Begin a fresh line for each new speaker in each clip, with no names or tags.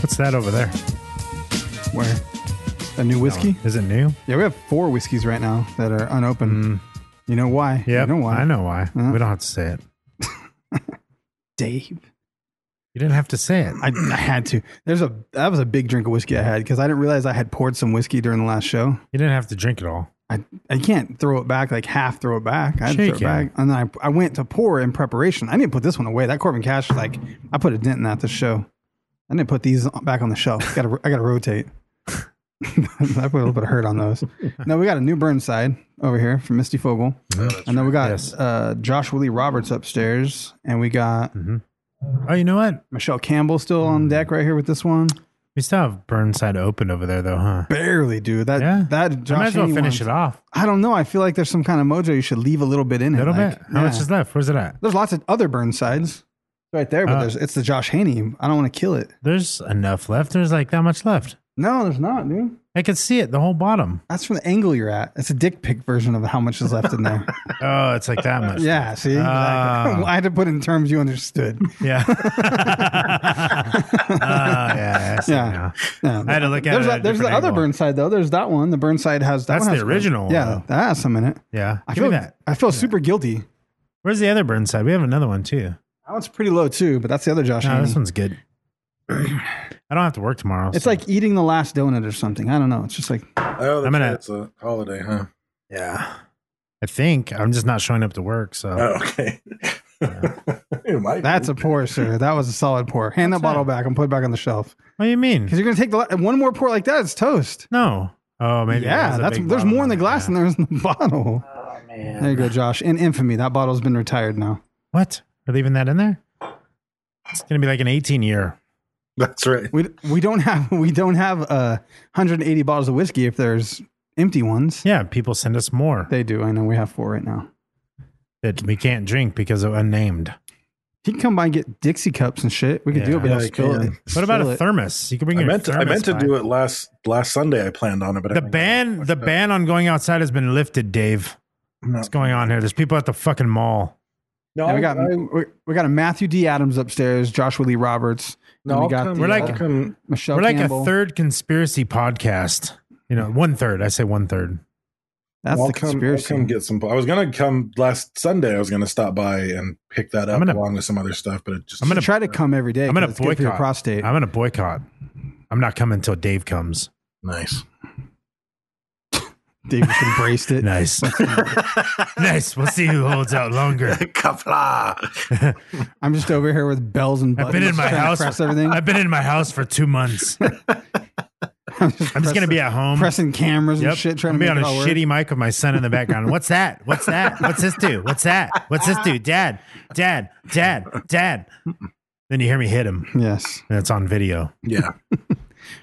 What's that over there?
Where? A new whiskey?
Is it new?
Yeah, we have four whiskeys right now that are unopened. You know why?
Yeah,
You know why?
Mm.
Uh-huh.
I know why. We don't have to say it.
Dave.
You didn't have to say it.
I, I had to. There's a that was a big drink of whiskey I had because I didn't realize I had poured some whiskey during the last show.
You didn't have to drink it all.
I, I can't throw it back like half throw it back. I had to throw
Shake
it
it.
back, and then I, I went to pour in preparation. I didn't put this one away. That Corbin Cash like I put a dent in that this show. I didn't put these back on the shelf. Got to I got to rotate. I put a little bit of hurt on those. No, we got a new Burnside over here from Misty Fogel. I know we got
Yes.
uh, Josh Willie Roberts upstairs, and we got
Oh, you know what?
Michelle Campbell still
Mm.
on deck right here with this one.
We still have Burnside open over there, though, huh?
Barely, dude. That
Yeah.
that Josh
I might as well
Haney
finish
one-
it off.
I don't know. I feel like there's some kind of mojo. You should leave a little bit in
A little
it. like,
bit. How much
yeah.
is left? Where's it at?
There's lots of other Burnsides right there, but
Uh,
there's it's the Josh Haney. I don't want to kill it.
There's enough left. There's like that much left.
No, there's not, dude.
I could see it, the whole bottom.
That's from the angle you're at. It's a dick pic version of how much is left in there.
Oh, it's like that much.
yeah, see, Exactly.
Ah.
I had to put it in terms you understood.
Yeah. oh, yeah. I see
Yeah.
now.
Yeah.
I had to look at
there's
it.
that,
at a
there's the
different
other
angle.
Burnside though. There's that one. The Burnside has that
That's
one
the
has-
original one,
Yeah,
though.
that has some in it.
Yeah.
I
Give
feel
me that.
I feel super guilty.
Where's the other Burnside? We have another one, too.
That one's pretty low too, but that's the other Josh
No,
Haney.
this one's good. I don't have to work tomorrow.
It's
so-
like eating the last donut or something. I don't know. It's just like
Oh, that's
I'm gonna-
right. It's a holiday, huh?
yeah. I think I'm just not showing up to work. So
Oh, okay. it might be.
that's a pour, sir. That was a solid pour. Hand that
That's
bottle
it.
back and put it back on the shelf
what do you mean?
because you're gonna take the la- one more pour like that. It's toast.
No. Oh, maybe.
yeah, that's there's more in the glass than there is in the bottle. There you go, Josh. In infamy, that bottle's been retired now.
What? We're leaving that in there? It's gonna be like an 18 year.
That's right.
We we don't have we don't have uh 180 bottles of whiskey if there's empty ones.
Yeah, people send us more
They do. I know we have four right now.
that we can't drink because of unnamed.
He can come by and get Dixie cups and shit. We could do it, but
Yeah,
he'll
I
spill
can.
it.
What about
Spill
a
it.
thermos? You can bring
I
your
meant to, I
thermos
meant to
by.
do it last last Sunday. I planned on it, but
The ban the ban on going outside has been lifted, Dave. What's going on here? There's people at the fucking mall.
No,
Yeah, we got
I,
we, we got a Matthew D. Adams upstairs, Joshua Lee Roberts.
no.
we
I'll
got
come,
the,
we're like
uh,
come,
Michelle.
We're like
Campbell.
a third conspiracy podcast. You know, one third. I say one third.
That's
I'll
the
come,
conspiracy.
I'll come get some. I was gonna come last Sunday. I was gonna stop by and pick that up
I'm gonna-
along with some other stuff, but it just
I'm
I'm
gonna-
gonna try to come every day.
I'm gonna
'cause it's good
boycott.
for your prostate.
I'm gonna boycott. I'm not coming until Dave comes.
nice.
Dave just embraced it.
Nice. nice. We'll see who holds out longer.
Kapla.
I'm just over here with bells and buttons.
I've been in my
trying to
house.
Press everything.
I've been in my house for two months. I'm
just
just gonna be at home.
pressing cameras and
Yep.
shit, trying
I'm
to
be
make
on a
it all work.
shitty mic with my son in the background. What's that? What's that? What's this do? What's that? What's this do? Dad, dad, dad, dad. Then you hear me hit him,
Yes.
and it's on video.
Yeah.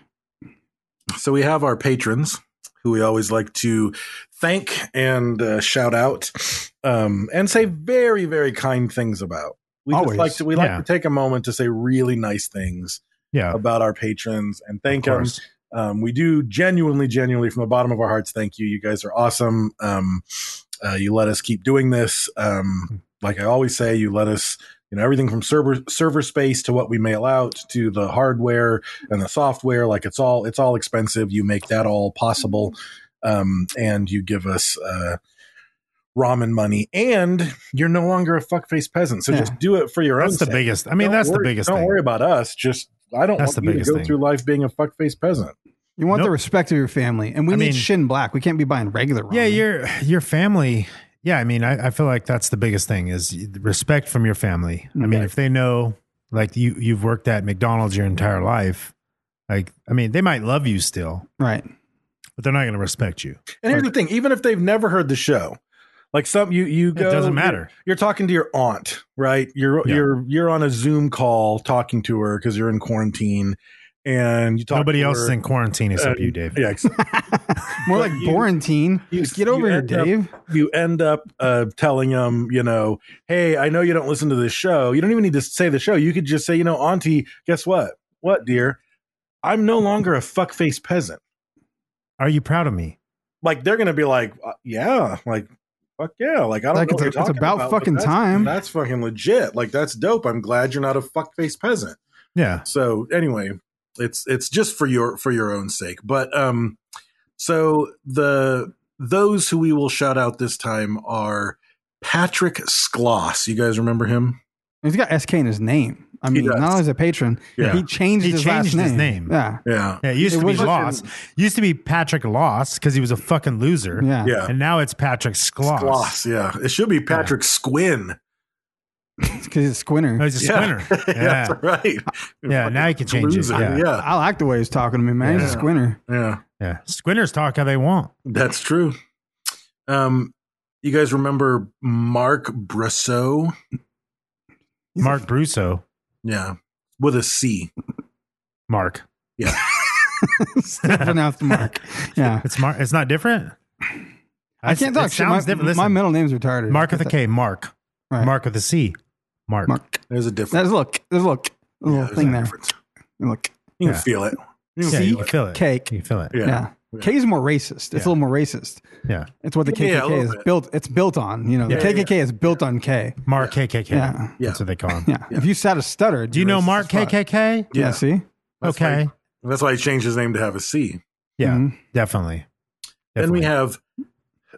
so we have our patrons who we always like to thank and uh, shout out um, and say very, very kind things about. We just
Always.
like to we like
Yeah.
to take a moment to say really nice things
Yeah, of
about our patrons and thank them.
course.
Um, we do genuinely, genuinely from the bottom of our hearts. Thank you. You guys are awesome. Um, uh, you let us keep doing this. Um, like I always say, you let us, you know, everything from server server space to what we mail out to the hardware and the software. Like it's all it's all expensive. You make that all possible, um, and you give us. Uh, ramen money and you're no longer a fuckface peasant so
Yeah.
just do it for your own
That's the
sake.
biggest. I mean,
Don't
that's the
worry-
biggest
don't
thing.
worry about us just I don't
That's
want
the
you to
biggest
go
thing.
through life being a fuckface peasant.
You want the
Nope.
respect of your family, and we
I
need
mean-
Shin Black. We can't be buying regular. Ramen.
Yeah, your your family. Yeah, I mean, I, I feel like that's the biggest thing is respect from your family. I mean,
Okay.
if they know like you you've worked at McDonald's your entire life, like I mean, they might love you still,
right.
but they're not going to respect you.
And here's the thing: even if they've never heard the show, like some you you go,
doesn't
you're-
matter.
You're, talking to your aunt, right? You're
Yeah.
you're you're on a Zoom call talking to her because you're in quarantine, and you talk.
Nobody
to
else
her,
is in quarantine except
and-
you, Dave.
Yeah, ex-
More like
you-
Borantine.
you-
Just get
you
over here,
end up-
Dave.
you end up uh, telling them, you know, hey, I know you don't listen to this show. You don't even need to say the show. You could just say, you know, Auntie, guess what? What, dear? I'm no longer a fuckface peasant.
Are you proud of me?
Like they're gonna be like, uh, yeah, like fuck yeah, like I don't
Like,
know.
it's
what
a-
you're
it's
talking
about
but
fucking
that's-
time.
That's fucking legit. Like that's dope. I'm glad you're not a fuckface peasant.
Yeah.
So anyway, it's it's just for your for your own sake. But um so the those who we will shout out this time are Patrick Skloss. You guys remember him?
He's got SK in his name. I mean,
does.
not only is he a patron,
Yeah.
he changed,
He
his,
changed
last
his
name.
name.
Yeah.
Yeah.
Yeah, it used
It
to be
was-
Loss. Used to be Patrick Loss because he was a fucking loser.
Yeah.
Yeah.
And now it's Patrick Skloss.
Skloss, yeah. It should be Patrick Squin.
Because he's a squinter.
No, he's a
Yeah.
spinner. Yeah.
That's right.
Yeah, now you can change it.
Loser.
Yeah.
yeah.
I like the way he's talking to me, man. He's a
Yeah.
squinter.
Yeah.
yeah. Squinners talk how they want.
That's true. Um, you guys remember Mark Brasseau?
Mark Brusso.
Yeah, with a C.
Mark.
Still pronounced Mark. Yeah.
It's Mark. It's not different.
I can't talk
It sounds
shit. My,
different.
my
Listen,
middle name's retarded.
Mark with a K. Mark.
Right.
Mark with a C. Mark.
Mark.
There's a difference.
There's look. There's look. There's a
Yeah,
little
there's
thing
a
there.
difference.
Look.
You can
Yeah.
feel it.
Yeah,
C
you can feel it.
cake.
You can feel it.
Yeah.
Yeah. K is more racist. It's
Yeah.
a little more racist.
Yeah.
It's what the
Yeah, a
KKK
little
is
bit.
built. It's built on. You know,
Yeah.
the KKK is built on K.
Mark KKK.
Yeah.
Yeah.
That's what they call him.
Yeah. If you sat a stutter,
Do you know Mark KKK?
Yeah.
Yeah.
See.
That's
okay.
why- That's why he changed his name to have a C.
Yeah.
Mhm.
Definitely.
Then we
Definitely.
have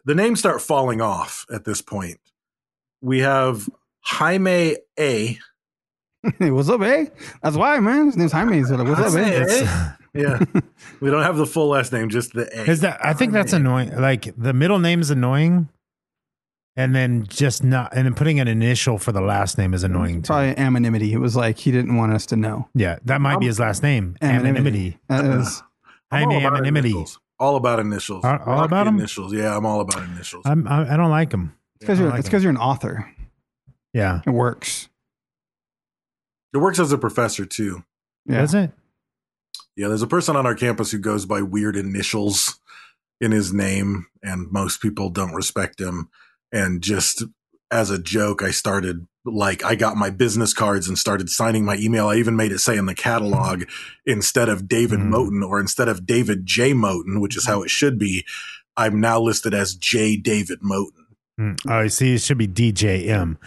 the names start falling off at this point. We have Jaime A.
Hey, what's up, eh? That's why, man. His name's Jaime. He's like, what's up, eh?
That's- Yeah. we don't have the full last name, just the A.
Is that? I think that's
Jaime.
annoying. Like the middle name's annoying, and then just not, and then putting an initial for the last name is annoying too.
Probably anonymity. It was like he didn't want us to know.
Yeah, that might be his last name. Anonymity.
That is-
I'm all
Jaime
about
Anonymity.
initials. All about initials.
Are- all
Rock
about
the
'em?
initials. Yeah, I'm all about initials.
I'm, I, I don't like him.
It's because
I
you're,
like
it's
it.
'cause you're an author.
Yeah.
It works.
It works as a professor too.
Yeah.
Does it?
Yeah, there's a person on our campus who goes by weird initials in his name, and most people don't respect him. And just as a joke, I started like I got my business cards and started signing my email. I even made it say in the catalog instead of David
Mm.
Moten or instead of David J Moten, which is how it should be. I'm now listed as J David Moten.
Mm. Oh, you see, it should be DJM.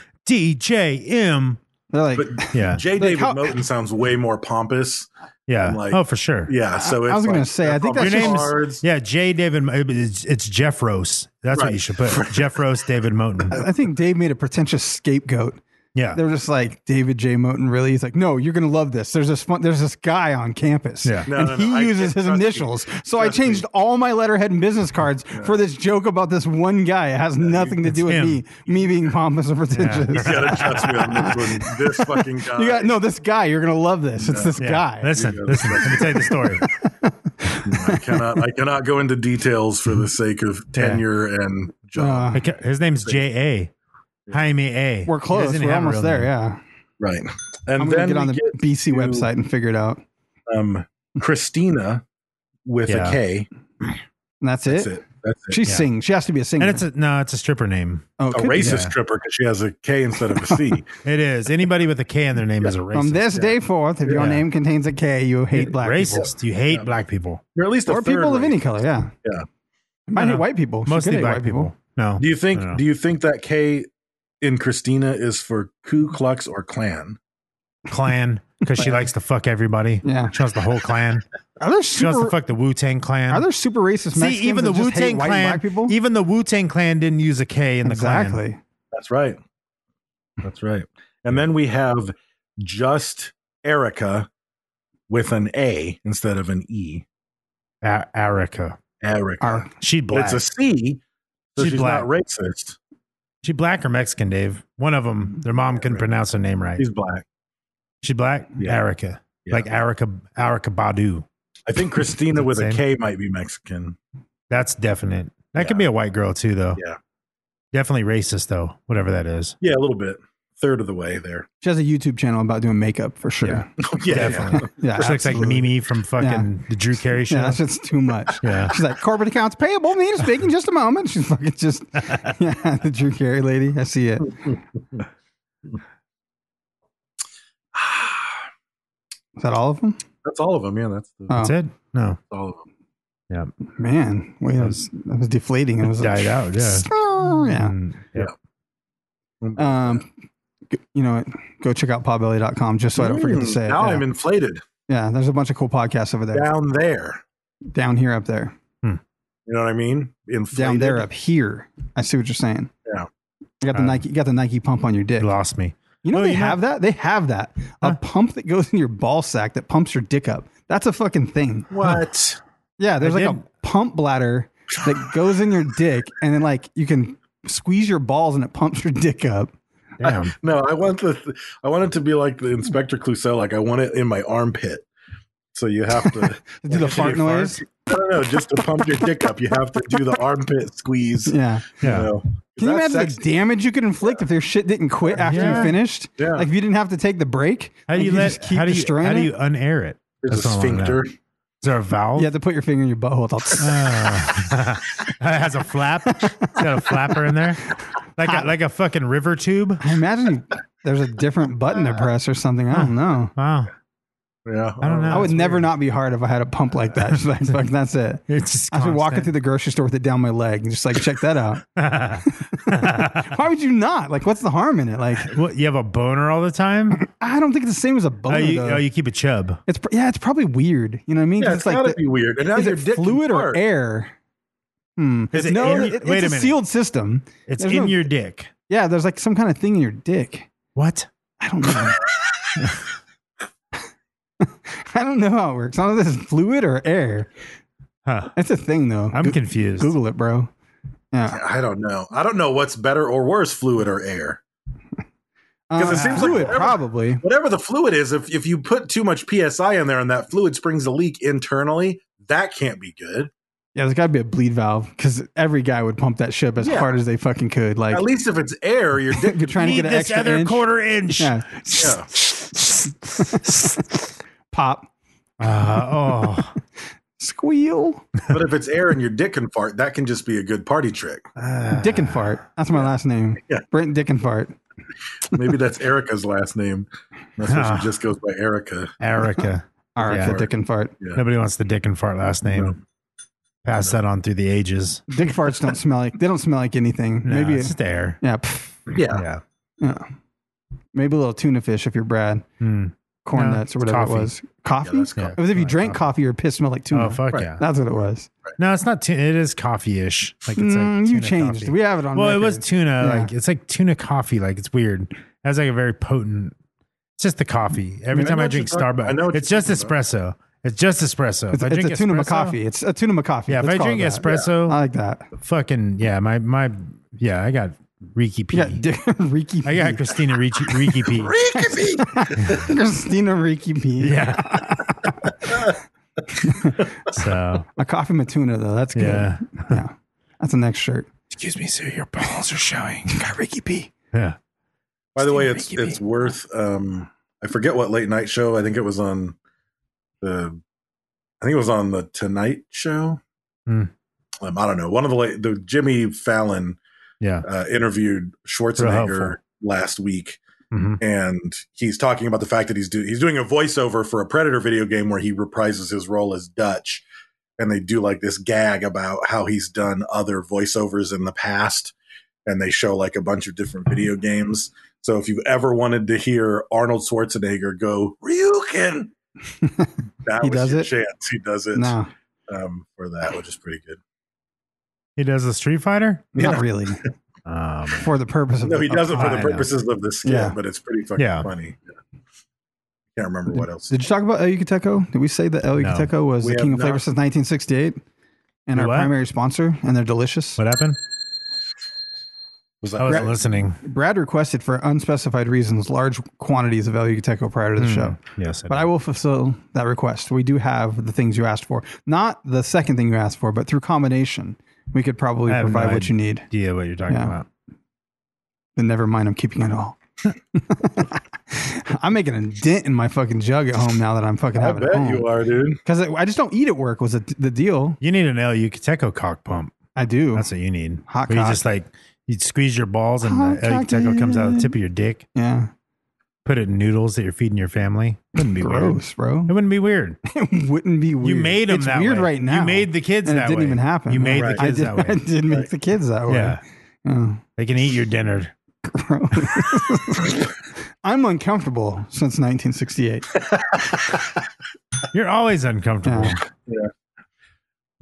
DJM.
They're like,
But
Yeah.
J David
how-
Moten sounds way more pompous.
Yeah.
I'm like-
oh, for sure.
Yeah, so
I-
it's
I was gonna
like,
say, I think
they're
that's
probably
just-
cards.
Yeah, J. David. It's, it's Jeff Rose. That's what
Right.
you should put. Jeff Rose, David Moten.
I think Dave made a pretentious scapegoat.
Yeah.
They were just like, David J. Moten, really? He's like, no, you're going to love this. There's this fun, there's this guy on campus.
Yeah.
No,
and
no, no,
he
I-
uses his
trust me.
initials. So I
Trust me.
changed all my letterhead and business cards for this joke about this one guy. It has nothing to
it's
do with
him.
me, me being pompous and pretentious.
You gotta trust me on this one. This fucking guy.
You got no, this guy. You're gonna love this. It's this
Yeah.
guy.
Listen, listen. Let me tell you the story.
I cannot. I cannot go into details for the sake of
Yeah.
tenure and job.
Uh,
Okay, His name's J. A. Jaime A.
we're
He
close.
doesn't
We're
have a
almost
real
there.
name.
Yeah,
right. And
I'm gonna
then
get on
we
the BC
to-
website and figure it out.
um, Christina with
Yeah.
a K.
And that's,
That's
it.
it. That's it.
She
Yeah.
sings. She has to be a singer.
And it's a no. It's a stripper name.
oh,
a
could be.
racist
yeah.
stripper because she has a K instead of a C.
It is. Anybody with a K in their name is a racist.
From this day forth, if your
Yeah.
name contains a K, you hate black
racist. You hate black people.
or at least a
people or
third
people of
race.
any color. Yeah,
Yeah.
I might
No,
hate
no.
white people. She could
Uh-huh. Mostly
hate
black
white
people. No.
Do you think?
No, no.
Do you think that K in Christina is for Ku Klux or Klan?
clan because she likes to fuck everybody.
Yeah.
She wants the whole clan.
Are there
She wants to
super?
fuck the Wu Tang clan.
Are there super racist?
See,
Mexicans
even the
that
Wu
just hate
Tang
white and
clan,
black people.
even the Wu Tang clan didn't use a K in the
exactly.
clan.
That's right. That's right. And then we have just Erica with an A instead of an E.
A- Erica.
Erica.
Our,
She
But
black.
it's a C, so
She's
she's,
black.
not racist.
she black or Mexican, Dave? One of them. Their mom couldn't pronounce her name right.
She's black.
She black.
Yeah.
Erica.
Yeah.
Like Erica. Erica Badu.
I think Christina with a
Same.
K might be Mexican.
That's definite. That could
Yeah.
be a white girl too, though.
Yeah.
Definitely racist though. Whatever that is.
Yeah, a little bit. Third of the way there.
she has a YouTube channel about doing makeup for sure. Yeah,
yeah,
Definitely.
yeah
she looks like
absolutely.
Mimi from fucking
Yeah.
the Drew Carey show.
Yeah, that's just too much.
Yeah.
She's like, corporate accounts payable, need to speak in just a moment. She's fucking just, yeah, the Drew Carey lady. I see it. Is that all of them?
That's all of them. Yeah, that's, the,
Oh,
That's it. No,
all of them.
man. Wait, that was, that was deflating. It was
died out. Yeah.
Yeah.
Mm, yeah.
Um, g- you know what? Go check out podbelly.com just so I don't forget to
Mm,
say it.
Now
yeah.
I'm inflated
yeah, there's a bunch of cool podcasts over there.
down there.
Down here, up there.
You know what I mean? Inflated.
Down there, up here. I see what you're saying.
Yeah. Uh,
You got the
Um,
Nike. You got the Nike pump on your dick.
You lost me.
You know
Oh,
they
you know-
have that. They have that. A
Huh.
pump that goes in your ball sack that pumps your dick up. That's a fucking thing.
What?
Yeah, there's
I
like
didn't-
a pump bladder that goes in your dick, and then like you can squeeze your balls and it pumps your dick up.
Damn.
No, I want the. Th- I want it to be like the Inspector Clouseau. Like I want it in my armpit. So you have to.
Do the
Like,
fart
do you
noise.
I don't know. Just to pump your dick up, you have to do the armpit squeeze.
Yeah.
yeah.
You know?
Can you
That's
imagine
sexy.
the damage you could inflict if their shit didn't quit after
Yeah.
you finished?
Yeah.
Like if you didn't have to take the break,
How do
like,
you, let?
just keep
how do you?
destroying
How do you
it.
unair it?
There's
That's
a
all I wanna know.
sphincter.
Is there a valve?
You have to put your finger in your butthole. It's all-
Oh. it has a flap. It's got a flapper in there, like a, like a fucking river tube.
I imagine you- there's a different button to press or something. I don't know.
Wow,
Yeah.
I don't know.
I would
That's
never
weird.
not be hard if I had a pump like that. Just like, fuck, that's it.
It's just
I should be walking
constant.
through the grocery store with it down my leg and just like check that out. Why would you not? Like, what's the harm in it? Like,
what, you have a boner all the time?
I don't think it's the same as a boner.
oh, you,
though.
oh, you keep a chub.
it's pr- yeah, it's probably weird. You know what I mean? 'Cause
Yeah, it's,
like
gotta
the-
be weird. And now
is
your
it
dick can
fluid or
fart.
air? Hmm.
Is it
no,
in-
it- it's
wait a
a,
minute.
sealed system.
It's
There's
in
no-
your dick.
Yeah, there's like some kind of thing in your dick.
What?
I don't know. I don't know how it works. I don't know if this is fluid or air.
Huh.
That's a thing though.
I'm
Goo-
confused.
Google it, bro. Yeah.
I don't know. I don't know what's better or worse, fluid or air.
Uh,
'Cause it seems like
fluid,
whatever-
probably.
Whatever the fluid is, if, if you put too much PSI in there and that fluid springs a leak internally, that can't be good.
Yeah, there's got to be a bleed valve because every guy would pump that ship as
Yeah.
hard as they fucking could. Like,
At least if it's air, your dick
if you're trying to
Need
get an
this
extra
other
inch.
quarter inch.
Yeah,
yeah.
pop,
Uh, oh,
squeal,
But if it's air and your dick can fart, that can just be a good party trick.
dick and fart. That's my last name.
Yeah.
Brent Dick and fart.
Maybe that's Erica's last name. That's why
Ah.
she just goes by Erica.
Erica.
All
Yeah.
right, Dick and fart.
Nobody wants the dick and fart last name.
No.
Pass that on through the ages.
Dick farts don't smell like they don't smell like anything.
No,
maybe
it's just air.
yeah, pff,
Yeah.
Yeah.
yeah, maybe a little tuna fish if you're Brad,
Hmm.
corn
No,
nuts or
it's
whatever
coffee.
it was. Coffee.
that's
coffee.
It was if you
Right,
drank
coffee.
coffee, your piss smelled like tuna.
Oh fuck
Right.
yeah.
That's what it was.
No, it's not tuna. It is coffee-ish. Like it's
Mm,
like
you
tuna
changed.
coffee.
We have it on.
well, it
record.
was tuna.
Yeah.
Like it's like tuna coffee. Like it's weird. It has like a very potent. It's just the coffee. Every
I
time
know
I
what
drink
you're talking-
Starbucks,
I know what
it's
you're
just
talking about.
espresso. It's just espresso. If
It's,
I
it's
drink
a tuna
espresso-
coffee. It's a tuna coffee.
Yeah, if
Let's
I
call
drink
it that. Uh,
espresso,
I like that.
fucking yeah, my my yeah, I got Riki P.
You got Dick, Ricky.
I got
P.
Christina Ricci, Riki P.
Christina Ricky P.
Yeah. so
A coffee with tuna though. That's good.
yeah,
Yeah. That's the next shirt.
excuse me, sir. Your balls are showing. Got Ricky P. Yeah.
By the way, it's it's worth. Um, I forget what late night show. I think it was on the. I think it was on the Tonight Show.
Hmm.
Um, I don't know. One of the late, the Jimmy Fallon
Yeah.
uh, interviewed
helpful.
Schwarzenegger last week,
Mhm.
Mm-hmm.
and he's talking about the fact that he's do, he's doing a voiceover for a Predator video game where he reprises his role as Dutch, and they do like this gag about how he's done other voiceovers in the past, and they show like a bunch of different video games. So if you've ever wanted to hear Arnold Schwarzenegger go Ryuken, that
He
was
does
your
it?
chance. He does it
No,
um, for that, which is pretty good.
He does the Street Fighter.
not really.
Oh, man.
For the purpose of
No, he does it for
I
the
know.
purposes of the skit,
Yeah.
but it's pretty fucking
Yeah.
funny. Can't remember what else.
Did you talk about El Yucateco? Did we say that El
No.
Yucateco was
We
the king
have
of flavor
not.
since 1968 and
The
our
what?
primary sponsor? And they're delicious.
What happened?
Was
I
that
wasn't listening.
Brad requested for unspecified reasons large quantities of El Yucateco prior to
Hmm.
the show.
Yes, I
But I will fulfill that request. We do have the things you asked for. Not the second thing you asked for, but through combination, we could probably
I have
provide
no
what you need.
idea what you're talking
Yeah.
about.
Then never mind, I'm keeping it all. I'm making a dent in my fucking jug at home now that I'm fucking
I
having it
bet you are, dude.
Because I just don't eat at work was the the deal.
You need an El Yucateco cock pump.
I do.
That's what you need.
Hot
Where you
cock.
just like you squeeze your balls and
Hot
the El
cock,
Yucateco comes out of the
dude.
tip of your dick.
yeah.
Put it in noodles that you're feeding your family. Wouldn't be
Gross, bro.
weird. It wouldn't be weird.
It wouldn't be weird.
You made them
it's
that
weird
way.
right now.
You made the kids
and
that
it didn't
way.
even happen.
You made the
I
kids
did,
that way.
I did make
Right.
the kids that way.
Yeah.
Oh,
They can eat your dinner.
gross. I'm uncomfortable since 1968.
You're always uncomfortable.
Yeah.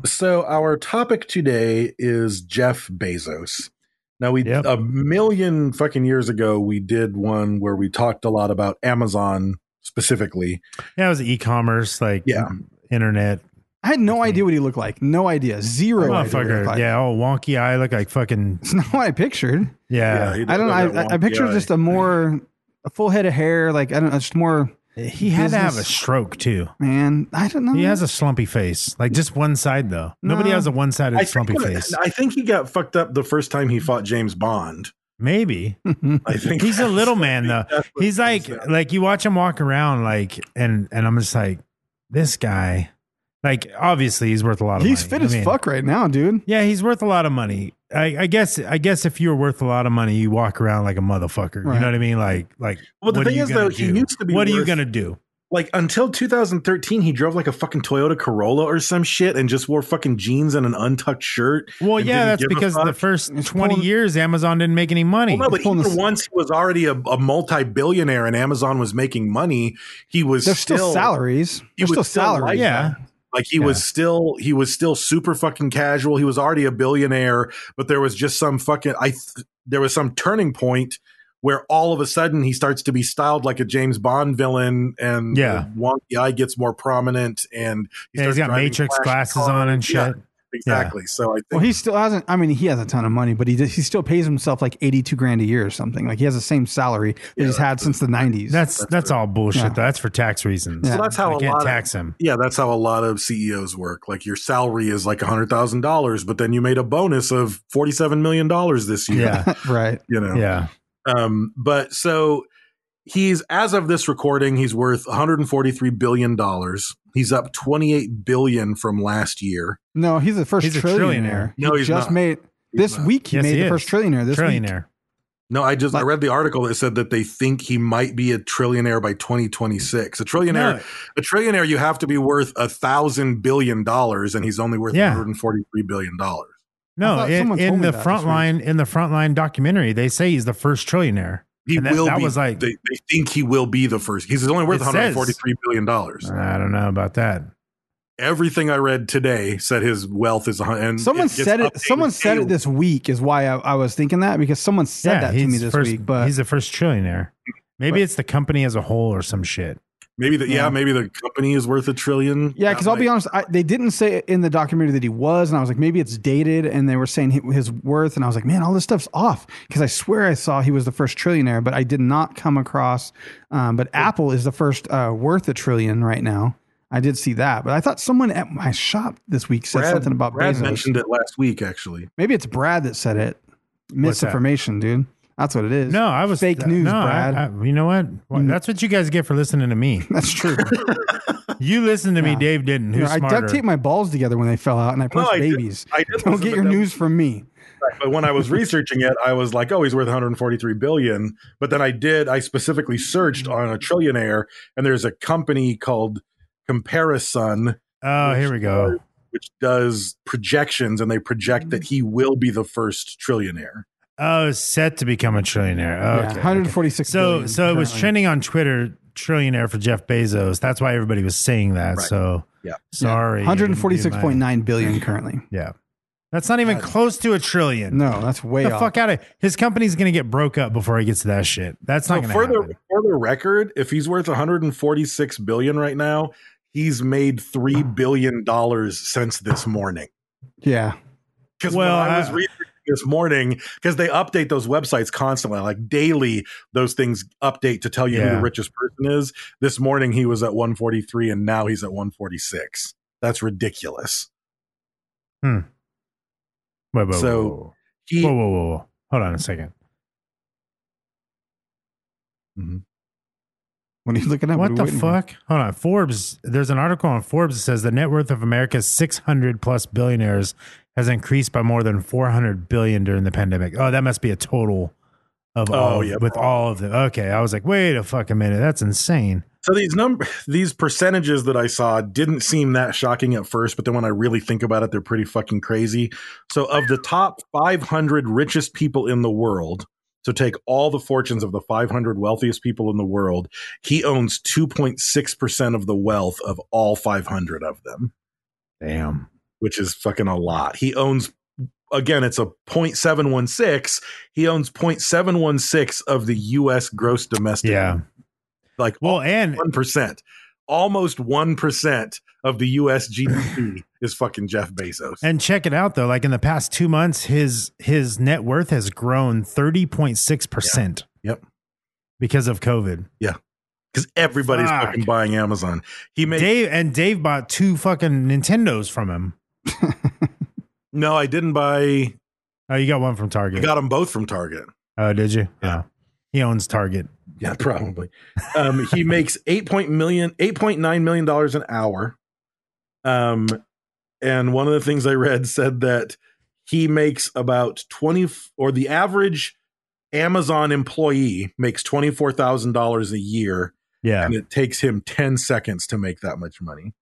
So our topic today is Jeff Bezos. Now we
Yep.
a million fucking years ago we did one where we talked a lot about Amazon specifically.
Yeah, it was e-commerce, like
Yeah.
internet.
I had no idea what he looked like. No idea. Zero idea what he looked
Motherfucker.
like.
Yeah, all wonky eye, look like fucking
It's not what I pictured.
yeah.
he
I
does that
don't know. I, I, I
wonky
pictured
eye.
just a more a full head of hair. Like I don't know, just more
He had to have a
Business-
stroke too.
man. I don't know.
He has a slumpy face, like just one side though. Nobody
No.
has a one-sided
I
slumpy
think, when-
face.
I think he got fucked up the first time he fought James Bond.
Maybe
I think
he's a
that's-
little man though.
that's what
He's
it
like
is now.
like you watch him walk around like and and I'm just like this guy. Like obviously he's worth a lot of
He's
money.
fit
I
as
mean,
fuck right now, dude.
Yeah, he's worth a lot of money. I, I guess I guess if you're worth a lot of money, you walk around like a motherfucker. You
Right.
know what I mean? Like like
Well, the
what are
thing
you
is,
gonna
though, he
do?
used to be
What are you
worth-
gonna do?
like until 2013 he drove like a fucking Toyota Corolla or some shit and just wore fucking jeans and an untucked shirt.
Well,
and
yeah,
didn't
that's
give a
because the
fuck.
first
It's
20
pulling-
years Amazon didn't make any money.
Well, no, but
pulling
even
this-
once he was already a, a multi-billionaire and Amazon was making money, he was
There's still, salaries.
he
There's
was
still
still
salaries.
like
yeah.
Like he was still he was still super fucking casual. He was already a billionaire, but there was just some fucking I th- there was some turning point where all of a sudden he starts to be styled like a James Bond villain and
Yeah.
the wonky eye gets more prominent and he
Yeah, he's
starts
got
driving
Matrix
flash
glasses
cars.
on and shit.
Yeah, exactly. So I think
Well, he still hasn't. I mean, he has a ton of money, but he he still pays himself like eighty two grand a year or something. Like he has the same salary that he's had since the nineties.
That's that's, all bullshit.
Yeah.
though. That's for tax reasons.
Yeah.
so that's how
I
a
can't
lot of
tax him.
Yeah, that's how a lot of CEOs work. Like your salary is like $100,000, but then you made a bonus of $47 million this year,
Yeah.
right.
you know.
yeah.
Um but so he's as of this recording, he's worth 143 billion dollars. He's up 28 billion from last year.
No, he's the first
He's a trillionaire.
trillionaire.
No,
he
he's
just
not.
made
He's
this
not.
week. He
Yes,
made
he
the
is.
first trillionaire. This week.
Trillionaire.
No, I just I
Like-
read the article that said that they think he might be a trillionaire by 2026. A trillionaire,
No.
a trillionaire, you have to be worth a thousand billion dollars, and he's only worth
Yeah.
143 billion dollars.
I
No,
thought
in,
someone told
in
me
the
that this
front
week.
line in the front line documentary, they say he's the first trillionaire.
he
And that-
will
that
be,
was like-
they, they think he will be the first he's only worth
It
143 billion dollars
I don't know about that.
everything i read today said his wealth is a hun- and
Someone
gets
said it.
updated
Someone said it
daily.
this week is why I, I was thinking that because someone said
yeah,
that to
he's
me this
first,
week. But
he's the first trillionaire. Maybe
But-
it's the company as a whole or some shit.
maybe the, yeah
Yeah.
maybe the company is worth a trillion Uh,
Yeah,
That
because I'll be
might-
honest, I, they didn't say in the documentary that he was, and I was like, maybe it's dated, and they were saying hi- his worth, and I was like, man, all this stuff's off, because I swear I saw he was the first trillionaire, but I did not come across. Um, but Apple is the first uh, worth a trillion right now. I did see that, but I thought someone at my shop this week said
Brad-
something about
Brad
Bezos.
mentioned it last week actually
maybe it's Brad that said it.
that?
Misinformation, dude. That's what it is.
No, I was uh,
fake news,
no, I-
Brad. Mm.
I- you know what? Well, That's what you guys get for listening to me.
That's true.
You listened to me. Dave didn't. Who's
I
smarter?
duct taped my balls together when they fell out, and I pushed
I did-
babies.
I did
Don't
listen
get
to
your
them.
news from me.
but when i was researching it i was like oh he's worth 143 billion but then i did i specifically searched on a trillionaire and there's a company called comparison
Oh, here we go.
which does projections and they project
Mm.
that he will be the first trillionaire
Oh, it's set to become a trillionaire. Oh, Okay.
Yeah, 146
So,
billion,
so it was
apparently.
trending on Twitter, trillionaire for Jeff Bezos. That's why everybody was saying that.
Right.
So,
Yeah.
sorry,
Yeah, 146.9 billion currently.
Yeah, That's not even close to a trillion.
No, that's way
the
off.
fuck out of his company's gonna get broke up before he gets to that shit. That's not
so
gonna
for the
happen.
for the record, if he's worth 146 billion right now, he's made three billion dollars since this morning.
Yeah.
Because
Well,
when I was
I-
reading this morning, because they update those websites constantly, like daily, those things update to tell you who
Yeah.
the richest person is. This morning he was at 143, and now he's at 146. That's ridiculous.
Wait, wait,
so
whoa,
He,
whoa, whoa, whoa, whoa. Hold on a second.
When he's looking at
What the fuck? Hold on. Forbes, there's an article on Forbes that says the net worth of America's 600 plus billionaires has increased by more than 400 billion during the pandemic. Oh, that must be a total of
Oh,
all,
yeah,
with all of them. Okay. I was like, wait a fucking minute. That's insane.
So these number these percentages that I saw didn't seem that shocking at first, but then when I really think about it, they're pretty fucking crazy. So of the top 500 richest people in the world, so take all the fortunes of the 500 wealthiest people in the world, he owns 2.6% of the wealth of all 500 of them,
Damn.
which is fucking a lot. He owns again, it's a 0.716. He owns 0.716 of the US gross domestic.
Yeah.
Like
Well, and
Oh, one percent, almost one percent of the U.S. GDP is fucking Jeff Bezos.
And check it out though, like in the past two months, his his net worth has grown thirty point six percent.
Yep.
Because of COVID.
because everybody's
Fuck.
fucking buying Amazon. He made
Dave and Dave bought two fucking Nintendos from him.
no, I didn't buy.
Oh, you got one from
I
Target.
got them both from Target.
oh, did you?
Yeah.
Oh. He owns Target.
Yeah, probably. um, he makes eight point million, eight point nine million dollars an hour. Um, and one of the things I read said that he makes about twenty, f- or the average Amazon employee makes twenty four thousand dollars a year.
Yeah.
and it takes him 10 seconds to make that much money.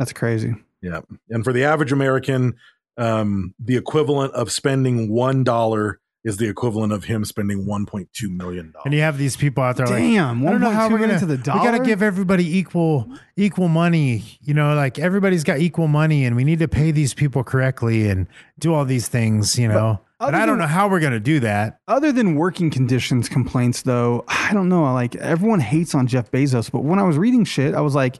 That's crazy.
Yeah. And for the average American, um, the equivalent of spending $1 is the equivalent of him spending $1.2 million.
And you have these people out there
Damn,
like, I don't know how
1.2
we're gonna.
into the
we gotta
dollar?
give everybody equal equal money. You know, like everybody's got equal money, and we need to pay these people correctly and do all these things. You know, but,
other
I don't know
than-
how we're gonna do that.
Other than working conditions complaints, though, I don't know. Like everyone hates on Jeff Bezos, but when I was reading shit, I was like,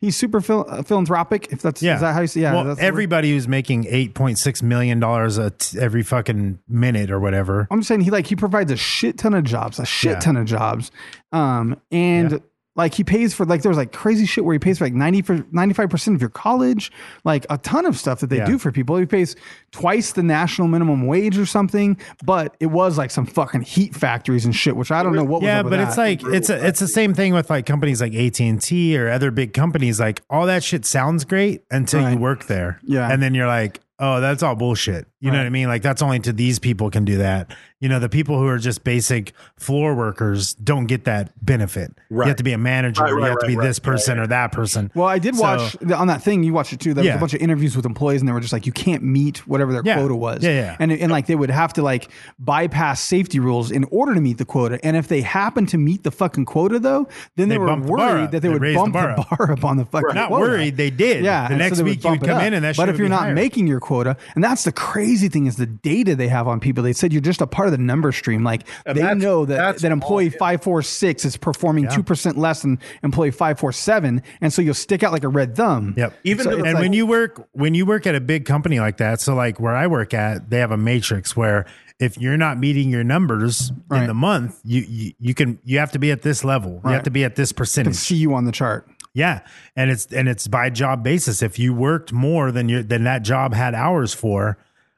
he's super phil- uh, philanthropic. If that's
Yeah,
is that how you see? Yeah,
well,
that's the word.
everybody who's making eight point six million dollars a t- every fucking minute or whatever.
I'm just saying he like he provides a shit ton of jobs, a shit
Yeah.
ton of jobs, um, and
Yeah.
like he pays for like there was like crazy shit where he pays for like 90 for 95 percent of your college, like a ton of stuff that they
Yeah.
do for people. He pays twice the national minimum wage or something, but it was like some fucking heat factories and shit, which I don't know what.
yeah,
was up with
but
that.
it's like it's a, it's the same thing with like companies like AT and T or other big companies. Like all that shit sounds great until you
Right.
work there,
Yeah.
and then you're like, oh, that's all bullshit. You know
Right.
what I mean? Like that's only to these people can do that. You know, the people who are just basic floor workers don't get that benefit. You have
Right.
to be a manager.
Right,
you
right,
have to be
right, right.
this person or that person.
Well, I did
So-
watch on that thing you watched it too. There was
Yeah.
a bunch of interviews with employees, and they were just like, "You can't meet whatever their
Yeah.
quota was."
Yeah, yeah.
And and like they would have to like bypass safety rules in order to meet the quota. And if they happened to meet the fucking quota, though, then
They
they, were
bumped the bar up.
worried that they,
They
would
raised the
bump the
bar
bar,
up.
up on the fucking.
Not
quota.
worried, they did.
Yeah.
The
and
next
they
week you
bump
would
it
come
up.
in and that shit
But
would
if you're
be
not
higher.
making your quota, and that's the crazy thing is the data they have on people. They said you're just a part of the number stream. Like
And
they
that's-
know that
that's
that employee
all it-
five four six is performing
Yeah.
two percent less than employee five four seven, and so you'll stick out like a red thumb.
Yep.
Even
So
though-
it's
and
like-
when you work when you work at a big company like that, so like where I work at, they have a matrix where if you're not meeting your numbers in
Right.
the month, you, you you can you have to be at this level. You have
Right.
to be at this
can
percentage.
see you on the chart.
Yeah, and it's and it's by job basis. If you worked more than your than that job had hours for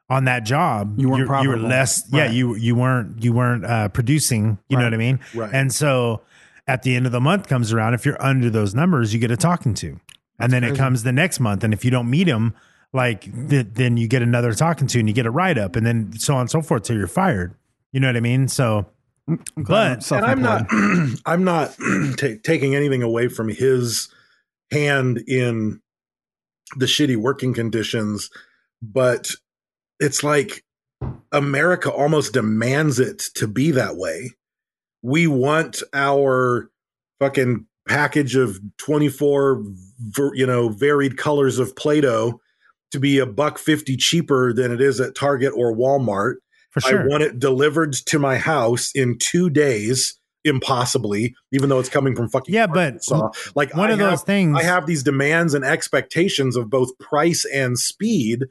on that job,
You weren't
you're- you were
profitable.
less. Yeah,
Right.
you you weren't you weren't uh, producing. You know
Right.
what I mean?
Right.
And so at the end of the month comes around, if you're under those numbers, you get a talking to, and then it comes the next month, and if you don't meet them. Like th- then you get another talking to and you get a write up and then so on and so forth till you're fired. You know what I mean? So, but
and I'm not, I'm not ta taking anything away from his hand in the shitty working conditions, but it's like America almost demands it to be that way. We want our fucking package of 24, ver- you know, varied colors of Play Doh to be a buck 50 cheaper than it is at Target or Walmart.
for sure.
I want it delivered to my house in two days, impossibly, even though it's coming from fucking
Yeah, but
Arkansas. like
one
I
of
have-
those things-
I have these demands and expectations of both price and speed,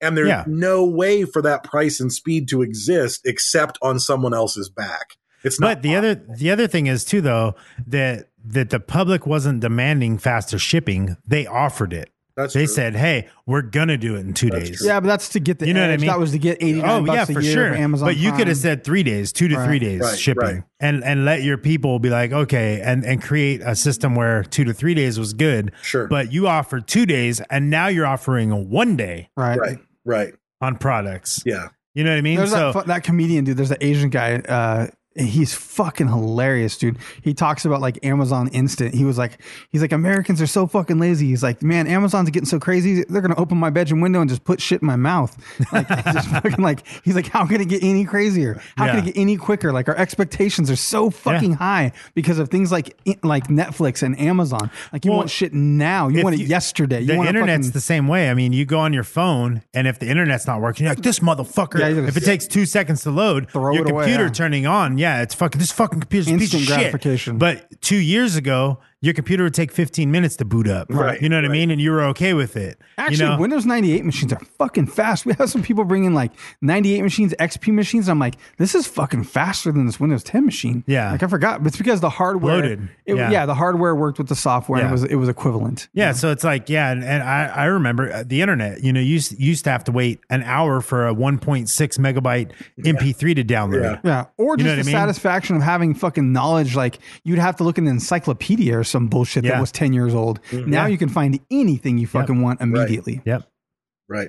and there's
Yeah.
no way for that price and speed to exist except on someone else's back. It's not
but the other the other thing is too though that that the public wasn't demanding faster shipping. They offered it.
That's
they
true.
said, "Hey, we're gonna do it in two
That's
days."
true.
Yeah, but that's to get the
You know what I
edge.
mean?
That was to get eighty nine
oh yeah,
bucks a
for
year
sure.
for Amazon.
but you could
Prime.
have said three days, two to
Right,
three days
right,
shipping,
right.
and and let your people be like, okay, and and create a system where two to three days was good.
Sure.
but you offered two days, and now you're offering a one day
right.
right, right.
on products.
Yeah.
You know what I mean?
There's
so
that, fu- that comedian dude. There's that Asian guy. Uh, he's fucking hilarious, dude. He talks about like Amazon Instant. He was like, he's like Americans are so fucking lazy. He's like, man, Amazon's getting so crazy. They're gonna open my bedroom window and just put shit in my mouth. Like, just fucking like he's like, how can it get any crazier? How can
Yeah.
it get any quicker? Like our expectations are so fucking
Yeah.
high because of things like like Netflix and Amazon. Like you
Well,
want shit now. You
if
want
you-
it yesterday. You
the
want it
internet's
fucking-
the same way. I mean, you go on your phone, and if the internet's not working, you're like, this motherfucker.
Yeah, you're gonna-
if it takes two seconds to load,
Throw
your
it away,
computer
yeah.
turning on, yeah, it's fucking, this fucking computer's a piece of
Instant
shit.
gratification.
But two years ago, your computer would take 15 minutes to boot up.
Right,
You know what I
right.
mean? And you were okay with it.
Actually,
you know?
Windows 98 machines are fucking fast. We have some people bringing like 98 machines, XP machines. I'm like, this is fucking faster than this Windows 10 machine.
Yeah.
like I forgot, but it's because the hardware.
Loaded.
It,
Yeah.
yeah. the hardware worked with the software. And
Yeah.
it was it was equivalent.
Yeah, so it's like yeah, and, and I I remember uh, the internet. You know, you used, you used to have to wait an hour for a 1.6 megabyte MP3 to download.
Yeah.
Yeah, or
You know
just
what
the
I mean?
satisfaction of having fucking knowledge. Like you'd have to look in an encyclopedia or some bullshit
Yeah.
that was ten years old.
Mm-hmm.
Now
Yeah.
you can find anything you fucking want immediately.
Yep.
Right.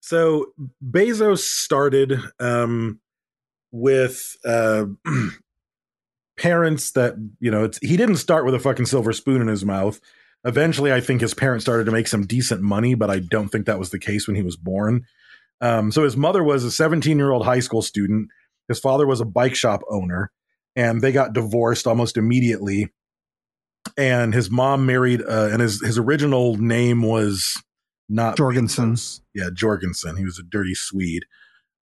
So Bezos started um, with uh, parents that you know it's he didn't start with a fucking silver spoon in his mouth. Eventually, I think his parents started to make some decent money, but I don't think that was the case when he was born. Um, so his mother was a 17 year old high school student. His father was a bike shop owner, and they got divorced almost immediately. And his mom married, uh, and his his original name was not
Jorgensen.
Bezos. Yeah, Jorgensen. He was a dirty Swede.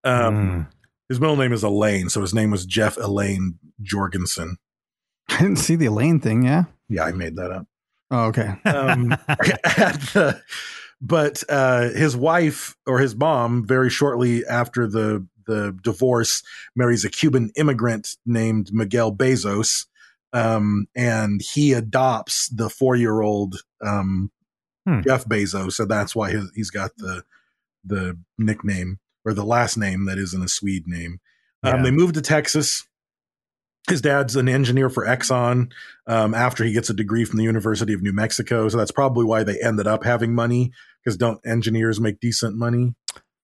Um, His middle name is Elaine, so his name was Jeff Elaine Jorgensen.
I didn't see the Elaine thing. Yeah.
Yeah, I made that up.
Oh, okay.
Um, at the, but uh, his wife or his mom, very shortly after the the divorce, marries a Cuban immigrant named Miguel Bezos, um, and he adopts the four year old um,
Hmm.
Jeff Bezos. So that's why his, he's got the the nickname or the last name that isn't a Swede name. Um,
Yeah.
They moved to Texas. His dad's an engineer for Exxon um, after he gets a degree from the University of New Mexico. So that's probably why they ended up having money because don't engineers make decent money?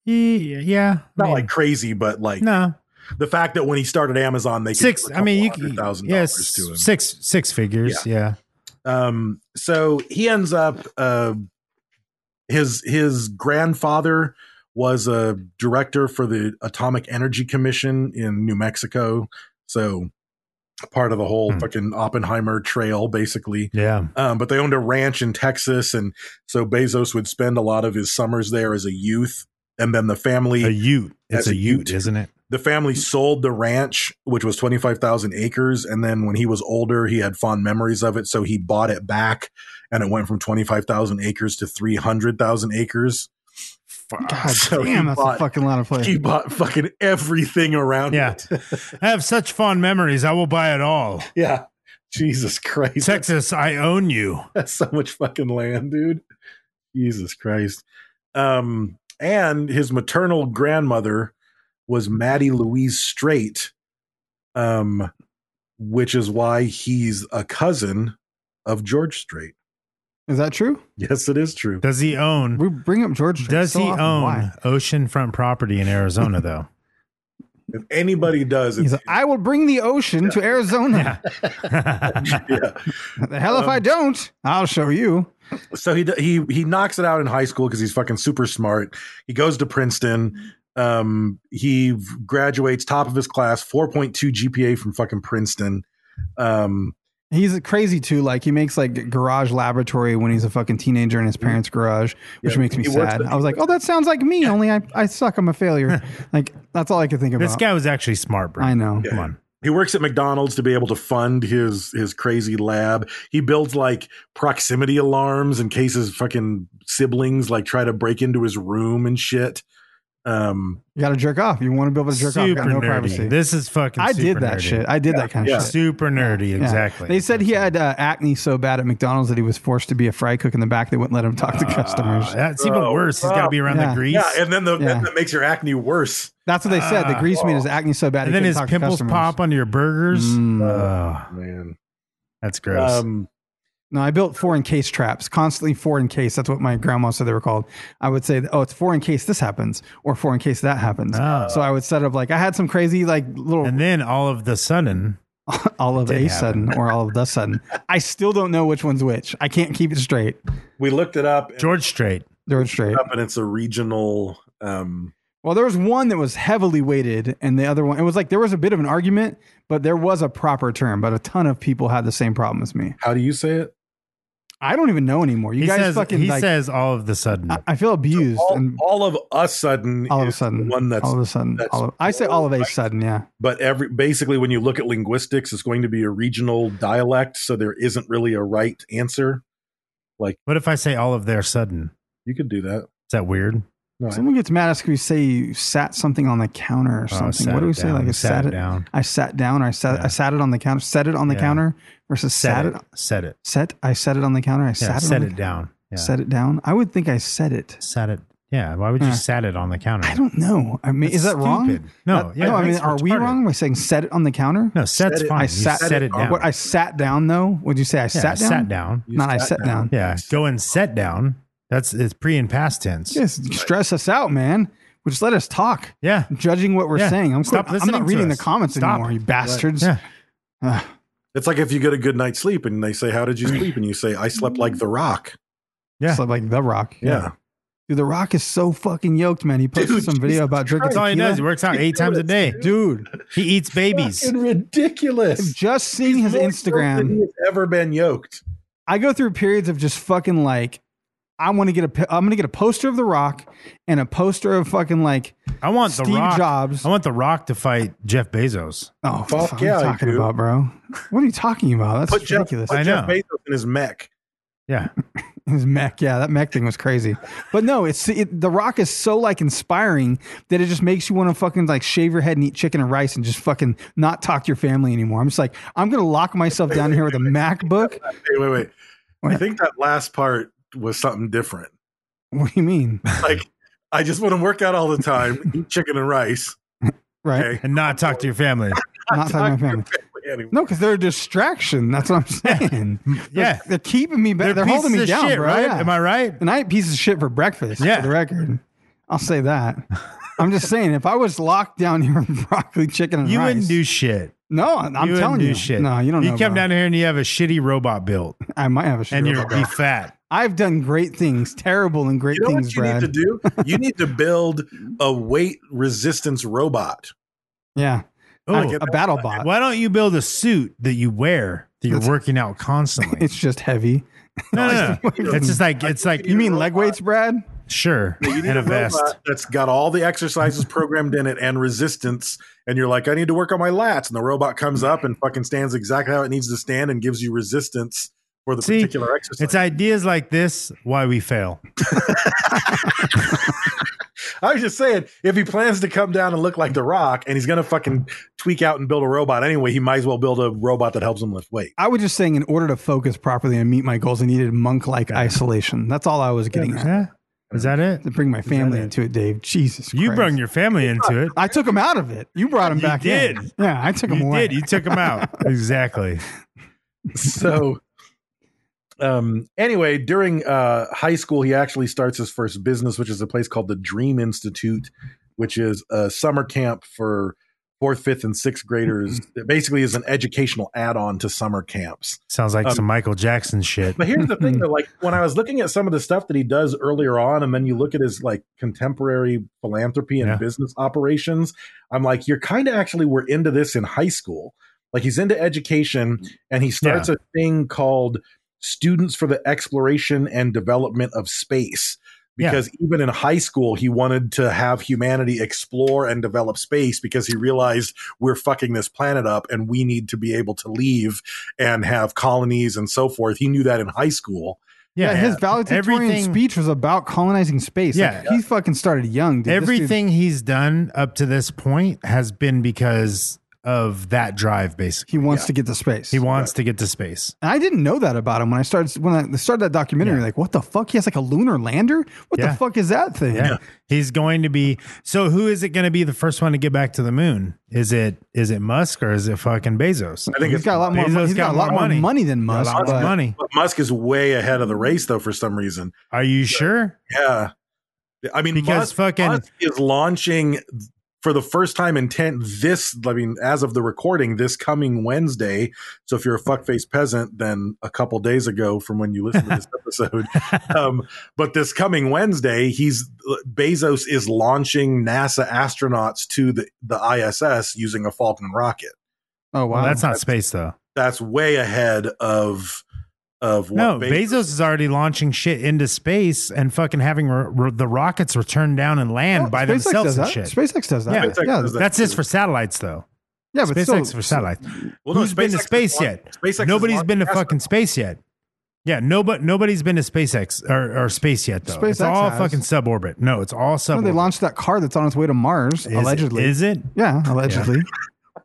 Ye- Yeah. I
Not
mean,
like crazy, but like
no
the fact that when he started Amazon, they could
six.
give a
I mean, you
couple
can
hundred thousand
yeah,
dollars to him.
six six figures. Yeah.
Um, so he ends up uh, his his grandfather was a director for the Atomic Energy Commission in New Mexico, so part of the whole
Hmm.
fucking Oppenheimer trail, basically.
yeah,
Um, but they owned a ranch in Texas, and so Bezos would spend a lot of his summers there as a youth, and then the family
A Ute. It's
That's
a
a
Ute,
Ute.
isn't it?
the family sold the ranch, which was 25,000 acres. And then when he was older, he had fond memories of it. So he bought it back and it went from 25,000 acres to 300,000 acres.
God
So he
damn, that's
bought-
a fucking lot of play.
He bought fucking everything around
Yeah.
it.
I have such fond memories. I will buy it all.
Yeah. Jesus Christ.
Texas, I own you.
That's so much fucking land, dude. Jesus Christ. Um, and his maternal grandmother was Maddie Louise Straight, um, which is why he's a cousin of George Straight.
Is that true?
Yes, it is true.
Does he own?
We bring up George.
Does
so
he
often.
own
Why?
oceanfront property in Arizona though?
If anybody does,
He's
it's,
like, I will bring the ocean to Arizona.
yeah.
The hell if I
Um,
don't, I'll show you.
so he he he knocks it out in high school because he's fucking super smart. He goes to Princeton. Um, he graduates top of his class, four point two GPA from fucking Princeton. Um,
He's crazy too. Like he makes like garage laboratory when he's a fucking teenager in his
Mm-hmm.
parents' garage, which
Yeah,
makes me
he works
sad.
with
I was like, oh, that sounds like me. Only I, I suck. I'm a failure. like that's all I could think about.
This guy was actually smart, bro.
I know.
Come on.
He works at McDonald's to be able to fund his his crazy lab. He builds like proximity alarms in case his fucking siblings like try to break into his room and shit. Um,
You got to jerk off. You want to be able to jerk
super
off? Got no
nerdy.
privacy.
This is fucking.
I
super
did that
nerdy.
shit. I did that kind of
yeah.
shit.
Super nerdy,
Yeah.
exactly.
They said he had uh, acne so bad at McDonald's that he was forced to be a fry cook in the back. They wouldn't let him talk to customers.
Uh, that's even
Oh,
worse. He's got to be around
Yeah.
the grease.
yeah, and then the
Yeah.
and that makes your acne worse.
That's what they said. The
Ah,
grease made his acne so bad.
And
he
then
couldn't
his
talk to
pimples
customers.
pop on your burgers.
Mm.
Ugh,
Man,
that's gross.
Um,
No, I built foreign case traps, constantly foreign case. That's what my grandma said they were called. I would say, oh, it's foreign case this happens, or foreign case that happens.
Ah.
So I would set up like I had some crazy like little
and then all of the sudden,
all of
did
a
happen.
sudden or all of the sudden. I still don't know which one's which. I can't keep it straight.
we looked it up. And,
George Strait.
They're straight.
up and it's a regional. Um,
Well, there was one that was heavily weighted, and the other one it was like there was a bit of an argument, but there was a proper term. But a ton of people had the same problem as me.
how do you say it?
I don't even know anymore. You
he
guys
says,
fucking
he
like.
says all of the sudden.
I, I feel abused.
All,
and
all of a sudden.
all of a
is the
sudden,
One that's
all of a sudden,
that's
all of, I say all of a
right.
sudden, yeah.
but every basically when you look at linguistics it's going to be a regional dialect so there isn't really a right answer
what if I say all of their sudden?
you could do that
Is that weird?
no, I-
Someone gets mad at us 'cause we say you sat something on the counter or something.
Oh, sat
what do we
it
say?
down.
Like I
Sat
sat,
it
it
down.
I sat down. Or I sat. I sat it on the counter. Set it on the
Yeah.
counter versus
Set
sat
it.
it.
Set it.
Set. I set it on the counter. I
Yeah,
sat it.
set
on
it
the,
down. Yeah.
Set it down. I would think I said it.
Set it. Yeah. Why would you
Yeah.
set it on the counter?
I don't know. I mean,
That's
is that wrong?
stupid. No,
That-
yeah,
no. I mean,
that's
are we
retarded.
wrong by saying set it on the counter?
No, set's
Set it-
fine.
I
You
sat,
set it down.
What, I sat down though. Would you say I
Yeah,
sat down?
sat down.
Not I sat down.
Yeah. Go and set down. That's it's pre and past tense.
Yes, stress us out, man. Well, just let us talk.
Yeah.
Judging what we're
Yeah.
saying. I'm
Stop
quit- I'm
listening
not
to
reading the
us.
comments
Stop.
anymore, you bastards.
Yeah.
Ugh.
it's like if you get a good night's sleep and they say how did you sleep and you say i slept like the rock
Yeah.
Slept like The Rock.
Mm. yeah,
Dude, The Rock is so fucking yoked, man. He posted
Dude,
some video
Jesus
about drinking
That's all he
tequila.
does. He works out eight times a day.
Dude,
He eats babies.
ridiculous
just seeing his Instagram,
he's ever been yoked
I go through periods of just fucking like, I want to get a, pi- I'm gonna get a poster of The Rock and a poster of fucking like,
I want the
Steve
Rock.
Jobs.
I want the Rock to fight Jeff Bezos.
oh
Fuck
fuck, what
yeah,
are
you
you talking
do.
about, bro? What are you talking about? That's
put jeff,
ridiculous.
put
I
jeff
know.
bezos in his mech
Yeah.
His mech, yeah, that mech thing was crazy. But no, it's it, the Rock is so like inspiring that it just makes you want to fucking like shave your head and eat chicken and rice and just fucking not talk to your family anymore. I'm just like, I'm gonna lock myself down here with a MacBook.
hey, wait wait i
What?
think that last part was something different
What do you mean,
like i just want to work out all the time eat chicken and rice
right?
okay
And not talk to your family.
Not talking to my family.
anyway.
No, because they're a distraction. That's what I'm saying.
Yeah.
they're, they're keeping me back. They're,
pieces
holding me
of
down,
shit,
bro.
right?
Yeah.
Am I right?
And I ate pieces of shit for breakfast.
Yeah.
For the record, I'll say that. I'm just saying, if I was locked down here with broccoli, chicken, and
You
rice,
wouldn't do shit.
No, I'm
you wouldn't
telling
do
you.
shit.
No, you don't
You
know.
come
bro.
down here and you have a shitty robot built,
I might have a shit.
and you're
robot.
you fat.
I've done great things, terrible and great
You know
things,
what you
Brad.
need to do? You need to build a weight resistance robot.
Yeah.
Oh,
a battle bot.
why don't you build a suit that you wear that you're working out constantly?
It's just heavy.
no, no, no. it's just like it's like
You mean leg weights, Brad?
Sure,
You need
and a vest.
robot that's got all the exercises programmed in it and resistance. And you're like, I need to work on my lats. And the robot comes up and fucking stands exactly how it needs to stand and gives you resistance for the
See,
particular exercise.
it's ideas like this why we fail.
I was just saying, if he plans to come down and look like The Rock and he's going to fucking tweak out and build a robot anyway, he might as well build a robot that helps him lift weight.
I was just saying, in order to focus properly and meet my goals, I needed monk like isolation. That's all I was getting at.
Yeah, is that it?
To bring my family
it?
into it, Dave. Jesus
You
Christ.
brought your family into it.
I took him out of it. You brought him
You
back in.
did.
Yeah, I took him
You
away.
did. You took them out. Exactly.
so um anyway during uh high school he actually starts his first business which is a place called the dream institute which is a summer camp for fourth fifth and sixth graders it basically is an educational add-on to summer camps
Sounds like
Um,
some Michael Jackson shit.
but here's the thing though like when i was looking at some of the stuff that he does earlier on and then you look at his like contemporary philanthropy and
Yeah.
business operations i'm like you're kind of actually were into this in high school Like he's into education and he starts a thing called Students for the Exploration and Development of Space.
Yeah.
Because even in high school, he wanted to have humanity explore and develop space because he realized we're fucking this planet up and we need to be able to leave and have colonies and so forth. He knew that in high school.
Yeah, his valedictorian
Everything-
speech was about colonizing space. Like,
Yeah.
he fucking started young. Dude. This dude-
Everything he's done up to this point has been because of that drive, basically.
he wants to get to space.
He wants to get to space.
And I didn't know that about him when I started when I started that documentary.
Yeah.
Like, what the fuck? He has like a lunar lander. What
Yeah.
the fuck is that thing?
Yeah. He's going to be so who is it going to be the first one to get back to the moon? Is it is it Musk or is it fucking Bezos?
I think
he's
it's-
got a lot more.
Bezos
Money. He's got, a lot more money, than
Got a
Musk.
lot more
but-
money.
But Musk is way ahead of the race, though, for some reason.
Are you sure?
Yeah. I mean,
Because
Musk,
fucking-
Musk is launching for the first time in 10 this, I mean, as of the recording, this coming Wednesday. So if you're a fuckface peasant, then a couple days ago from when you listen to this episode. Um, but this coming Wednesday, he's uh, Bezos is launching NASA astronauts to the, the ISS using a Falcon rocket.
Oh wow,
Well, that's not space though.
That's way ahead of of what
No, Bezos is already launching shit into space and fucking having re- re- the rockets return down and land
Oh,
by
SpaceX
themselves
does
and
that.
shit.
SpaceX does that.
Yeah.
Yeah,
SpaceX
yeah,
does that.
That's just for satellites though.
but
SpaceX
still,
for satellites.
Well, no,
Who's been to
SpaceX is
space
launch-
yet?
SpaceX is
Nobody's
launching
been to fucking
astronauts.
space yet. Yeah, nobody nobody's been to SpaceX or, or space yet though. it's
SpaceX
all
has.
fucking suborbit. No, it's all
No,
suborbit.
they launched that car that's on its way to Mars
Is it-
allegedly.
Is it?
Yeah, allegedly.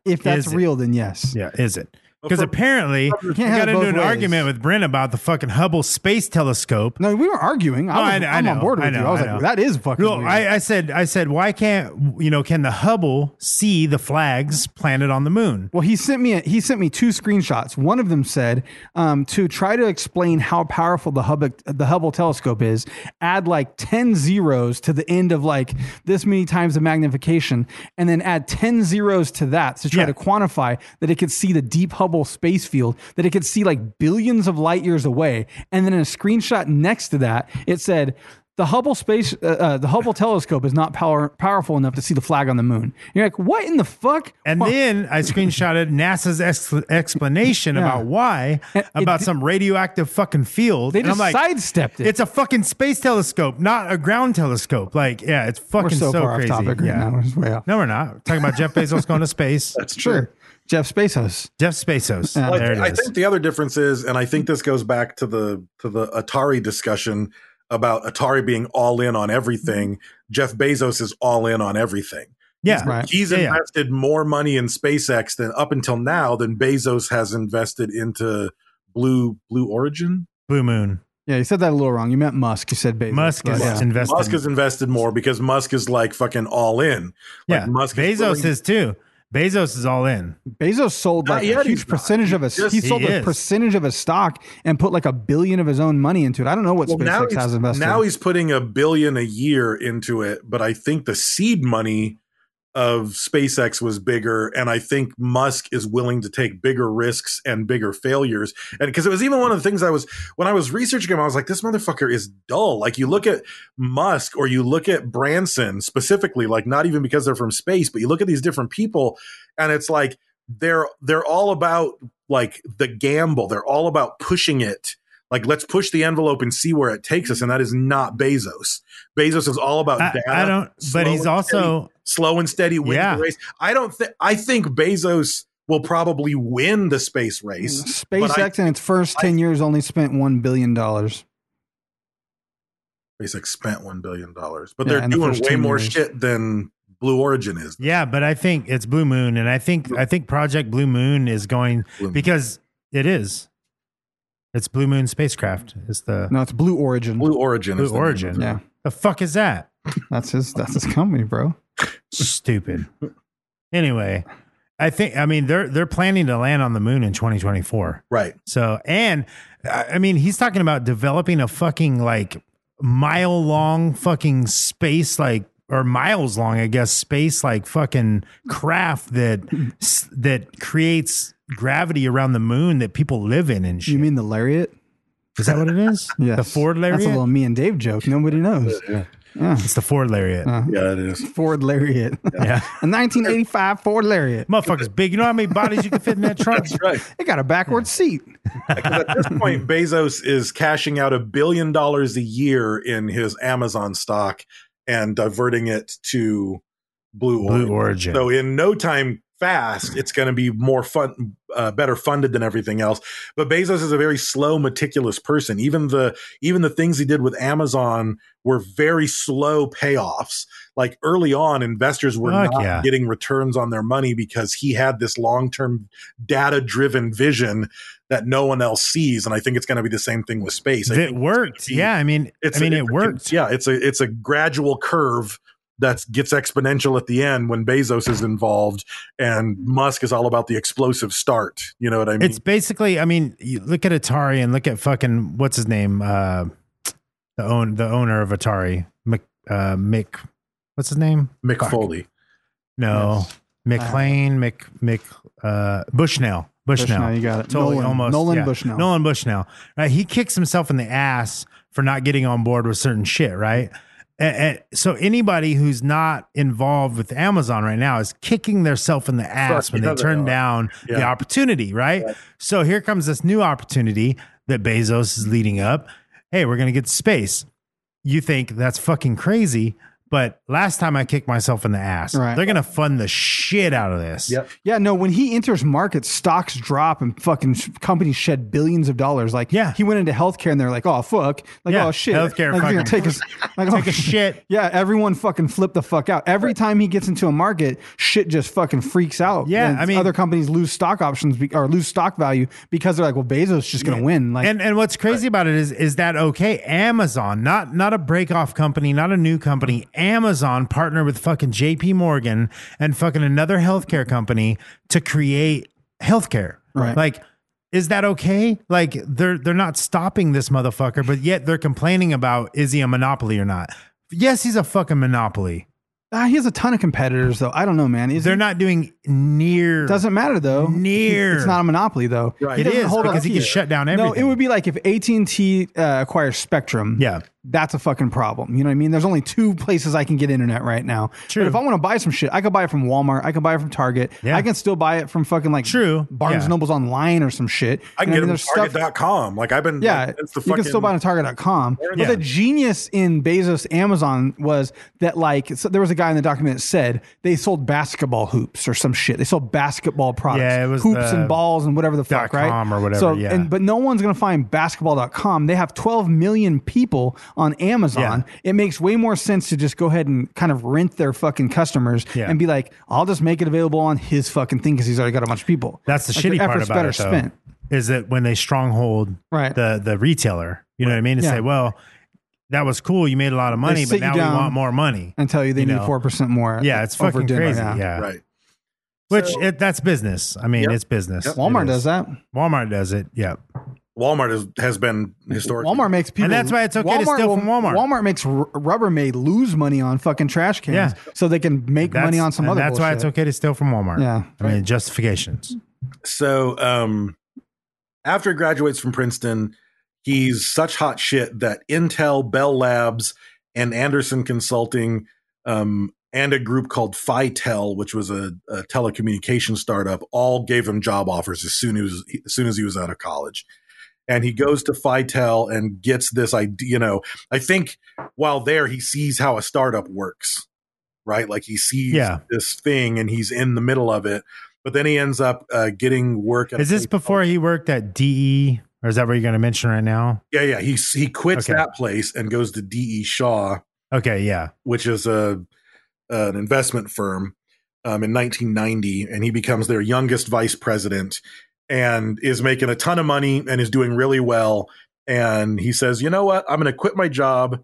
If that's
Is it?
real, then yes.
Yeah, is it?
But
Because
for-
apparently,
You
we
can't have
got
it
into
both
an
ways.
argument with Brent about the fucking Hubble Space Telescope.
No, we were arguing. I
Oh,
was,
know-
am on
know,
board with you. I was like,
know.
that is fucking.
No,
weird.
I, I said, I said, why can't you know? Can the Hubble see the flags planted on the moon?
Well, he sent me a, he sent me two screenshots. One of them said um, to try to explain how powerful the Hubble the Hubble telescope is. Add like ten zeros to the end of like this many times the magnification, and then add ten zeros to that to try
Yeah.
to quantify that it could see the deep Hubble space field, that it could see like billions of light years away. And then in a screenshot next to that, it said. The Hubble space, uh, uh, the Hubble telescope is not power, powerful enough to see the flag on the moon. And you're like, what in the fuck?
And
Huh.
then I screenshotted NASA's ex- explanation
Yeah.
about why
It-
about
it-
some radioactive fucking field.
They
And
just
I'm like,
sidestepped it.
It's a fucking space telescope, not a ground telescope. Like, yeah, it's fucking
we're so, far
crazy.
off topic right
yeah.
now. We're just way off.
No, we're not. We're talking about Jeff Bezos going to space.
That's true.
sure. Jeff Bezos.
Jeff Bezos.
Yeah.
Well, I
there
thi-
it
I,
is.
think the other difference is, and I think this goes back to the to the Atari discussion about Atari being all in on everything. Jeff Bezos is all in on everything.
yeah.
Right.
He's
Yeah, yeah.
invested more money in SpaceX than up until now than Bezos has invested into Blue Blue Origin.
Blue Moon.
Yeah, you said that a little wrong. You meant Musk. You said Bezos.
Musk
but
is
yeah.
invested.
Musk has invested more because Musk is like fucking all in. Like
yeah.
Musk
Bezos
willing-
is too. Bezos is all in.
Bezos sold
Not
like a
yet,
huge
he's not.
percentage of his.
He just-
he sold
he
a
is.
percentage of his stock and put like a billion of his own money into it. I don't know what
Well, now
SpaceX has
he's,
invested.
now he's putting a billion a year into it, but I think the seed money of SpaceX was bigger, and I think Musk is willing to take bigger risks and bigger failures. And because it was even one of the things I was when I was researching him, I was like, this motherfucker is dull. Like you look at Musk or you look at Branson specifically, like not even because they're from space, but you look at these different people, and it's like they're they're all about like the gamble. They're all about pushing it like let's push the envelope and see where it takes us and that is not bezos bezos is all about
I,
data
I don't,
slow
but he's
and
also,
steady- slow and steady wins
Yeah.
the race i don't think i think bezos will probably win the space race but I-
Mm, SpaceX in its first ten years only spent one billion dollars.
SpaceX spent one billion dollars but
Yeah,
they're
in the
doing
first
way
10
more
years.
shit than blue origin is
yeah, but I think it's Blue Moon. And I think, I think Project Blue Moon is going
Blue Moon.
because it is. It's Blue Moon spacecraft. Is the
No, it's Blue Origin.
blue origin
Blue
is the name of
Origin.
it.
Yeah.
The fuck is that?
That's his. That's his company, bro.
Stupid. Anyway, I think, I mean, they're, they're planning to land on the moon in 2024.
right
So, and I I mean, he's talking about developing a fucking like mile long fucking space, like, or miles long, I guess, space like fucking craft that s- that creates gravity around the moon that people live in and shit.
You mean the Lariat?
is that what it is?
Yes.
the Ford
That's a
Lariat.
little me and Dave joke. Nobody knows. Yeah.
It's the Ford Lariat.
Uh-huh.
Yeah, it is.
Ford Lariat.
yeah.
A 1985 Ford Lariat.
Motherfucker's big. You know how many bodies you can fit in that truck?
That's right.
It got a backward seat.
Because at this point, Bezos is cashing out a billion dollars a year in his Amazon stock and diverting it to Blue Origin.
Blue Origin.
So in no time fast, it's going to be more fun, uh, better funded than everything else. But Bezos is a very slow, meticulous person. Even the even the things he did with Amazon were very slow payoffs. Like early on, investors were
Fuck
not
yeah.
getting returns on their money because he had this long term data driven vision that no one else sees. And I think it's going to be the same thing with space. I
It
think
worked. Yeah, I mean, I mean,
a-
it
it's a-
worked.
Yeah, it's a it's a gradual curve that gets exponential at the end when Bezos is involved, and Musk is all about the explosive start. You know what I mean?
It's basically, I mean, you look at Atari and look at fucking what's his name, uh, the own the owner of Atari, Mc, uh, Mick, what's his name?
Mick
Fuck.
Foley.
No,
Uh,
McLean, Mick, Mick, uh, Bushnell. Bushnell.
Bushnell, you got it.
Totally,
Nolan-
almost.
Nolan
yeah.
Bushnell.
Nolan Bushnell. Right? He kicks himself in the ass for not getting on board with certain shit, right? And, and so anybody who's not involved with Amazon right now is kicking themselves in the ass
Fuck,
when
you
they
know they
turn
are.
down the
Yeah.
opportunity, right? So here comes this new opportunity that Bezos is leading up. Hey, we're going to get space you think that's fucking crazy. But last time I kicked myself in the ass,
Right.
they're gonna fund the shit out of this.
Yep.
Yeah, no, when he enters markets, stocks drop and fucking sh- companies shed billions of dollars. Like,
Yeah.
he went into healthcare and they're like, oh, fuck. Like,
Yeah,
oh, shit.
healthcare
like,
fucking-
gonna take us, like,
Take
oh,
a shit.
Yeah, everyone fucking flipped the fuck out. Every time he gets into a market, shit just fucking freaks out.
Yeah,
And
I mean-
other companies lose stock options be- or lose stock value because they're like, well, Bezos is just going to win. Like,
and and what's crazy about it is is that okay? Amazon, not not a break off company, not a new company. Amazon partnered with fucking J.P. Morgan and fucking another healthcare company to create healthcare.
Right.
Like, is that okay? Like they're they're not stopping this motherfucker, but yet they're complaining about is he a monopoly or not? Yes, he's a fucking monopoly.
ah, he has a ton of competitors, though. I don't know, man. Is
They're
he-
not doing near.
Doesn't matter though.
Near.
it's not a monopoly though.
It
doesn't
is,
up
because he can
here.
shut down
No, it
everything.
would be like if AT and T uh, acquires Spectrum.
Yeah.
that's a fucking problem. You know what I mean? There's only two places I can get internet right now.
True.
But if I want to buy some shit, I could buy it from Walmart. I could buy it from Target.
Yeah.
I can still buy it from fucking like
True.
Barnes
Yeah.
Noble's online or some shit.
I can get him
You know what I mean?
on
There's stuff-
Target.com. Like I've been
yeah,
it's the
you can still buy it on Target.com. But the genius in Bezos Amazon was that like so there was a guy in the document that said they sold basketball hoops or some shit. They sold basketball products,
Yeah, it was
hoops
the
and balls and whatever the fuck, right?
.com or whatever,
So,
yeah.
and, but no one's gonna find basketball.com. They have 12 million people on Amazon. It makes way more sense to just go ahead and kind of rent their fucking customers
Yeah.
and be like, I'll just make it available on his fucking thing because he's already got a bunch of people.
That's the
Like, their
shitty part
effort's
about
better
it, though,
spent.
is that when they stronghold
Right.
the the retailer, you know what I mean, to
Yeah.
say, well, that was cool, you made a lot of money,
sit
but
you
now we
down
want more money
and tell you they
You
need
know?
four percent more.
Yeah, it's
over
fucking
dinner.
crazy. Yeah,
right.
which it, that's business. I mean,
Yep.
it's business.
Yep.
Walmart
It is.
does that.
Walmart does it. Yeah,
Walmart is, has been historically
Walmart makes people,
that's why it's okay to steal
will-
from Walmart.
Walmart makes R- Rubbermaid lose money on fucking trash cans,
Yeah.
so they can make
That's-
money on some
and
other.
That's why it's
bullshit.
okay to steal from Walmart.
Yeah.
I mean justifications.
so um after he graduates from Princeton, he's such hot shit that Intel, Bell Labs, and Anderson Consulting um and a group called Fitel, which was a, a telecommunications startup, all gave him job offers as soon as as soon as he was out of college. And he goes to Fitel and gets this idea. You know, I think while there, he sees how a startup works, right? Like he sees
Yeah.
this thing and he's in the middle of it. But then he ends up uh, getting work. At
Is
a
this
place-
before he worked at DE, or is that what you're going to mention right now?
Yeah, yeah. He he quits
Okay.
that place and goes to D.E. Shaw,
Okay, yeah,
which is a uh, an investment firm um, in 1990, and he becomes their youngest vice president and is making a ton of money and is doing really well. And he says, "You know what? I'm going to quit my job,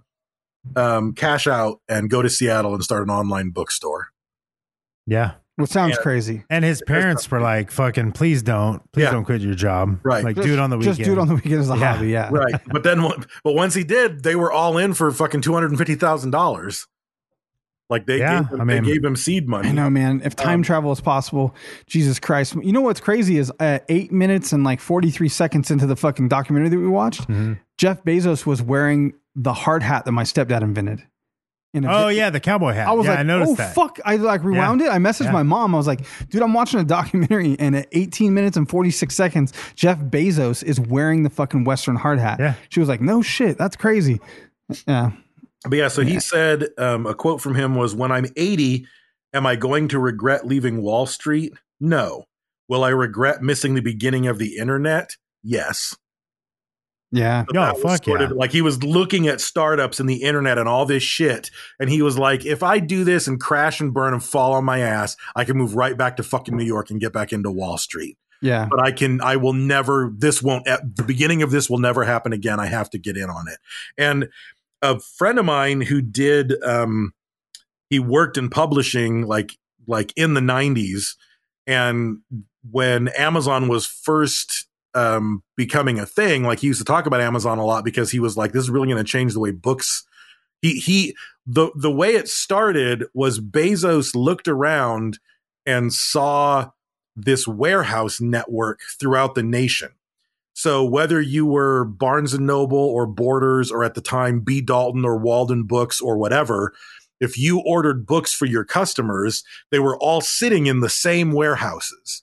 um, cash out, and go to Seattle and start an online bookstore."
yeah.
Which sounds
Yeah.
crazy.
And his parents were like, "Fucking, please don't, please
Yeah.
don't quit your job.
Right.
like
Just-
do it on the weekend.
Just do it on the weekend as a
Yeah.
hobby. Yeah.
Right, but then, but once he did, they were all in for fucking two hundred and fifty thousand dollars. Like they,
Yeah,
gave him,
I mean-
they gave him seed money.
I know, man. If time
Um,
travel is possible, Jesus Christ! You know what's crazy is uh, eight minutes and like forty three seconds into the fucking
Mm-hmm.
documentary that we watched, Jeff Bezos was wearing the hard hat that my stepdad invented. in a
Oh
jet-
yeah, the cowboy hat.
I was
yeah,
like,
I noticed
oh
that.
fuck! I like rewound
Yeah.
it. I messaged
Yeah.
my mom. I was like, dude, I'm watching a documentary, and at 18 minutes and 46 seconds, Jeff Bezos is wearing the fucking Western hard hat.
Yeah.
She was like, no shit, that's crazy. Yeah,
But yeah, so he said um, a quote from him was, "When I'm 80, am I going to regret leaving Wall Street? No. Will I regret missing the beginning of the internet? Yes."
yeah.
So
No,
that was
fuck
sort
yeah.
of- like he was looking at startups and the internet and all this shit, and he was like, "If I do this and crash and burn and fall on my ass, I can move right back to fucking New York and get back into Wall Street.
Yeah.
But I can, I will never. This won't. at The beginning of this will never happen again. I have to get in on it." And a friend of mine who did, um, he worked in publishing, like like in the '90s, and when Amazon was first um, becoming a thing, like he used to talk about Amazon a lot because he was like, "This is really going to change the way books." He he the the way it started was Bezos looked around and saw this warehouse network throughout the nation. So whether you were Barnes and Noble or Borders or at the time B Dalton or Walden Books or whatever, if you ordered books for your customers, they were all sitting in the same warehouses.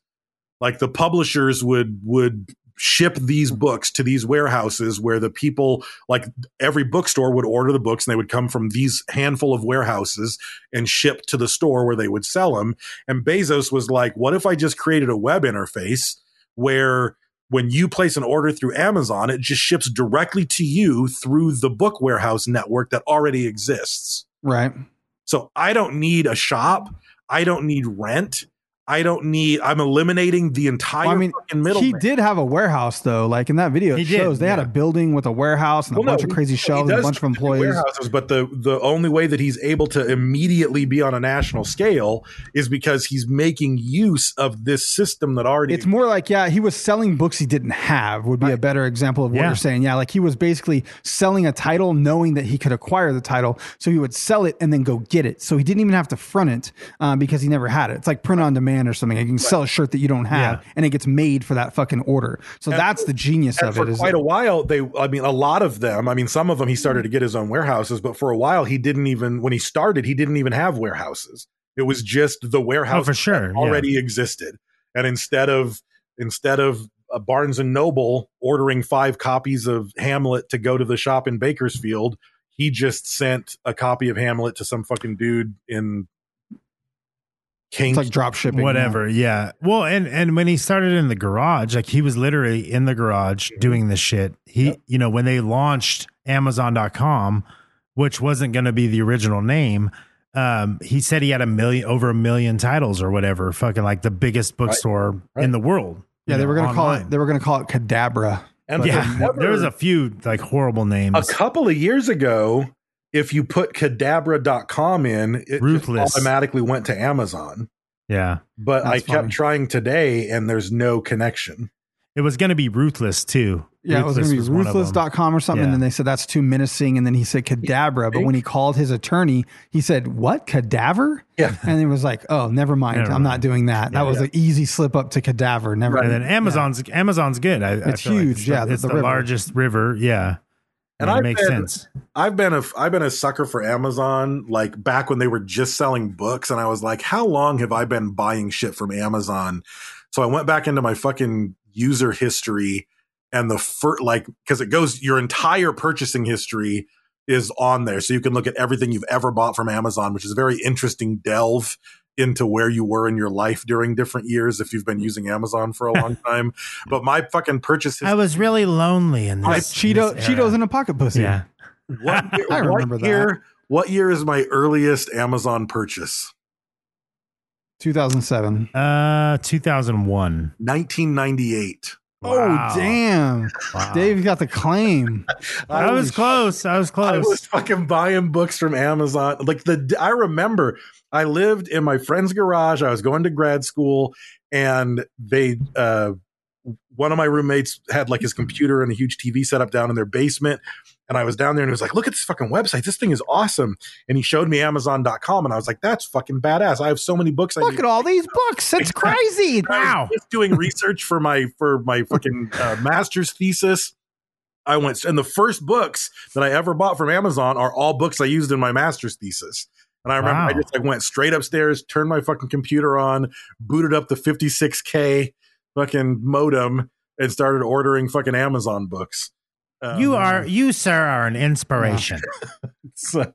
Like the publishers would would ship these books to these warehouses where the people like every bookstore would order the books and they would come from these handful of warehouses and ship to the store where they would sell them and Bezos was like what if I just created a web interface where when you place an order through Amazon, it just ships directly to you through the book warehouse network that already exists.
Right.
So I don't need a shop. I don't need rent. I don't need. I'm eliminating the entire
Well, I mean,
fucking middle.
he did have a warehouse though. Like in that video, it
He did,
shows they had
yeah.
a building with a warehouse and a bunch of crazy shelves and a bunch of employees.
But the the only way that he's able to immediately be on a national scale is because he's making use of this system that already.
It's more like, yeah, he was selling books he didn't have, would be a better example of what
Yeah.
you're saying. Yeah, like he was basically selling a title knowing that he could acquire the title. So he would sell it and then go get it. So he didn't even have to front it uh, because he never had it. It's like print on demand or something. You can sell a shirt that you don't have and it gets made for that fucking order. So that's the genius
And
of
for
it. Is
quite a while, they, I mean, a lot of them, I mean, some of them he started to get his own warehouses, but for a while he didn't even, when he started, he didn't even have warehouses. It was just the warehouse
Oh, for sure,
that
yeah.
already existed. And instead of, instead of a Barnes and Noble ordering five copies of Hamlet to go to the shop in Bakersfield, he just sent a copy of Hamlet to some fucking dude in King.
it's like drop shipping.
Whatever. Yeah. Well, and and when he started in the garage, like he was literally in the garage doing this shit. He, you know, when they launched Amazon.com, which wasn't going to be the original name, um, he said he had a million, over a million titles or whatever, fucking like the biggest bookstore in the world.
Yeah, they were gonna call it. They
There,
were gonna call it Cadabra.
and
yeah,
another-
there was a few like horrible names.
a couple of years ago, if you put cadabra.com in, it just
Ruthless.
automatically went to Amazon.
yeah.
But I
That's
kept
funny.
trying today and there's no connection.
It was going to be ruthless too.
Yeah, it was going to be
one of them.
ruthless.com or something.
Yeah.
And then they said that's too menacing. And then he said cadabra. But when he called his attorney, he said, What? Cadaver?
Yeah.
And it was like, Oh, never mind.
Never
I'm not
mind.
doing that. That was an easy slip up to cadaver. Never
And then Amazon's Amazon's good. I, I
It's
feel like
huge,
the-
yeah, the-
it's
the
the,
river.
largest river. Yeah,
And
it
I've
makes
been-
sense.
I've been a I've been a sucker for Amazon like back when they were just selling books and I was like, how long have I been buying shit from Amazon? So I went back into my fucking user history and the first like because it goes your entire purchasing history is on there. So you can look at everything you've ever bought from Amazon, which is a very interesting delve into where you were in your life during different years if you've been using Amazon for a long time. But my fucking purchase history
was really lonely in
Like Cheeto, Cheetos in a pocket pussy.
Yeah,
what year,
I remember
what
that.
Year, what year is my earliest Amazon purchase?
2007.
uh, two thousand one.
1998.
Oh, damn.
Wow.
Dave got the claim.
I was close. I was
I
close.
was fucking buying books from Amazon. Like the I remember I lived in my friend's garage. I was going to grad school and they uh one of my roommates had like his computer and a huge TV set up down in their basement. And I was down there and he was like, look at this fucking website. This thing is awesome. And he showed me Amazon.com and I was like, that's fucking badass. I have so many books. I
Look
need
at all these books. It's crazy.
I was
Wow.
just doing research for my for my fucking uh, master's thesis I went and the first books that I ever bought from Amazon are all books I used in my master's thesis. And I remember I
Wow.
just like went straight upstairs, turned my fucking computer on, booted up the 56k fucking modem, and started ordering fucking Amazon books. Um,
Oh,
you are you, sir, are an inspiration.
so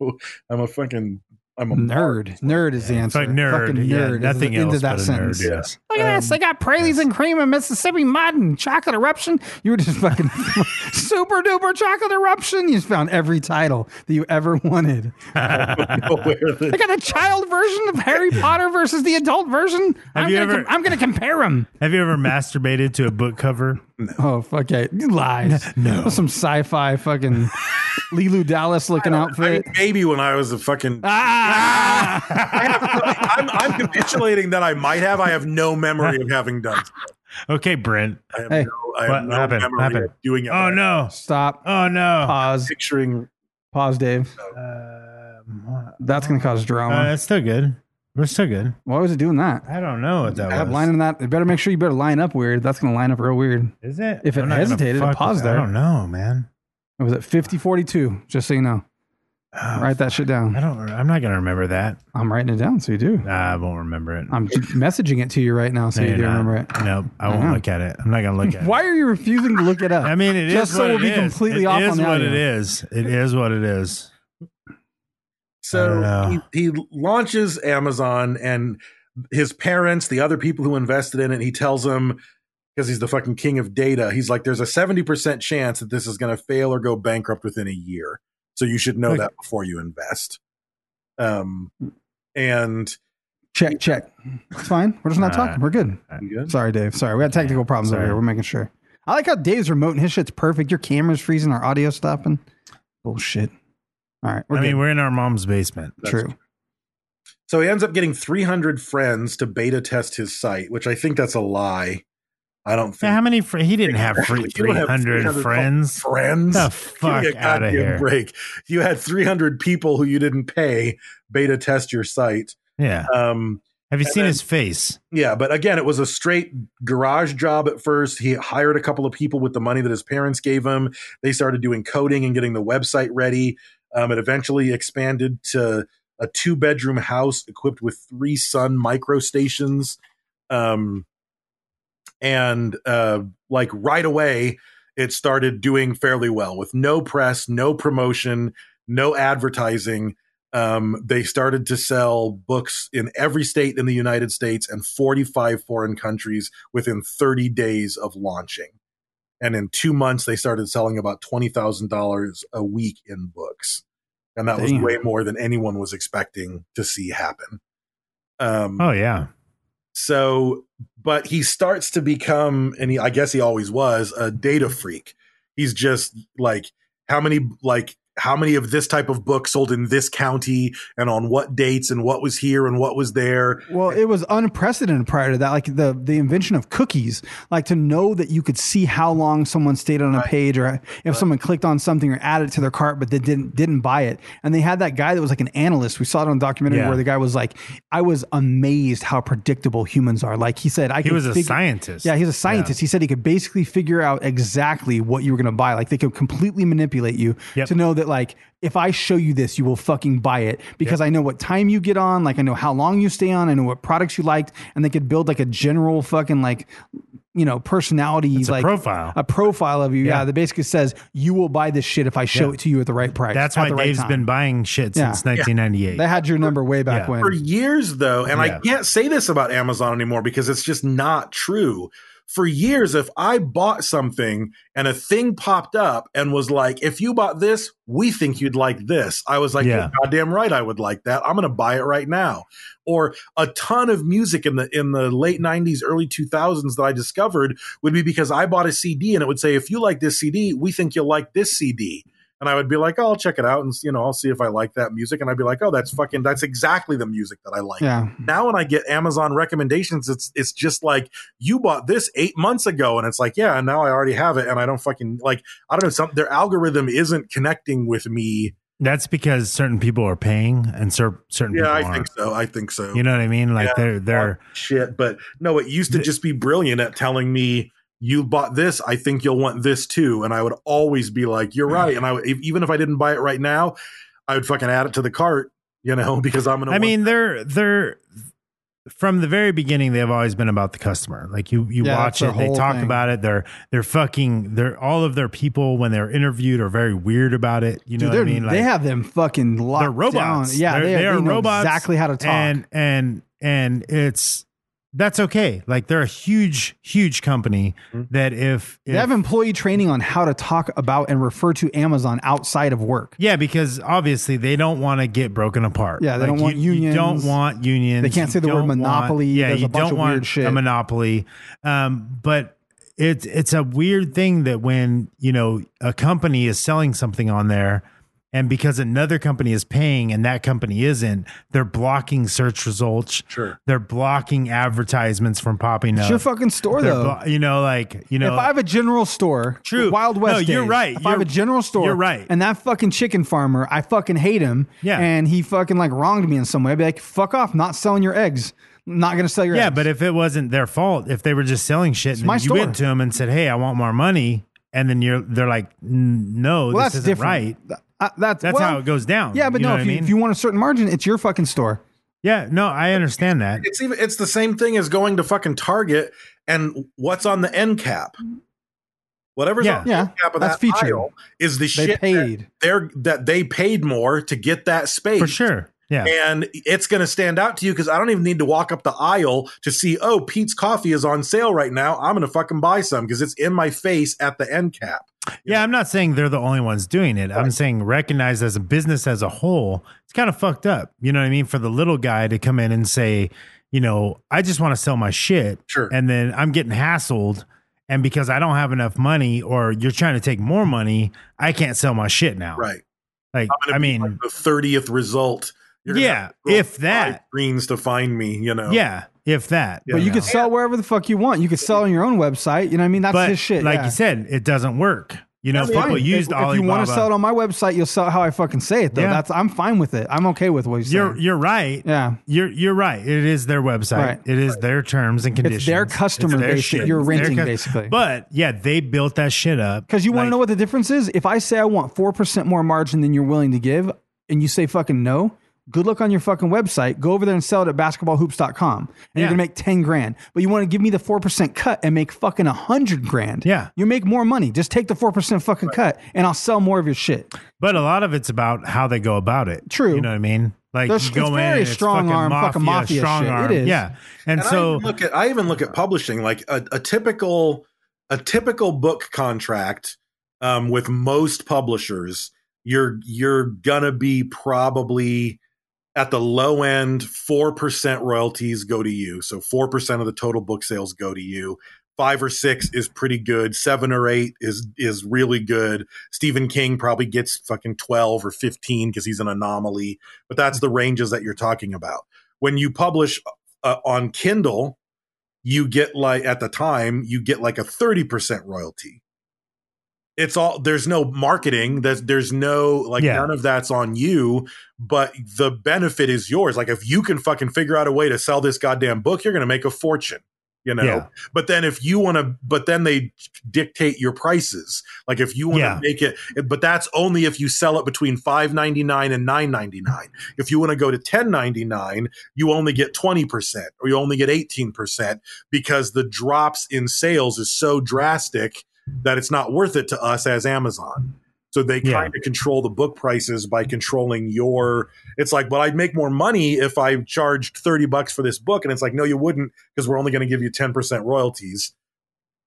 I'm a fucking I'm a
Nerd. Nerd is the answer.
But nerd,
Fucking
yeah,
nerd. is
nothing
the end
else
of that
but a
sentence.
nerd. Yes.
Look at this. They got pralines and cream and Mississippi mud and chocolate eruption. You were just fucking super duper chocolate eruption. You just found every title that you ever wanted.
Aware that
They got the child version of Harry Potter versus the adult version.
Have
I'm
you
gonna
ever-
com- I'm going to compare them.
Have you ever masturbated to a book cover?
Oh, fuck it. You lied. No. Some sci fi fucking Lulu Dallas looking
I mean,
outfit.
maybe when I was a fucking
Ah!
I have, I'm, I'm capitulating that I might have. I have no memory of having done. so.
Okay, Brent.
I have
Hey.
no, I have
What
no
happened?
memory
Happened.
of doing it. but
Oh no.
Stop.
Oh no.
Pause.
Picturing
Pause, Dave. That's going to cause
Uh,
drama.
it's still good. We're still good.
Why was it doing that?
I don't know what that
I have
was.
lining that. You better make sure you better line up weird. That's going to line up real weird.
Is it?
If it
not gonna
hesitated, it
fuck
paused
with- I
there.
don't know, man.
It was at 5042, just so you know.
Oh,
Write that shit
I
down.
don't. I'm not gonna remember that.
I'm writing it down so you do.
Nah, I won't remember it.
I'm j- messaging it to you right now so
No,
you
you're
do
not.
remember it.
Nope, I won't
Yeah.
look at it. I'm not gonna look at
Why
it.
are you refusing to look it up?
I mean, it is
Just so
what
we'll
it
be
is.
completely
It
off
is
on the
what
audio.
it is. It is what it is. I
So
don't
he, he launches Amazon and his parents, the other people who invested in it, he tells them because he's the fucking king of data. He's like, there's a 70% chance that this is going to fail or go bankrupt within a year. So you should know
Okay.
that before you invest. Um, and
Check, check. It's fine. We're just not talking. We're good. Sorry, Dave. Sorry, we had technical problems over
sorry.
here. We're making sure. I like how Dave's remote and his shit's perfect. Your camera's freezing. Our audio stopping. Bullshit. All right, we're
I
good.
mean, we're in our mom's basement.
true.
so he ends up getting 300 friends to beta test his site, which I think that's a lie. I don't
So how
think.
many? Fr- he didn't have
You
free
don't have
300 friends.
Friends?
The
Give me
fuck
a
out of
goddamn
here.
Break. You had 300 people who you didn't pay beta test your site.
Yeah.
Um,
Have you
and
seen
then-
his face?
yeah, but again, it was a straight garage job at first. He hired a couple of people with the money that his parents gave him. They started doing coding and getting the website ready. Um, it eventually expanded to a two bedroom house equipped with three sun micro stations. Um, and uh, like right away, it started doing fairly well with no press, no promotion, no advertising. Um, they started to sell books in every state in the United States and 45 foreign countries within 30 days of launching. And in two months, they started selling about $20,000 a week in books. And that
Damn.
was way more than anyone was expecting to see happen. Um,
Oh yeah.
so, but he starts to become, and he, I guess he always was, a data freak. He's just like, how many, like, how many of this type of book sold in this county and on what dates and what was here and what was there?
Well, it was unprecedented prior to that, like the the invention of cookies, like to know that you could see how long someone stayed on a page, or if someone clicked on something or added it to their cart, but they didn't didn't buy it. And they had that guy that was like an analyst. We saw it on a documentary
Yeah.
where the guy was like, "I was amazed how predictable humans are." Like he said, "I
He
could
was a
fig-
scientist.
Yeah, he's a scientist. He said he could basically figure out exactly what you were going to buy. Like they could completely manipulate you
Yep.
to know that like if I show you this, you will fucking buy it because I know what time you get on, like I know how long you stay on, I know what products you liked, and they could build like a general fucking like you know personality
a
like
profile.
a profile of you. Yeah.
Yeah.
that basically says you will buy this shit if I show
Yeah.
it to you at the right price.
That's
at
why
the right
Dave's
time.
been buying shit
Yeah.
since 1998.
They had your number way back
Yeah.
when.
For years, though, and
Yeah.
I can't say this about Amazon anymore because it's just not true. For years, if I bought something and a thing popped up and was like, if you bought this, we think you'd like this, I was like,
Yeah.
"You're goddamn right, I would like that. I'm going to buy it right now. Or a ton of music in the in the late 90s, early 2000s that I discovered would be because I bought a CD and it would say, if you like this CD, we think you'll like this CD and I would be like, oh, I'll check it out, and you know, I'll see if I like that music. And I'd be like, oh, that's fucking, that's exactly the music that I like.
yeah.
Now when I get Amazon recommendations, it's it's just like you bought this eight months ago, and it's like, yeah, and now I already have it, and I don't fucking like, I don't know, some their algorithm isn't connecting with me.
That's because certain people are paying and cer- certain
Yeah,
people
I
aren't.
think so. I think so.
You know what I mean? Like
Yeah.
they're they're
shit, but no, it used to just be brilliant at telling me you bought this i think you'll want this too and i would always be like
Mm.
you're right and i would, even if i didn't buy it right now i would fucking add it to the cart you know because i'm gonna
I
want-
mean, they're they're from the very beginning. They've always been about the customer. Like you, you
Yeah,
watch
that's their
it. They
whole
talk
thing.
about it. They're they're fucking. They're all of their people when they're interviewed are very weird about it. You know
Dude,
what I
they're-
mean?
they have them fucking locked
they're robots.
down. Yeah,
They're-
they, are,
they are
they know
robots.
Exactly how to talk.
And and and it's that's okay. Like they're a huge huge company that if,
they
if
have employee training on how to talk about and refer to Amazon outside of work.
yeah, because obviously they don't want to get broken apart.
Yeah, they don't want
you, You
unions.
don't want unions.
They can't say the
You
word
don't want-
monopoly.
yeah,
There's
you
a bunch
don't
of
want
weird shit.
a monopoly. Um, but it's it's a weird thing that when you know a company is selling something on there, and because another company is paying and that company isn't, they're blocking search results.
Sure.
they're blocking advertisements from popping
It's
up.
your fucking store
They're
though.
blo- you know, like you know,
if I have a general store,
True.
Wild West.
No, you're
days,
right.
If I have a
You're-
general store,
you're right.
And that fucking chicken farmer, I fucking hate him.
Yeah.
and he fucking like wronged me in some way. I'd be like, fuck off, not selling your eggs. Not gonna sell your
Yeah,
eggs.
but if it wasn't their fault, if they were just selling shit, and
my
then you
store.
went to them and said, "Hey, I want more money," and then you're they're like, "N- "No,
well,
this
that's
isn't
different.
right."
Th- uh, that's
That's
well,
how it goes down.
Yeah,
You
but
know
no,
what
if
I
you,
mean?
if you want a certain margin, it's your fucking store.
Yeah, no, I understand that.
it's even it's the same thing as going to fucking Target and what's on the end cap. Whatever's
Yeah.
on the
Yeah.
end cap of
That's
that
featured.
aisle is the
They
shit
paid.
That they're that they paid more to get that space
For sure. Yeah.
And it's going to stand out to you because I don't even need to walk up the aisle to see. Oh, Pete's coffee is on sale right now. I'm going to fucking buy some because it's in my face at the end cap.
Yeah, I'm not saying they're the only ones doing it. I'm saying recognized as a business as a whole, it's kind of fucked up. You know what I mean? For the little guy to come in and say, you know, I just want to sell my shit.
Sure.
And then I'm getting hassled. And because I don't have enough money or you're trying to take more money, I can't sell my shit now.
Right.
Like,
I'm gonna
I
be
mean,
like the thirtieth result. gonna
Yeah,
have to roll
if
five
that.
greens to find me. You
Oh.
know.
yeah, if that.
Yeah.
But you
no.
could sell wherever the fuck you want. You could sell on your own website. You know what I mean? That's
but
his shit.
like
yeah.
you said, it doesn't work. You know,
That's
people
fine.
used
if,
Alibaba.
if you want to sell it on my website, you'll sell it how I fucking say it though.
Yeah.
That's I'm fine with it. I'm okay with what you
you're
said.
you're right.
Yeah.
You're you're right. It is their website.
Right.
It is their terms and conditions.
their customer base that
shit.
you're
It's their
renting,
cus-
basically.
But yeah, they built that shit up
Because you want to
Like,
know what the difference is? If I say I want 4% more margin than you're willing to give and you say fucking no, good luck on your fucking website. Go over there and sell it at basketballhoops.com and you're
Yeah.
going to make 10 grand. But you want to give me the 4% cut and make fucking 100 grand.
Yeah.
You make more money. Just take the 4% fucking cut and I'll sell more of your shit.
But a lot of it's about how they go about it.
True.
You know what I mean? Like
There's-
you go
it's
in,
very
and it's
strong
fucking
arm, fucking mafia
strong
shit. It
arm.
is.
Yeah,
And
and,
I
so
even look at I even look at publishing like a, a typical a typical book contract um, with most publishers. You're you're gonna be probably at the low end. Four percent royalties go to you, so four percent of the total book sales go to you. Five or six is pretty good. Seven or eight is is really good. Stephen King probably gets fucking twelve or fifteen because he's an anomaly. But that's the ranges that you're talking about. When you publish uh, on Kindle, you get like at the time you get like a thirty percent royalty. It's all there's no marketing. There's there's no like
Yeah.
none of that's on you, but the benefit is yours. Like if you can fucking figure out a way to sell this goddamn book, you're gonna make a fortune. You know,
Yeah.
but then if you want to, but then they dictate your prices. Like if you want to
Yeah.
make it, but that's only if you sell it between five ninety nine and nine ninety nine. If you want to go to ten ninety nine, you only get 20% or you only get 18% because the drops in sales is so drastic that it's not worth it to us as Amazon. So they
Yeah.
kind of control the book prices by controlling your it's like, well, I'd make more money if I charged 30 bucks for this book. And it's like, no, you wouldn't, because we're only going to give you 10% royalties.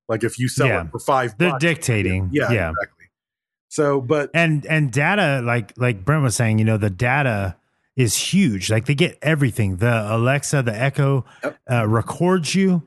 Like if you sell
Yeah.
it for five
they're
bucks.
dictating.
yeah,
yeah.
exactly. So but
and and data like like Brent was saying, you know, the data is huge. Like they get everything. The Alexa, the Echo uh, records you.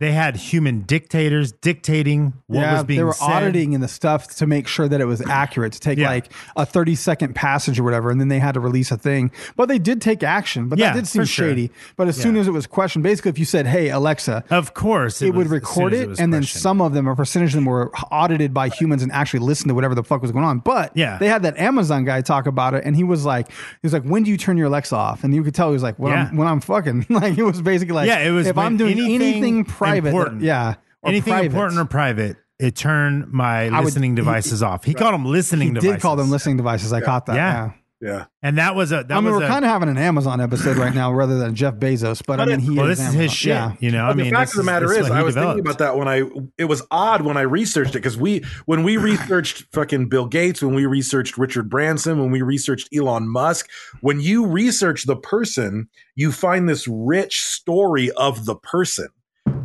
They had human dictators dictating what
yeah,
was being
they were
said.
auditing and the stuff to make sure that it was accurate to take
Yeah.
like a 30 second passage or whatever and then they had to release a thing but they did take action but
Yeah,
that did seem
for sure.
shady but as soon
Yeah.
as it was questioned basically if you said hey alexa
Of course,
it,
was-
would
as soon
record
as
it,
was
and then
questioned.
some of them a percentage of them were audited by humans and actually listened to whatever the fuck was going on but
Yeah.
they had that amazon guy talk about it and he was like he was like when do you turn your alexa off and you could tell he was like when,
Yeah.
I'm, when I'm fucking like it was basically like
Yeah, it was
if
when
i'm doing anything,
anything
private
important.
yeah Or
anything
private.
important or private, it turned my
I would-
listening
he-
devices off. He called them listening
He
devices.
did call them listening devices. I caught that.
Yeah.
Yeah.
Yeah.
And that was a that
I mean,
was
we're
a,
kind of having an Amazon episode right now rather than Jeff Bezos, but I
But
mean,
it-
he
well,
is
this is his
Amazon.
shit.
Yeah.
You know, I
But
mean,
the fact
this
of the matter
this
is,
what he
I was thinking about
developed.
that when I. It was odd when I researched it because we, when we researched fucking Bill Gates, when we researched Richard Branson, when we researched Elon Musk, when you research the person, you find this rich story of the person.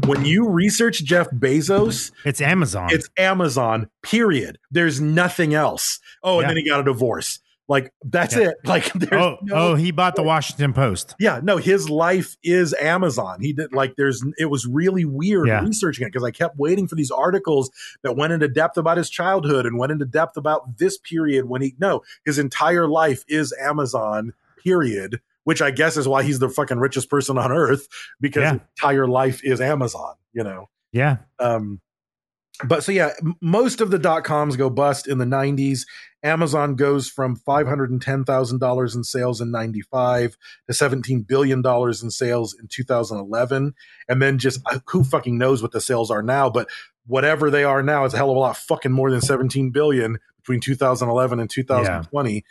When you research Jeff Bezos,
It's Amazon.
it's Amazon. Period. There's nothing else. Oh, and
Yeah.
then he got a divorce. Like that's
Yeah.
it. Like there's
oh,
no-
oh, he bought the Washington Post.
yeah, no, his life is Amazon. He did like there's it was really weird
Yeah.
researching it because I kept waiting for these articles that went into depth about his childhood and went into depth about this period when he no, his entire life is Amazon, period, which I guess is why he's the fucking richest person on earth because
Yeah.
his entire life is Amazon, you know
Yeah,
um but so yeah m- most of the dot coms go bust in the 90s amazon goes from $510000 in sales in 95 to $17 billion in sales in 2011 and then just uh, who fucking knows what the sales are now but whatever they are now is a hell of a lot fucking more than 17 billion between 2011 and 2020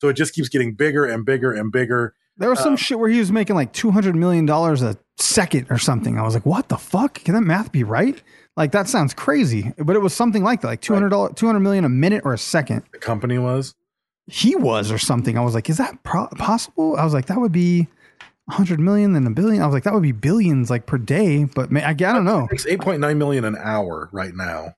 so it just keeps getting bigger and bigger and bigger
There was some shit where he was making like $200 million a second or something. I was like, what the fuck? Can that math be right? Like, that sounds crazy. But it was something like that, like $200, $200 million a minute or a second.
the company was
He was or something. I was like, is that pro- possible? I was like, that would be 100 million, then a billion. I was like, that would be billions like per day. But ma- I, I don't know.
it's 8.9 million an hour right now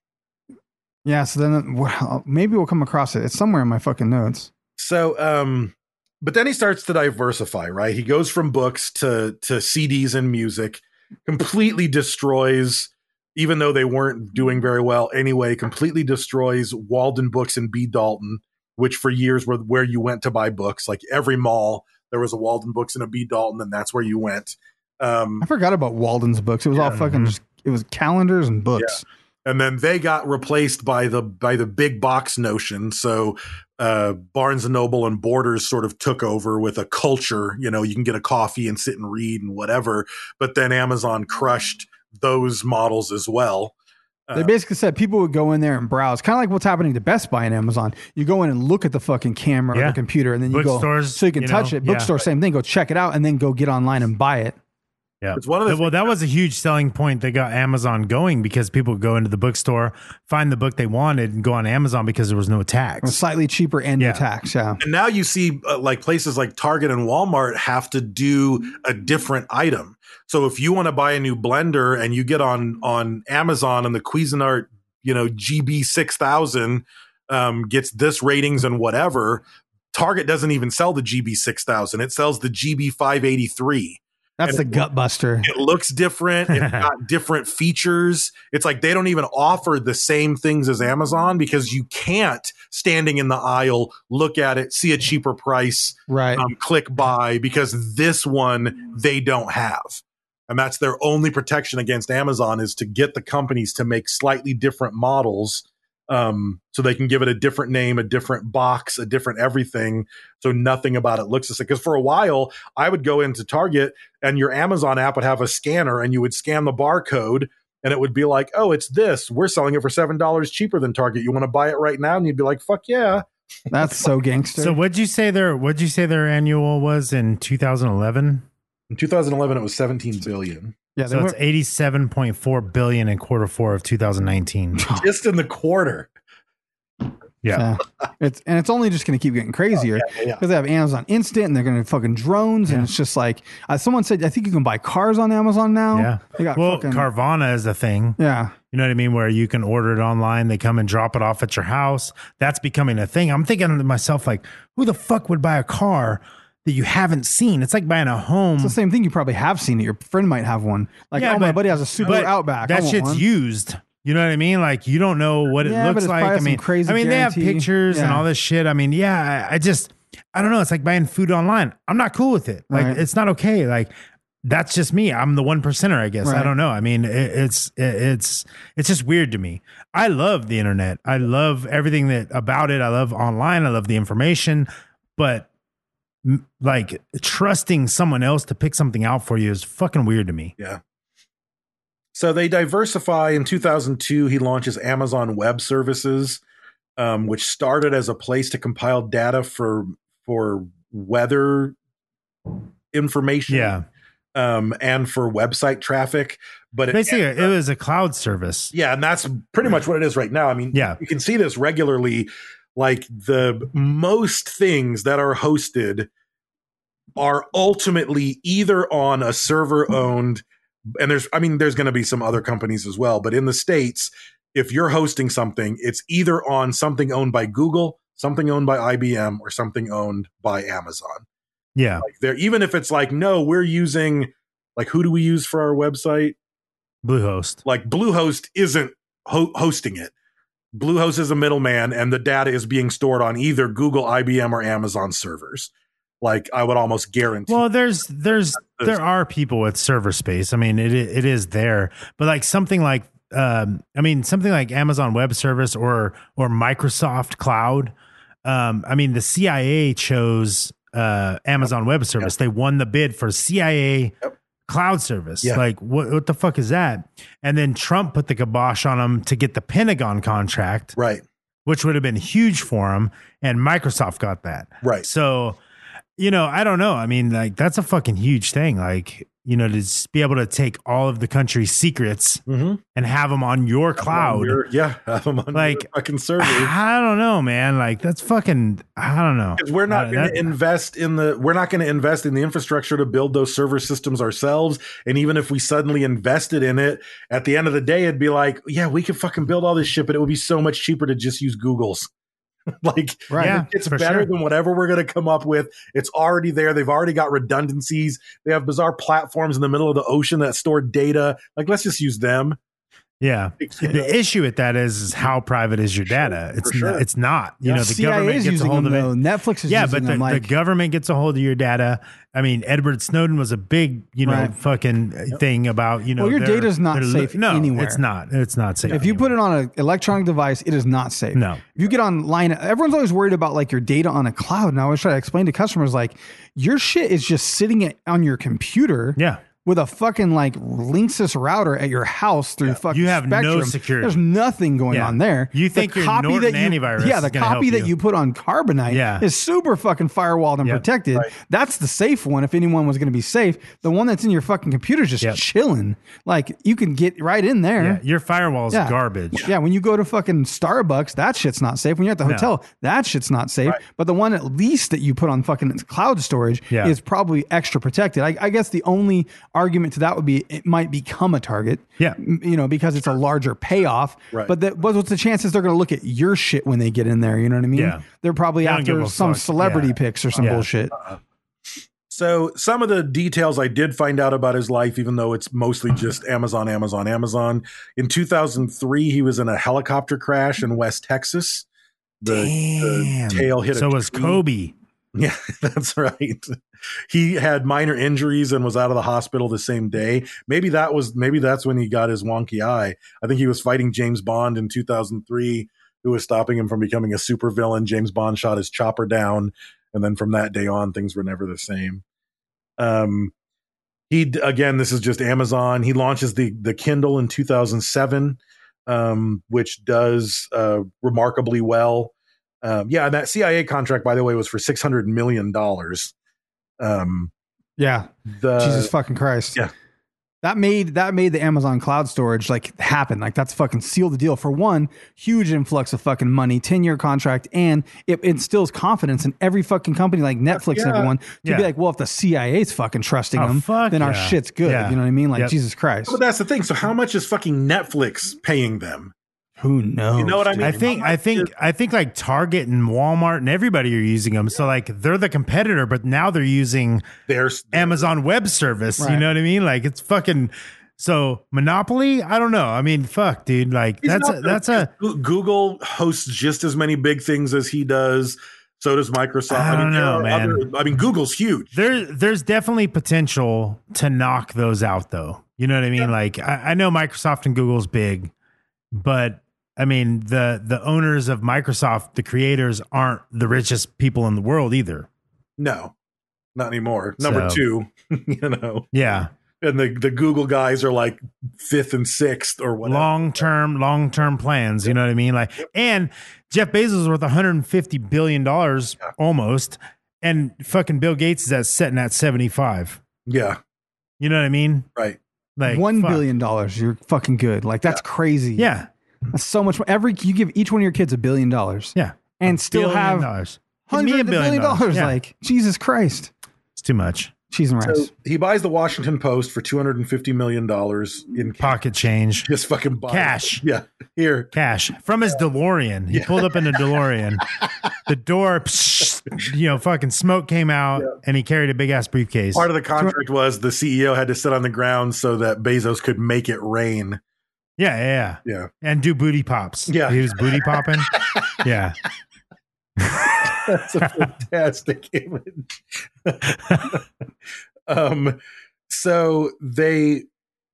Yeah. So then well, maybe we'll come across it. It's somewhere in my fucking notes.
So, um, but then he starts to diversify, right? He goes from books to to CDs and music, completely destroys, even though they weren't doing very well anyway, completely destroys Walden Books and B. Dalton, which for years were where you went to buy books. Like every mall, there was a Walden Books and a B. Dalton, and that's where you went. Um,
I forgot about Walden's books. It was all fucking
mm-hmm.
just, it was calendars and books.
and then they got replaced by the by the big box notion so uh barnes and noble and borders sort of took over with a culture you know you can get a coffee and sit and read and whatever but then amazon crushed those models as well
uh,
They basically said people would go in there and browse, kind of like what's happening to Best Buy and Amazon. You go in and look at the fucking camera or
Yeah.
the computer, and then you go
Bookstores,
so you can
you
touch
know,
it.
yeah.
Bookstore, same thing. Go check it out, and then go get online and buy it.
yeah.
It's one of the
well, that was a huge selling point that got Amazon going because people would go into the bookstore, find the book they wanted, and go on Amazon because there was no
It was
tax.
slightly cheaper and
Yeah.
no tax. Yeah,
and now you see uh, like places like target and walmart have to do a different item so if you want to buy a new blender and you get on on amazon and the cuisinart you know gb 6000 um, gets this ratings and whatever target doesn't even sell the gb 6000 it sells the gb 583
that's the gut buster.
it looks different. It's got different features. It's like they don't even offer the same things as Amazon because you can't standing in the aisle look at it, see a cheaper price,
Right.
um, click buy because this one they don't have. And that's their only protection against Amazon is to get the companies to make slightly different models um, so they can give it a different name, a different box, a different everything. So nothing about it looks the same. Because for a while, I would go into Target and your Amazon app would have a scanner and you would scan the barcode and it would be like, oh, it's this. We're selling it for $7 cheaper than Target. You want to buy it right now? And you'd be like, fuck yeah.
That's so gangster.
So, what'd you say their what'd you say their annual was in 2011?
In 2011, it was 17 billion.
yeah, they
So it's
were-
87.4 billion in quarter four of 2019.
Just in the quarter.
Yeah.
yeah. It's and it's only just going to keep getting crazier
Oh,
because
yeah.
they have Amazon Instant and they're going to fucking drones and it's just like uh, someone said. I think you can buy cars on Amazon now.
Yeah.
they got
Well,
fucking
Carvana is a thing.
yeah.
You know what I mean? Where you can order it online, they come and drop it off at your house. That's becoming a thing. I'm thinking to myself, like, who the fuck would buy a car that you haven't seen? It's like buying a home.
It's the same thing. You probably have seen it. Your friend might have one. Like,
Hmm. Yeah,
oh, my
but-
buddy has a super
but
Outback. I
That
want
shit's
one.
used. You know what I mean? Like you don't know what
Yeah,
it
but
looks
it's
like.
probably
I
some
mean,
crazy
I mean, they have
guarantee.
pictures and
Yeah.
all this shit. I mean, yeah, I, I just, I don't know. It's like buying food online. I'm not cool with it. Like
Right.
it's not okay. Like that's just me. I'm the one percenter, I guess. I
Right.
don't know. I mean, it, it's it, it's it's just weird to me. I love the internet. I love everything that about it. I love online. I love the information, but m- like trusting someone else to pick something out for you is fucking weird to me.
Yeah. So they diversify. In 2002, he launches Amazon Web Services, um, which started as a place to compile data for for weather information,
Yeah.
um, and for website traffic. But it
Basically,
ended
it
up-
was a cloud service.
yeah, and that's pretty much what it is right now. I mean,
Yeah.
you can see this regularly. Like the most things that are hosted are ultimately either on a server owned, and there's, I mean, there's going to be some other companies as well, but in the States, if you're hosting something, it's either on something owned by Google, something owned by IBM, or something owned by Amazon.
Yeah.
Like there, even if it's like, no, we're using, like, who do we use for our website?
Bluehost.
like Bluehost isn't ho- hosting it. Bluehost is a middleman, and the data is being stored on either Google, IBM, or Amazon servers. Like I would almost guarantee.
Well, there's there's there are people with server space. I mean, it i- it is there, but like something like um, I mean, something like Amazon Web Service or or Microsoft Cloud. Um, I mean, the CIA chose uh, Amazon Web Service. They won the bid for CIA cloud service.
Yeah.
Like, what what the fuck is that? And then Trump put the kibosh on them to get the Pentagon contract
right.
which would have been huge for him. And Microsoft got that.
Right.
So, you know, I don't know. I mean, like, that's a fucking huge thing. Like, you know, to just be able to take all of the country's secrets and have them on your cloud.
You're- yeah, I'm on
Like-
like fucking server.
I don't know, man. Like, that's fucking, I don't know.
Because we're not
Uh,
going
that-
to invest in the we're not going to invest in the infrastructure to build those server systems ourselves. And even if we suddenly invested in it, at the end of the day, it'd be like, yeah, we could fucking build all this shit, but it would be so much cheaper to just use Google's. like,
Right. Yeah,
it's
for
better
sure.
than whatever we're going to come up with. It's already there. They've already got redundancies. They have bizarre platforms in the middle of the ocean that store data. Like, let's just use them.
Yeah.
You know?
The issue with that is, is how private is your data? It's
sure.
not, it's not. You know, the government gets a
using
hold of
them,
it.
though. Netflix is
yeah,
using
but the,
them. like,
the government gets a hold of your data. I mean, Edward Snowden was a big, you know,
Right.
fucking thing about you know.
Well, your
their-
data's not
their li-
safe
no,
anywhere.
it's not. It's not safe.
If you put it on an electronic device, it is not safe.
No.
If you get online, everyone's always worried about like your data on a cloud. And I always try to explain to customers like your shit is just sitting it on your computer.
Yeah.
With a fucking like Linksys router at your house through fucking
You have no
Spectrum.
security.
There's nothing going
Yeah.
on there.
You think your Norton
you,
antivirus
Yeah,
is
the
gonna help
copy that
you.
you put on Carbonite
Yeah.
is super fucking firewalled and
Yeah.
protected. That's the safe one if anyone was going to be safe. The one that's in your fucking computer is just
Yep.
chilling. Like you can get right in there.
yeah, your firewall's
Yeah.
garbage.
Yeah, when you go to fucking Starbucks, that shit's not safe. When you're at the
No.
hotel, that shit's not safe. But the one at least that you put on fucking cloud storage
Yeah.
is probably extra protected. I, I guess the only argument to that would be it might become a target.
Yeah.
m- you know, because it's a larger payoff.
Right.
But, the, but what's the chances they're going to look at your shit when they get in there? You know what I mean?
Yeah.
They're probably
They don't give
after
a
some
fuck.
celebrity
Yeah.
picks or some
Yeah. Uh-huh.
bullshit.
So some of the details I did find out about his life, even though it's mostly just Amazon, Amazon, Amazon. In 2003, he was in a helicopter crash in West Texas. The, the
Damn.
tail hit.
so
a
was
tree.
Kobe.
Yeah, that's right. He had minor injuries and was out of the hospital the same day. Maybe that was maybe that's when he got his wonky eye. I think he was fighting James Bond in 2003 who was stopping him from becoming a supervillain. James Bond shot his chopper down and then from that day on things were never the same. Um he d- again this is just Amazon. He launches the the Kindle in 2007 um which does uh remarkably well. Um, yeah, and that CIA contract, by the way, was for six hundred million dollars. Um,
Yeah.
the
Jesus fucking Christ.
Uh, yeah.
That made that made the Amazon cloud storage like happen. Like that's fucking sealed the deal. For one, huge influx of fucking money, 10 year contract, and it instills confidence in every fucking company like Netflix and
Yeah.
everyone to
Yeah.
be like, well, if the CIA's fucking trusting
Oh,
them,
fuck
then our
yeah.
shit's good.
Yeah.
You know what I mean? Like
Yep.
Jesus Christ.
but that's the thing. So, how much is fucking Netflix paying them?
Who knows?
You know what I mean?
I think I think I think like Target and Walmart and everybody are using them. So like they're the competitor, but now they're using
There's
Amazon Web Service. You
Right.
know what I mean? Like it's fucking so monopoly. I don't know. I mean, fuck, dude. Like
he's
that's
not
a,
gonna-
that's a
Goo- Google hosts just as many big things as he does. So does Microsoft.
I don't
there
know,
are
man.
I mean, Google's huge.
There, there's definitely potential to knock those out, though. You know what I mean? Like, I, I know Microsoft and Google's big, but I mean the the owners of Microsoft, the creators, aren't the richest people in the world either.
No, not anymore. Number
So-
two, you know,
Yeah,
and the, the Google guys are like fifth and sixth or whatever.
Long term, long term plans. You know what I mean? Like, and Jeff Bezos is worth 150 billion dollars almost, and fucking Bill Gates is at setting at 75.
yeah,
You know what I mean?
right.
Like
One
fuck.
billion dollars. You're fucking good. Like that's crazy.
Yeah,
that's so much. More. Every you give each one of your kids a billion dollars.
yeah.
and still
Billion
have
dollars. Give me
hundreds
a
of billion dollars.
Yeah.
Like Jesus Christ,
it's too much.
cheese and rice.
So he buys the Washington Post for two hundred and fifty million dollars in cash.
Pocket change,
Just fucking buy it.
Cash.
Yeah, here.
cash from his DeLorean. He pulled up in a DeLorean. the door, you know, fucking smoke came out, and he carried a big ass briefcase.
Part of the contract was the CEO had to sit on the ground so that Bezos could make it rain.
yeah, yeah, yeah.
Yeah,
and do booty pops.
Yeah.
he was booty popping. yeah,
that's a fantastic image. um, so they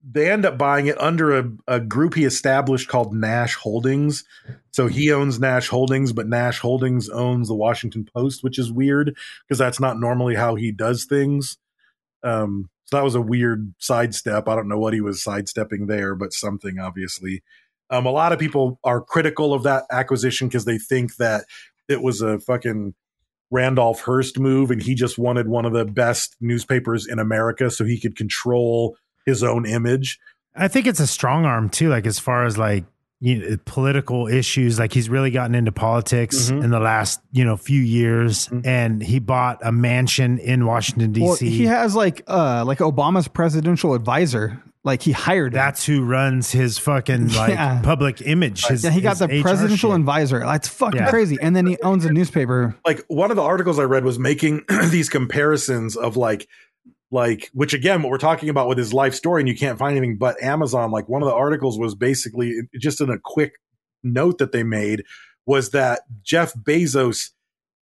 they end up buying it under a, a group he established called Nash Holdings. So he owns Nash Holdings, but Nash Holdings owns the Washington Post, which is weird because that's not normally how he does things. Um, so that was a weird sidestep. I don't know what he was sidestepping there, but something obviously. Um, a lot of people are critical of that acquisition because they think that it was a fucking Randolph Hearst move and he just wanted one of the best newspapers in America so he could control his own image.
I think it's a strong arm too. Like as far as like you know, political issues, like he's really gotten into politics in the last you know few years, and he bought a mansion in Washington D.C.
Well, he has like uh like Obama's presidential advisor. Like he hired. him.
That's who runs his fucking like
Yeah.
public image. His,
yeah. He got
his
the
HR
presidential
shit.
advisor. That's fucking
Yeah.
crazy. And then he owns a newspaper.
Like one of the articles I read was making these comparisons of like like which again what we're talking about with his life story and you can't find anything but Amazon like one of the articles was basically just in a quick note that they made was that Jeff Bezos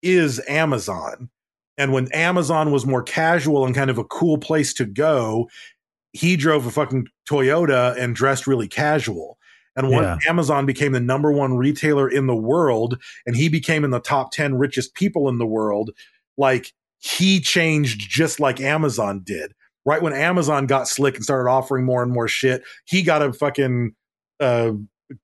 is Amazon. And when Amazon was more casual and kind of a cool place to go, he drove a fucking Toyota and dressed really casual. And once
Yeah.
Amazon became the number one retailer in the world and he became in the top 10 richest people in the world, like he changed just like Amazon did. Right when Amazon got slick and started offering more and more shit, he got a fucking uh,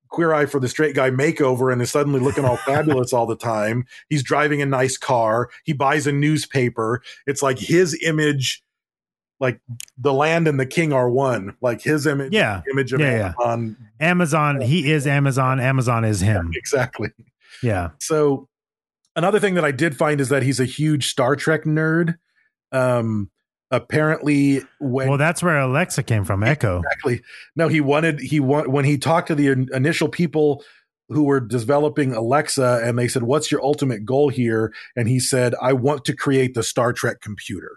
queer eye for the straight guy makeover and is suddenly looking all fabulous all the time. He's driving a nice car. He buys a newspaper. It's like his image, like the land and the king are one. Like his image,
Yeah.
image of
Yeah, yeah.
Amazon.
Amazon. He is Amazon. Amazon is him.
Exactly.
Yeah.
So another thing that I did find is that he's a huge Star Trek nerd. Um, apparently when
Well, that's where Alexa came from. Echo.
exactly. No, he wanted he want when he talked to the in- initial people who were developing Alexa, and they said, "What's your ultimate goal here?" And he said, "I want to create the Star Trek computer."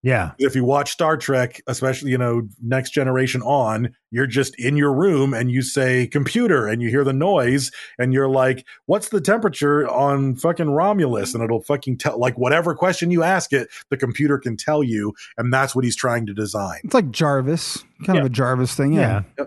Yeah.
If you watch Star Trek, especially you know Next Generation on, you're just in your room and you say "computer" and you hear the noise and you're like, "What's the temperature on fucking Romulus?" And it'll fucking tell like whatever question you ask it, the computer can tell you, and that's what he's trying to design.
It's like Jarvis, kind of a Jarvis thing. Yeah.
Yeah.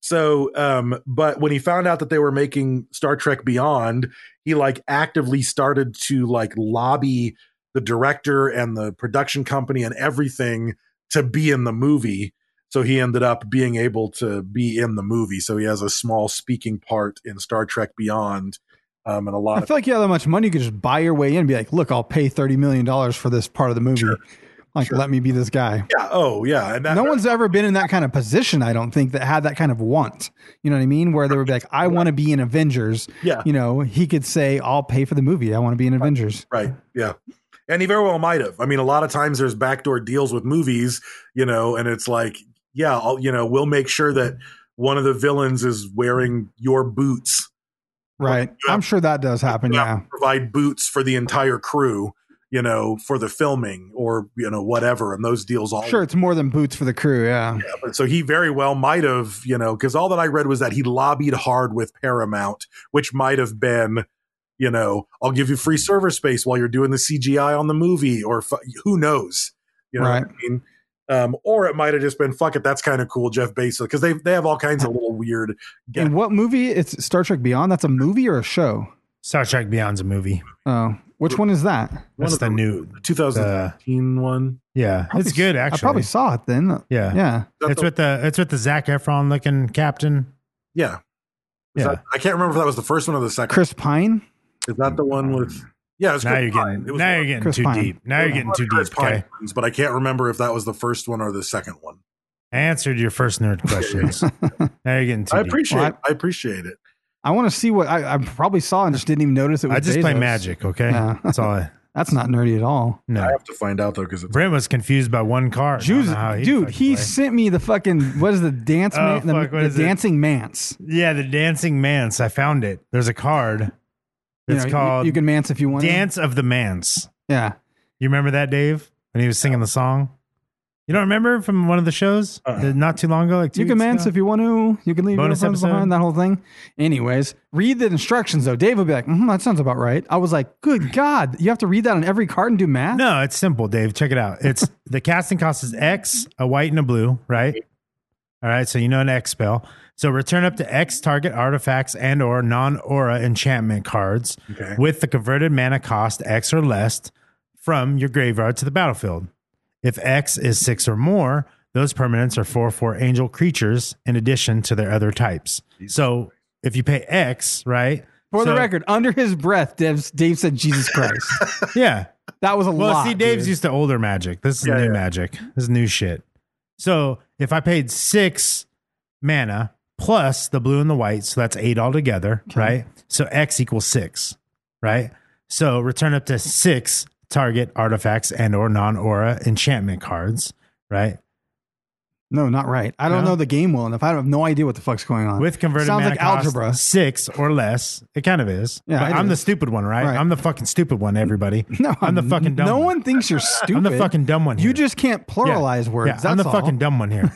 So, um, but when he found out that they were making Star Trek Beyond, he like actively started to like lobby the director and the production company and everything to be in the movie. So he ended up being able to be in the movie. So he has a small speaking part in Star Trek Beyond, um, and a lot
I
of
feel like you have that much money, you could just buy your way in and be like, look, I'll pay $30 million for this part of the movie. Like, let me be this guy.
yeah, oh yeah, and that,
No one's ever been in that kind of position, I don't think, that had that kind of want. You know what I mean? Where they would be like, I want to be in Avengers.
Yeah.
You know, he could say, I'll pay for the movie. I want to be in Avengers.
Right. Yeah. And he very well might have. I mean, a lot of times there's backdoor deals with movies, you know, and it's like, yeah, I'll, you know, we'll make sure that one of the villains is wearing your boots.
Right. I'm sure that does happen.
You
Yeah.
have to Provide boots for the entire crew, you know, for the filming or, you know, whatever. And those deals all.
Sure. It's more than boots for the crew. Yeah.
So he very well might have, you know, because all that I read was that he lobbied hard with Paramount, which might have been, you know, I'll give you free server space while you're doing the CGI on the movie, or fu- who knows, you know,
Right.
what I mean. Um, or it might have just been fuck it, that's kind of cool, Jeff Bezos, because they they have all kinds of little weird. Yeah.
And what movie? It's Star Trek Beyond. That's a movie or a show?
Star Trek Beyond's a movie.
Oh, Which one is that?
That's the new.
2018 one.
Uh, Yeah,
Probably-
it's good actually.
I probably saw it then.
Yeah.
Yeah.
That's
it's
the-
with the it's with the Zach Efron looking captain.
Yeah. Is
Yeah.
that- I can't remember if that was the first one or the second.
Chris Pine.
Is that the one with? Yeah, it was
now
Chris
you're
Pine.
getting
It was
now
one-
you're getting
Chris
too
Pine.
deep. Now you're getting too
Chris
deep.
Pine
Okay.
ones, but I can't remember if that was the first one or the second one.
I answered your first nerd questions. now you're getting too
I
deep.
appreciate.
Well,
I appreciate it.
I want to see what I, I probably saw and just didn't even notice it was
I just play
Bezos.
magic, okay?
Yeah.
That's all I
That's not nerdy at all.
I
no.
have to find out though because
Brent was confused by one card. I don't
Jews,
know how he'd
dude,
fucking
he
play.
sent me the fucking what is the dance
Oh,
man, the,
fuck, what
the
is it?
dancing manse.
Yeah, the dancing manse. I found it. There's a card.
You
It's
know, you-
called
you, can manse if you want. to.
Dance of the Manse.
Yeah.
You remember that, Dave? When he was singing the song? You don't remember from one of the shows? Uh, Not too long ago? Like two
You can
weeks
manse
ago?
if you want to. You can leave
Bonus
your friends
episode.
behind. That whole thing. Anyways, read the instructions though. Dave would be like, "Mhm, "That sounds about right." I was like, "Good God, you have to read that on every card and do math."
No, it's simple, Dave. Check it out. It's the casting cost is X, a white and a blue, right? All right, so you know an X spell. So return up to X target artifacts and or non-aura enchantment cards
Okay.
with the converted mana cost X or less from your graveyard to the battlefield. If X is 6 or more, those permanents are 4 4 angel creatures in addition to their other types. So if you pay X, right?
For the
so-
record, under his breath, Dave, Dave said, "Jesus Christ."
Yeah.
that was a
Well,
lot.
see, Dave's
dude.
used to older magic. This is
Yeah,
new
yeah.
magic. This is new shit. So if I paid six mana plus the blue and the white, so that's eight altogether, right? So X equals six, right? So return up to six target artifacts and or non-aura enchantment cards, right?
No, not right. I don't
No?
know the game well enough. I have no idea what the fuck's going on.
With converted
Sounds
mana
like
cost
algebra.
six or less. It kind of is.
Yeah,
but
it
I'm the
is.
stupid one, right?
Right.
I'm the fucking stupid one, everybody.
No,
I'm the fucking dumb
No
one.
one thinks you're stupid.
I'm the fucking dumb one.
You
here.
just can't
Yeah.
pluralize words.
Yeah, I'm the
that's all.
fucking dumb one here.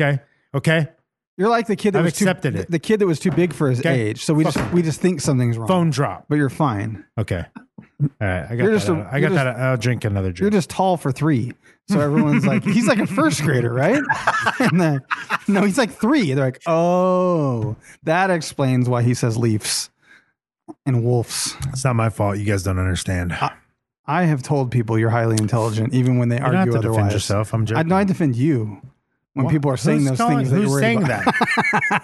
Okay. Okay.
You're like the kid that
I've
was
accepted
too,
it.
The kid that was too big for his
Okay.
age. So we
Fuck.
just we just think something's wrong.
Phone drop.
but you're fine.
Okay. All right. I got
You're
that.
just a-
out. I
you're
got
just-
that. out. I'll drink another drink.
You're just tall for three. So everyone's like, he's like a first grader, right? and then, no, he's like three. They're like, oh, that explains why he says Leafs and Wolves.
it's not my fault. You guys don't understand.
I have told people you're highly intelligent, even when they
don't
argue
have to defend
otherwise.
yourself. I'm
I,
joking.
no, I defend you when people are saying
Who's
those
calling-
things that
who's
you're worried
saying
about.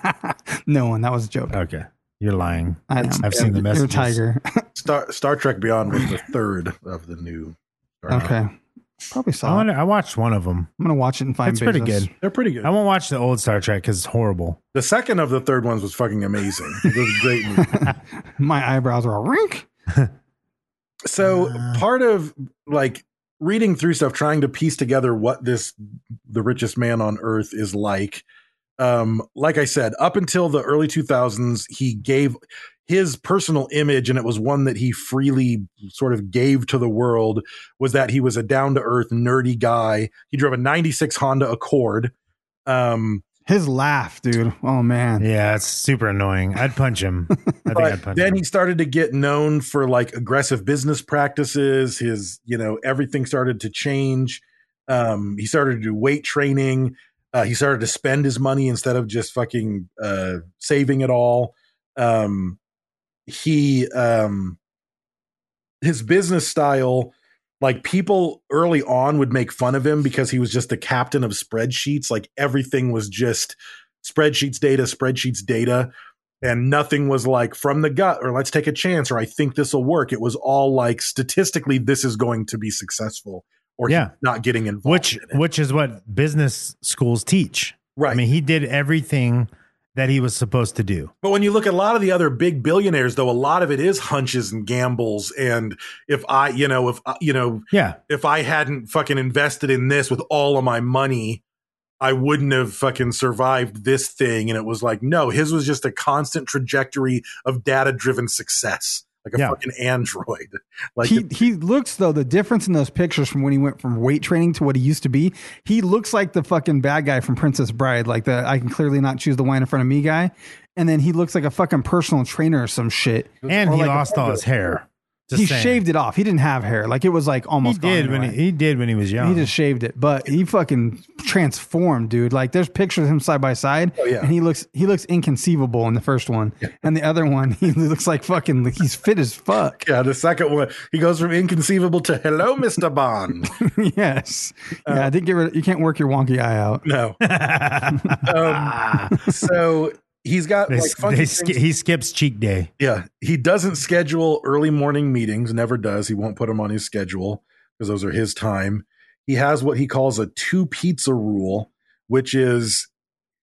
that? no one. That was a joke.
that? Okay. You're lying.
I know.
I've seen the
You're a
messages.
tiger.
Star Star Trek Beyond was the third of the new. uh, Star Trek.
okay. Probably saw
I,
it.
wonder, I watched one of them.
I'm going to watch it and find
It's pretty
Bezos.
good.
They're pretty good.
I won't watch the old Star Trek because it's horrible.
The second of the third ones was fucking amazing. It was a great movie.
My eyebrows are a rink.
So part of like reading through stuff, trying to piece together what this the richest man on earth is like. Um, like I said, up until the early 2000s, he gave his personal image, and it was one that he freely sort of gave to the world, was that he was a down to earth, nerdy guy. He drove a 96 Honda Accord. Um,
His laugh, dude. Oh, man.
Yeah, it's super annoying. I'd punch him. I think I'd
but
punch
then
him.
he started to get known for like aggressive business practices his you know everything started to change um he started to do weight training uh he started to spend his money instead of just fucking uh saving it all um he um his business style like people early on would make fun of him because he was just the captain of spreadsheets like everything was just spreadsheets data spreadsheets data and nothing was like from the gut or let's take a chance or I think this will work. It was all like statistically this is going to be successful or
Yeah.
he's not getting involved.
Which,
in it.
which is what business schools teach.
right?
I mean, he did everything that he was supposed to do.
but when you look at a lot of the other big billionaires, though, a lot of it is hunches and gambles. And if I, you know, if I- you know,
Yeah.
if I hadn't fucking invested in this with all of my money, I wouldn't have fucking survived this thing. And it was like, no, his was just a constant trajectory of data driven success, like a
Yeah.
fucking android. Like
he he looks though the difference in those pictures from when he went from weight training to what he used to be. He looks like the fucking bad guy from Princess Bride, like the I can clearly not choose the wine in front of me guy. And then he looks like a fucking personal trainer or some shit.
And
Or
he
like a
lost all his hair. Just
he
saying.
shaved it off. He didn't have hair. Like it was like
He
almost.
did
gone
when
anyway.
he, he did when he was young.
He just shaved it, but he fucking transformed, dude. Like there's pictures of him side by side,
Oh, yeah.
and he looks he looks inconceivable in the first one, and the other one he looks like fucking like, he's fit as fuck.
Yeah, the second one, he goes from inconceivable to hello, Mr. Bond.
yes,
Uh,
yeah. I think get rid- you can't work your wonky eye out.
No. um, so he's got
They,
like funky
they
things-
sk- he skips cheek day.
Yeah, he doesn't schedule early morning meetings, never does. He won't put them on his schedule because those are his time. He has what he calls a two pizza rule, which is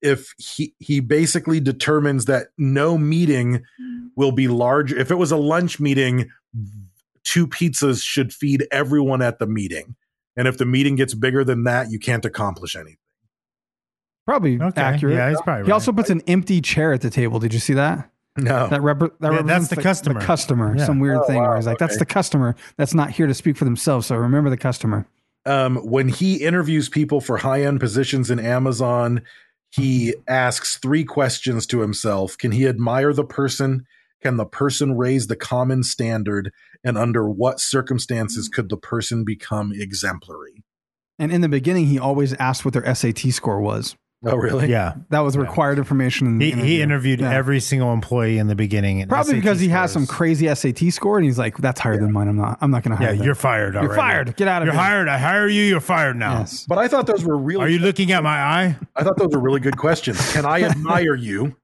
if he he basically determines that no meeting will be large. If it was a lunch meeting, two pizzas should feed everyone at the meeting. And if the meeting gets bigger than that, you can't accomplish anything.
Probably
Okay.
accurate.
Yeah, he's probably
He also
right. Oh.
puts an empty chair at the table. Did you see that?
No.
That, repre- that
Yeah, that's
represents
the customer.
customer.
Yeah.
Some weird
Oh,
thing where
wow,
he's like, "That's
okay.
the customer. That's not here to speak for themselves." So remember the customer.
um, when he interviews people for high end positions in Amazon, he asks three questions to himself Can he admire the person? Can the person raise the common standard? And under what circumstances could the person become exemplary?
And in the beginning, he always asked what their SAT score was.
Oh, really?
Yeah.
That was required information. In the
He, he
interview.
interviewed
Yeah.
every single employee in the beginning. and
Probably
SAT
because he has some
scores.
crazy SAT score, and he's like, "That's higher than mine. I'm not. I'm not going to
Yeah,
hire." that."
you're fired. Already.
You're fired. Get out of
You're
here.
hired. I hire you. You're fired now.
Yes.
But I thought those were
Are
really,
you looking at my eye?
I thought those were really good questions. Can I admire you?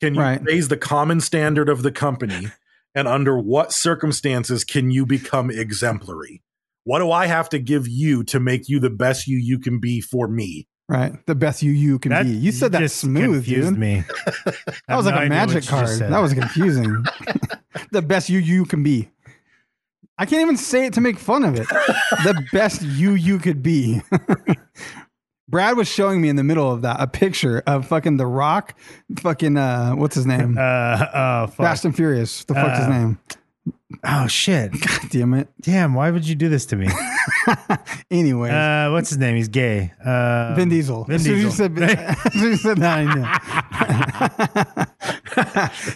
Can you
Right.
raise the common standard of the company? And under what circumstances can you become exemplary? What do I have to give you to make you the best you you can be for me?
Right. The best you you can
That-
be. You said that
just
smooth,
confused
dude.
Me.
That was like a magic card. That was confusing. the best you you can be. I can't even say it to make fun of it. the best you you could be. Brad was showing me in the middle of that a picture of fucking The Rock, fucking uh, what's his name?
Uh, uh, fuck.
Fast and Furious. The fuck's his
Uh,
name?
Oh shit!
God damn it.
Damn, why would you do this to me?
Anyway,
Uh, what's his name? He's gay. Uh,
Vin Diesel.
Vin
as soon as you
Diesel.
said, as soon as you said that, I knew.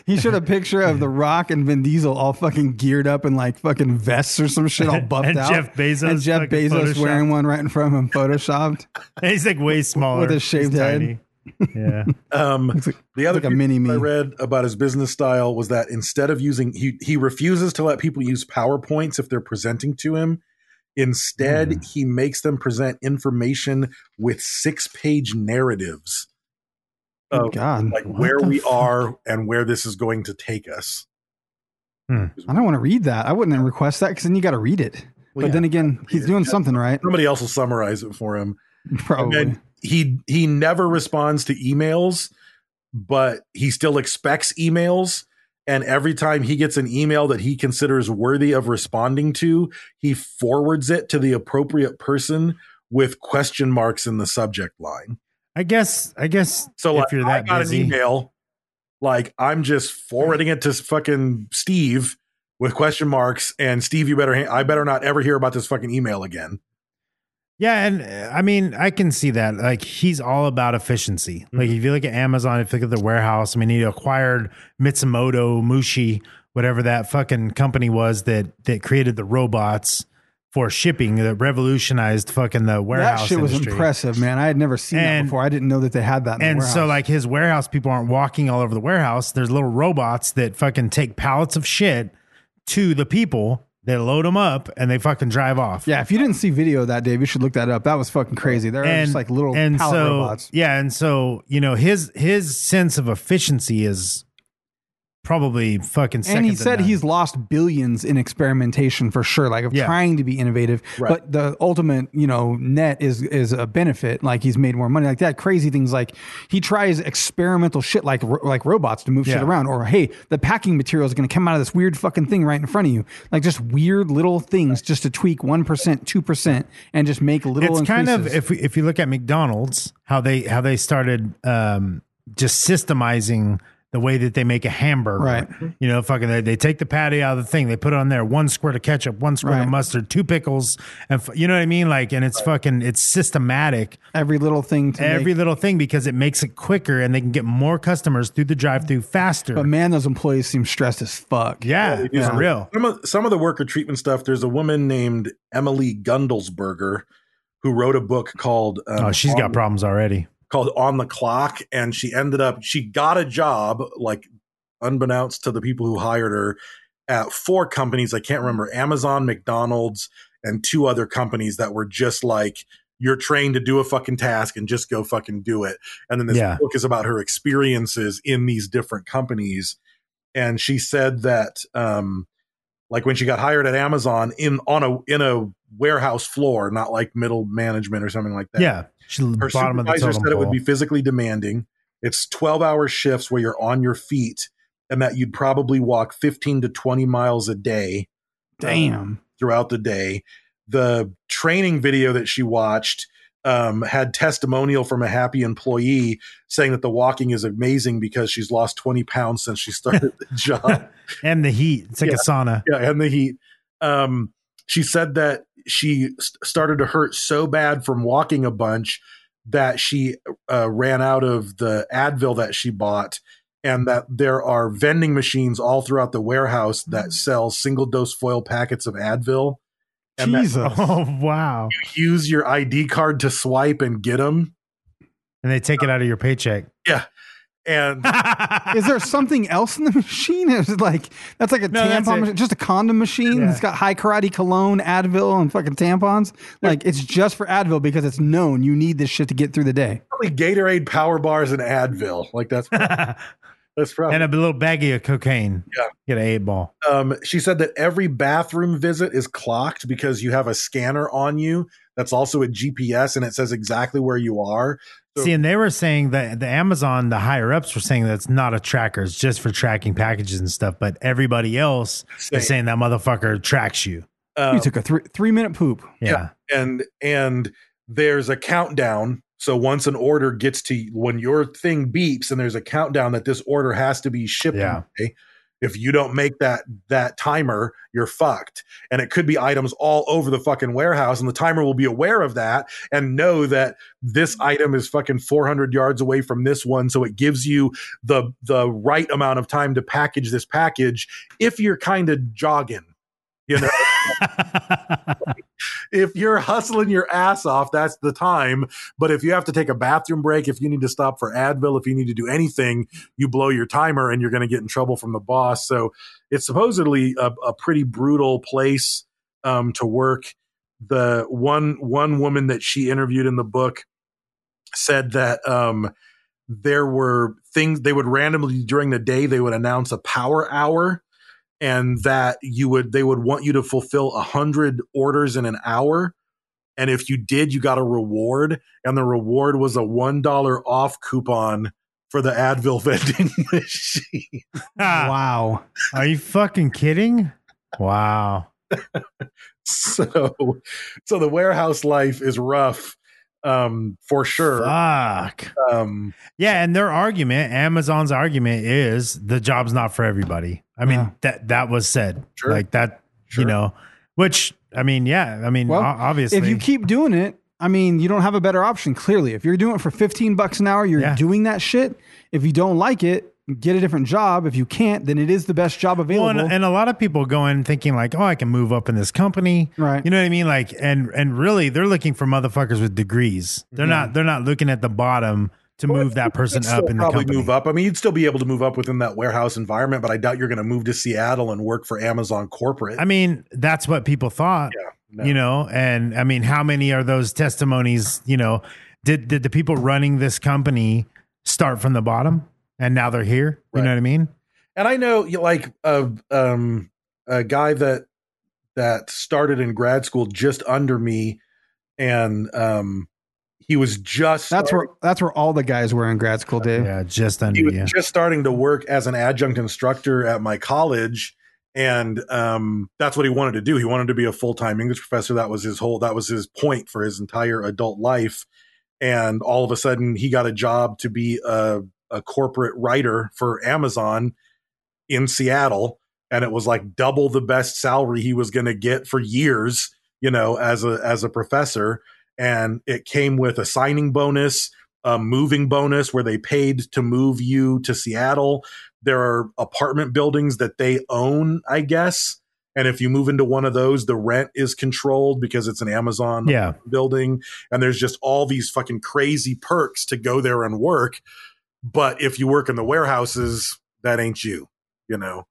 he showed a picture of The Rock and Vin Diesel all fucking geared up in like fucking vests or some shit, all buffed
And
out.
Jeff Bezos
and Jeff
fucking
Bezos wearing
photoshopped.
one right in front of him, photoshopped.
He's like way smaller
with a
He's
shaved head.
tiny. Yeah.
Um,
like-
the other
like a
piece
mini-me.
I read about his business style was that instead of using he he refuses to let people use powerpoints if they're presenting to him. Instead,
Hmm.
he makes them present information with six page narratives
Oh,
of
God,
like
What
where
the
we
fuck?
are and where this is going to take us.
I don't want to read that. I wouldn't request that because then you got to read it. but
Well, yeah.
then again, he's doing something right,
Somebody else will summarize it for him. And
probably.
then he he never responds to emails, but he still expects emails. And every time he gets an email that he considers worthy of responding to, he forwards it to the appropriate person with question marks in the subject line.
I guess. I guess.
So
if
like,
you're that
I got
busy,
an email, like I'm just forwarding it to fucking Steve with question marks, and Steve, you better, ha- I better not ever hear about this fucking email again.
Yeah, and uh, I mean, I can see that. Like, he's all about efficiency. Like,
Mm-hmm.
if you look at Amazon, if you look at the warehouse, I mean, he acquired Mitsumoto, Mushi, whatever that fucking company was that that created the robots for shipping that revolutionized fucking the
That
warehouse.
shit was
industry.
impressive, man. I had never seen that
And-
before. I didn't know that they had that. In the
And so,
warehouse.
like, his warehouse people aren't walking all over the warehouse. There's little robots that fucking take pallets of shit to the people. They load them up and they fucking drive off.
Yeah, if you didn't see video that, Dave, you should look that up. That was fucking crazy. They're just like little pallet
so,
robots.
Yeah, and so you know his his sense of efficiency is probably fucking. Second
And he
to
said
none.
he's lost billions in experimentation for sure, like of
Yeah.
trying to be innovative.
Right.
But the ultimate, you know, net is is a benefit. Like he's made more money. Like that crazy things. Like he tries experimental shit, like ro- like robots to move shit
Yeah.
around, or hey, the packing material is going to come out of this weird fucking thing right in front of you. Like just weird little things, just to tweak one percent, two percent, and just make little.
it's kind of
increases.
if we, if you look at McDonald's how they how they started um, just systemizing the way that they make a hamburger.
Right.
You know, fucking they, they take the patty out of the thing, they put it on there one squirt of ketchup, one squirt
Right.
of mustard, two pickles, and f- you know what I mean? Like, and it's fucking it's systematic.
every little thing. To
every
make-
little thing because it makes it quicker and they can get more customers through the drive-through faster.
but man, those employees seem stressed as fuck.
yeah, it's
Yeah.
real.
Some of, some of the worker treatment stuff, there's a woman named Emily Gundelsberger who wrote a book called um,
oh, she's
On
got
the-
problems already.
called On the Clock, and she ended up she got a job like unbeknownst to the people who hired her at four companies I can't remember Amazon, McDonald's, and two other companies that were just like you're trained to do a fucking task and just go fucking do it. And then this
Yeah.
book is about her experiences in these different companies, and she said that um, like when she got hired at Amazon in on a in a warehouse floor, not like middle management or something like that
Yeah, she
her
bottom of the
supervisor
totem
said it would
pole.
be physically demanding. It's 12 hour shifts where you're on your feet and that you'd probably walk 15 to 20 miles a day uh,
Damn.
throughout the day. The training video that she watched um, had testimonial from a happy employee saying that the walking is amazing because she's lost 20 pounds since she started the job
and the heat. It's like
Yeah.
a sauna.
yeah, and the heat. Um, she said that she s- started to hurt so bad from walking a bunch that she uh, ran out of the Advil that she bought, and that there are vending machines all throughout the warehouse that sell single dose foil packets of Advil. And that
Jesus.
Oh wow!
you use your ID card to swipe and get them.
And they take it out of your paycheck.
And
Is there something else in the machine? Is it like that's like a
No, that's
tampon
it.
machine, just a condom machine?
Yeah.
It's got high karate cologne, Advil, and fucking tampons. Like it's just for Advil because it's known you need this shit to get through the day.
probably Gatorade power bars and Advil. Like that's
and
that's probably
a little baggie of cocaine.
Yeah.
Get an eight ball.
um, she said that every bathroom visit is clocked because you have a scanner on you that's also a GPS and it says exactly where you are. So-
See, and they were saying that the Amazon, the higher ups were saying that's not a tracker. It's just for tracking packages and stuff. But everybody else
Same.
is saying that motherfucker tracks you.
Um,
you took a three three minute poop.
Yeah.
and and there's a countdown. So once an order gets to when your thing beeps and there's a countdown that this order has to be shipped.
Yeah.
today, If you don't make that that timer, you're fucked. And it could be items all over the fucking warehouse, and the timer will be aware of that and know that this item is fucking 400 yards away from this one. So it gives you the the right amount of time to package this package if you're kind of jogging. You know, if you're hustling your ass off, that's the time. But if you have to take a bathroom break, if you need to stop for Advil, if you need to do anything, you blow your timer and you're going to get in trouble from the boss. So it's supposedly a, a pretty brutal place um, to work. The one one woman that she interviewed in the book said that um, there were things they would randomly during the day they would announce a power hour and that you would they would want you to fulfill a hundred orders in an hour and if you did you got a reward and the reward was a one dollar off coupon for the advil vending machine
Ah.
wow.
Are you fucking kidding? Wow.
so so the warehouse life is rough um for sure
Fuck.
um
Yeah, and their argument, Amazon's argument is the job's not for everybody. I mean,
Yeah.
that that was said.
Sure.
Like that,
Sure.
you know, which I mean, yeah, I mean,
Well,
o- obviously.
If you keep doing it, I mean, you don't have a better option. Clearly, if you're doing it for 15 bucks an hour, you're
Yeah.
doing that shit. If you don't like it, get a different job. If you can't, then it is the best job
well,
available.
and, and a lot of people go in thinking like, oh, I can move up in this company,
Right.
You know what I mean? Like, and and really, they're looking for motherfuckers with degrees.
Mm-hmm.
They're not they're not looking at the bottom to move that person
you'd
up
still
in the
probably
company.
move up i mean you'd still be able to move up within that warehouse environment but i doubt you're going to move to seattle and work for amazon corporate
I mean, that's what people thought.
no.
You know, and I mean, how many are those testimonies? You know, did did the people running this company start from the bottom and now they're here? You
Right.
know what I mean?
and I know you- like a um a guy that that started in grad school just under me and um he was just
that's where that's where all the guys were in grad school, Dave.
Yeah, just under
he was
you.
just starting to work as an adjunct instructor at my college and um that's what he wanted to do he wanted to be a full-time english professor that was his whole that was his point for his entire adult life and all of a sudden he got a job to be a, a corporate writer for amazon in seattle and it was like double the best salary he was going to get for years you know as a as a professor and it came with a signing bonus a moving bonus where they paid to move you to Seattle. There are apartment buildings that they own, I guess, And if you move into one of those, the rent is controlled because it's an Amazon
Yeah.
building. And there's just all these fucking crazy perks to go there and work. But if you work in the warehouses, that ain't you, you know?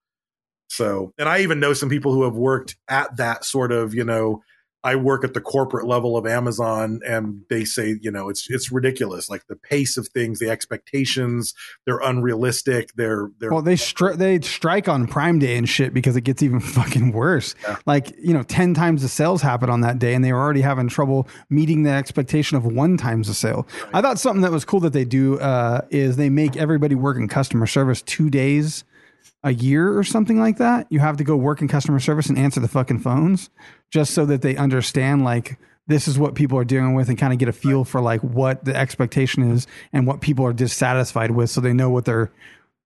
So, and I even know some people who have worked at that sort of, you know, I work at the corporate level of Amazon and they say, you know, it's it's ridiculous. Like the pace of things, the expectations, they're unrealistic. They're they're
Well, they stri- they strike on Prime Day and shit because it gets even fucking worse. Like you know, ten times the sales happen on that day, and they were already having trouble meeting the expectation of one times the sale. I thought something that was cool that they do uh, is they make everybody work in customer service two days a year or something like that. You have to go work in customer service and answer the fucking phones just so that they understand like this is what people are dealing with and kind of get a feel for like what the expectation is and what people are dissatisfied with so they know what they're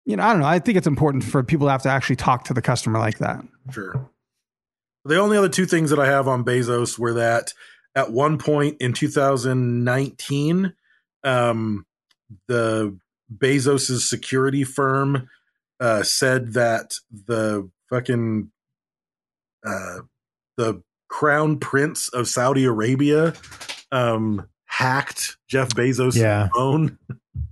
you know, I don't know. I think it's important for people to have to actually talk to the customer like that.
Sure. The only other two things that I have on Bezos were that at one point in 2019, um, the Bezos' security firm uh, said that the fucking uh, the crown prince of Saudi Arabia um, hacked Jeff Bezos'
Yeah.
phone.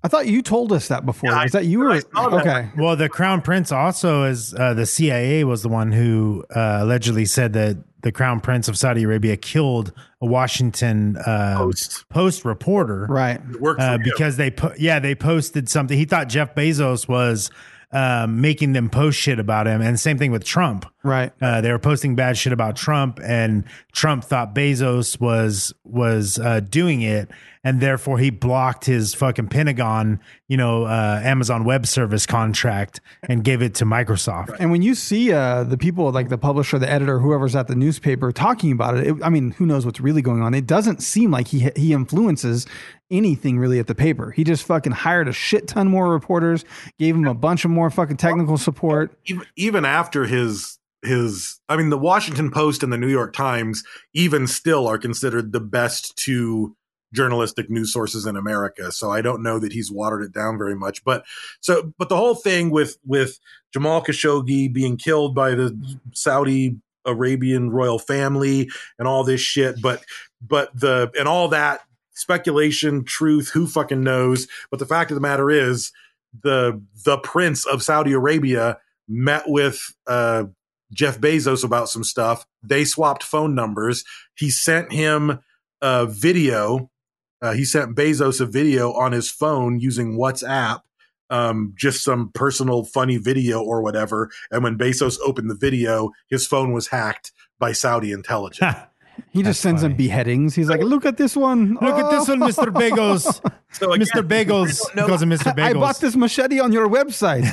I thought you told us that before.
Yeah, I-
Is that you were
I saw that.
okay?
Well, the crown prince also is uh, the CIA was the one who uh, allegedly said that the crown prince of Saudi Arabia killed a Washington uh,
Post.
Post reporter,
Right.
Worked for
Uh,
him.
because they put, yeah, they posted something. He thought Jeff Bezos was um, making them post shit about him, and same thing with Trump.
Right.
Uh, they were posting bad shit about Trump, and Trump thought Bezos was was uh, doing it, and therefore he blocked his fucking Pentagon, you know, uh, Amazon Web Service contract, and gave it to Microsoft.
And when you see uh, the people like the publisher, the editor, whoever's at the newspaper talking about it, it, I mean, who knows what's really going on? It doesn't seem like he he influences anything really at the paper. He just fucking hired a shit ton more reporters, gave him a bunch of more fucking technical support.
even, even after his his i mean the washington post and the new york times even still are considered the best two journalistic news sources in america so i don't know that he's watered it down very much but so but the whole thing with with jamal khashoggi being killed by the saudi arabian royal family and all this shit but but the and all that speculation truth who fucking knows but the fact of the matter is the the prince of saudi arabia met with uh, Jeff Bezos about some stuff. They swapped phone numbers. He sent him a video. Uh, he sent Bezos a video on his phone using WhatsApp, um, just some personal funny video or whatever. And when Bezos opened the video, his phone was hacked by Saudi intelligence.
He just sends him beheadings. He's like, look at this one.
Look at this
Oh,
one, Mister Bagels.
So again,
Mr. Bagels
No,
because of Mr. Bagels.
I bought this machete on your website.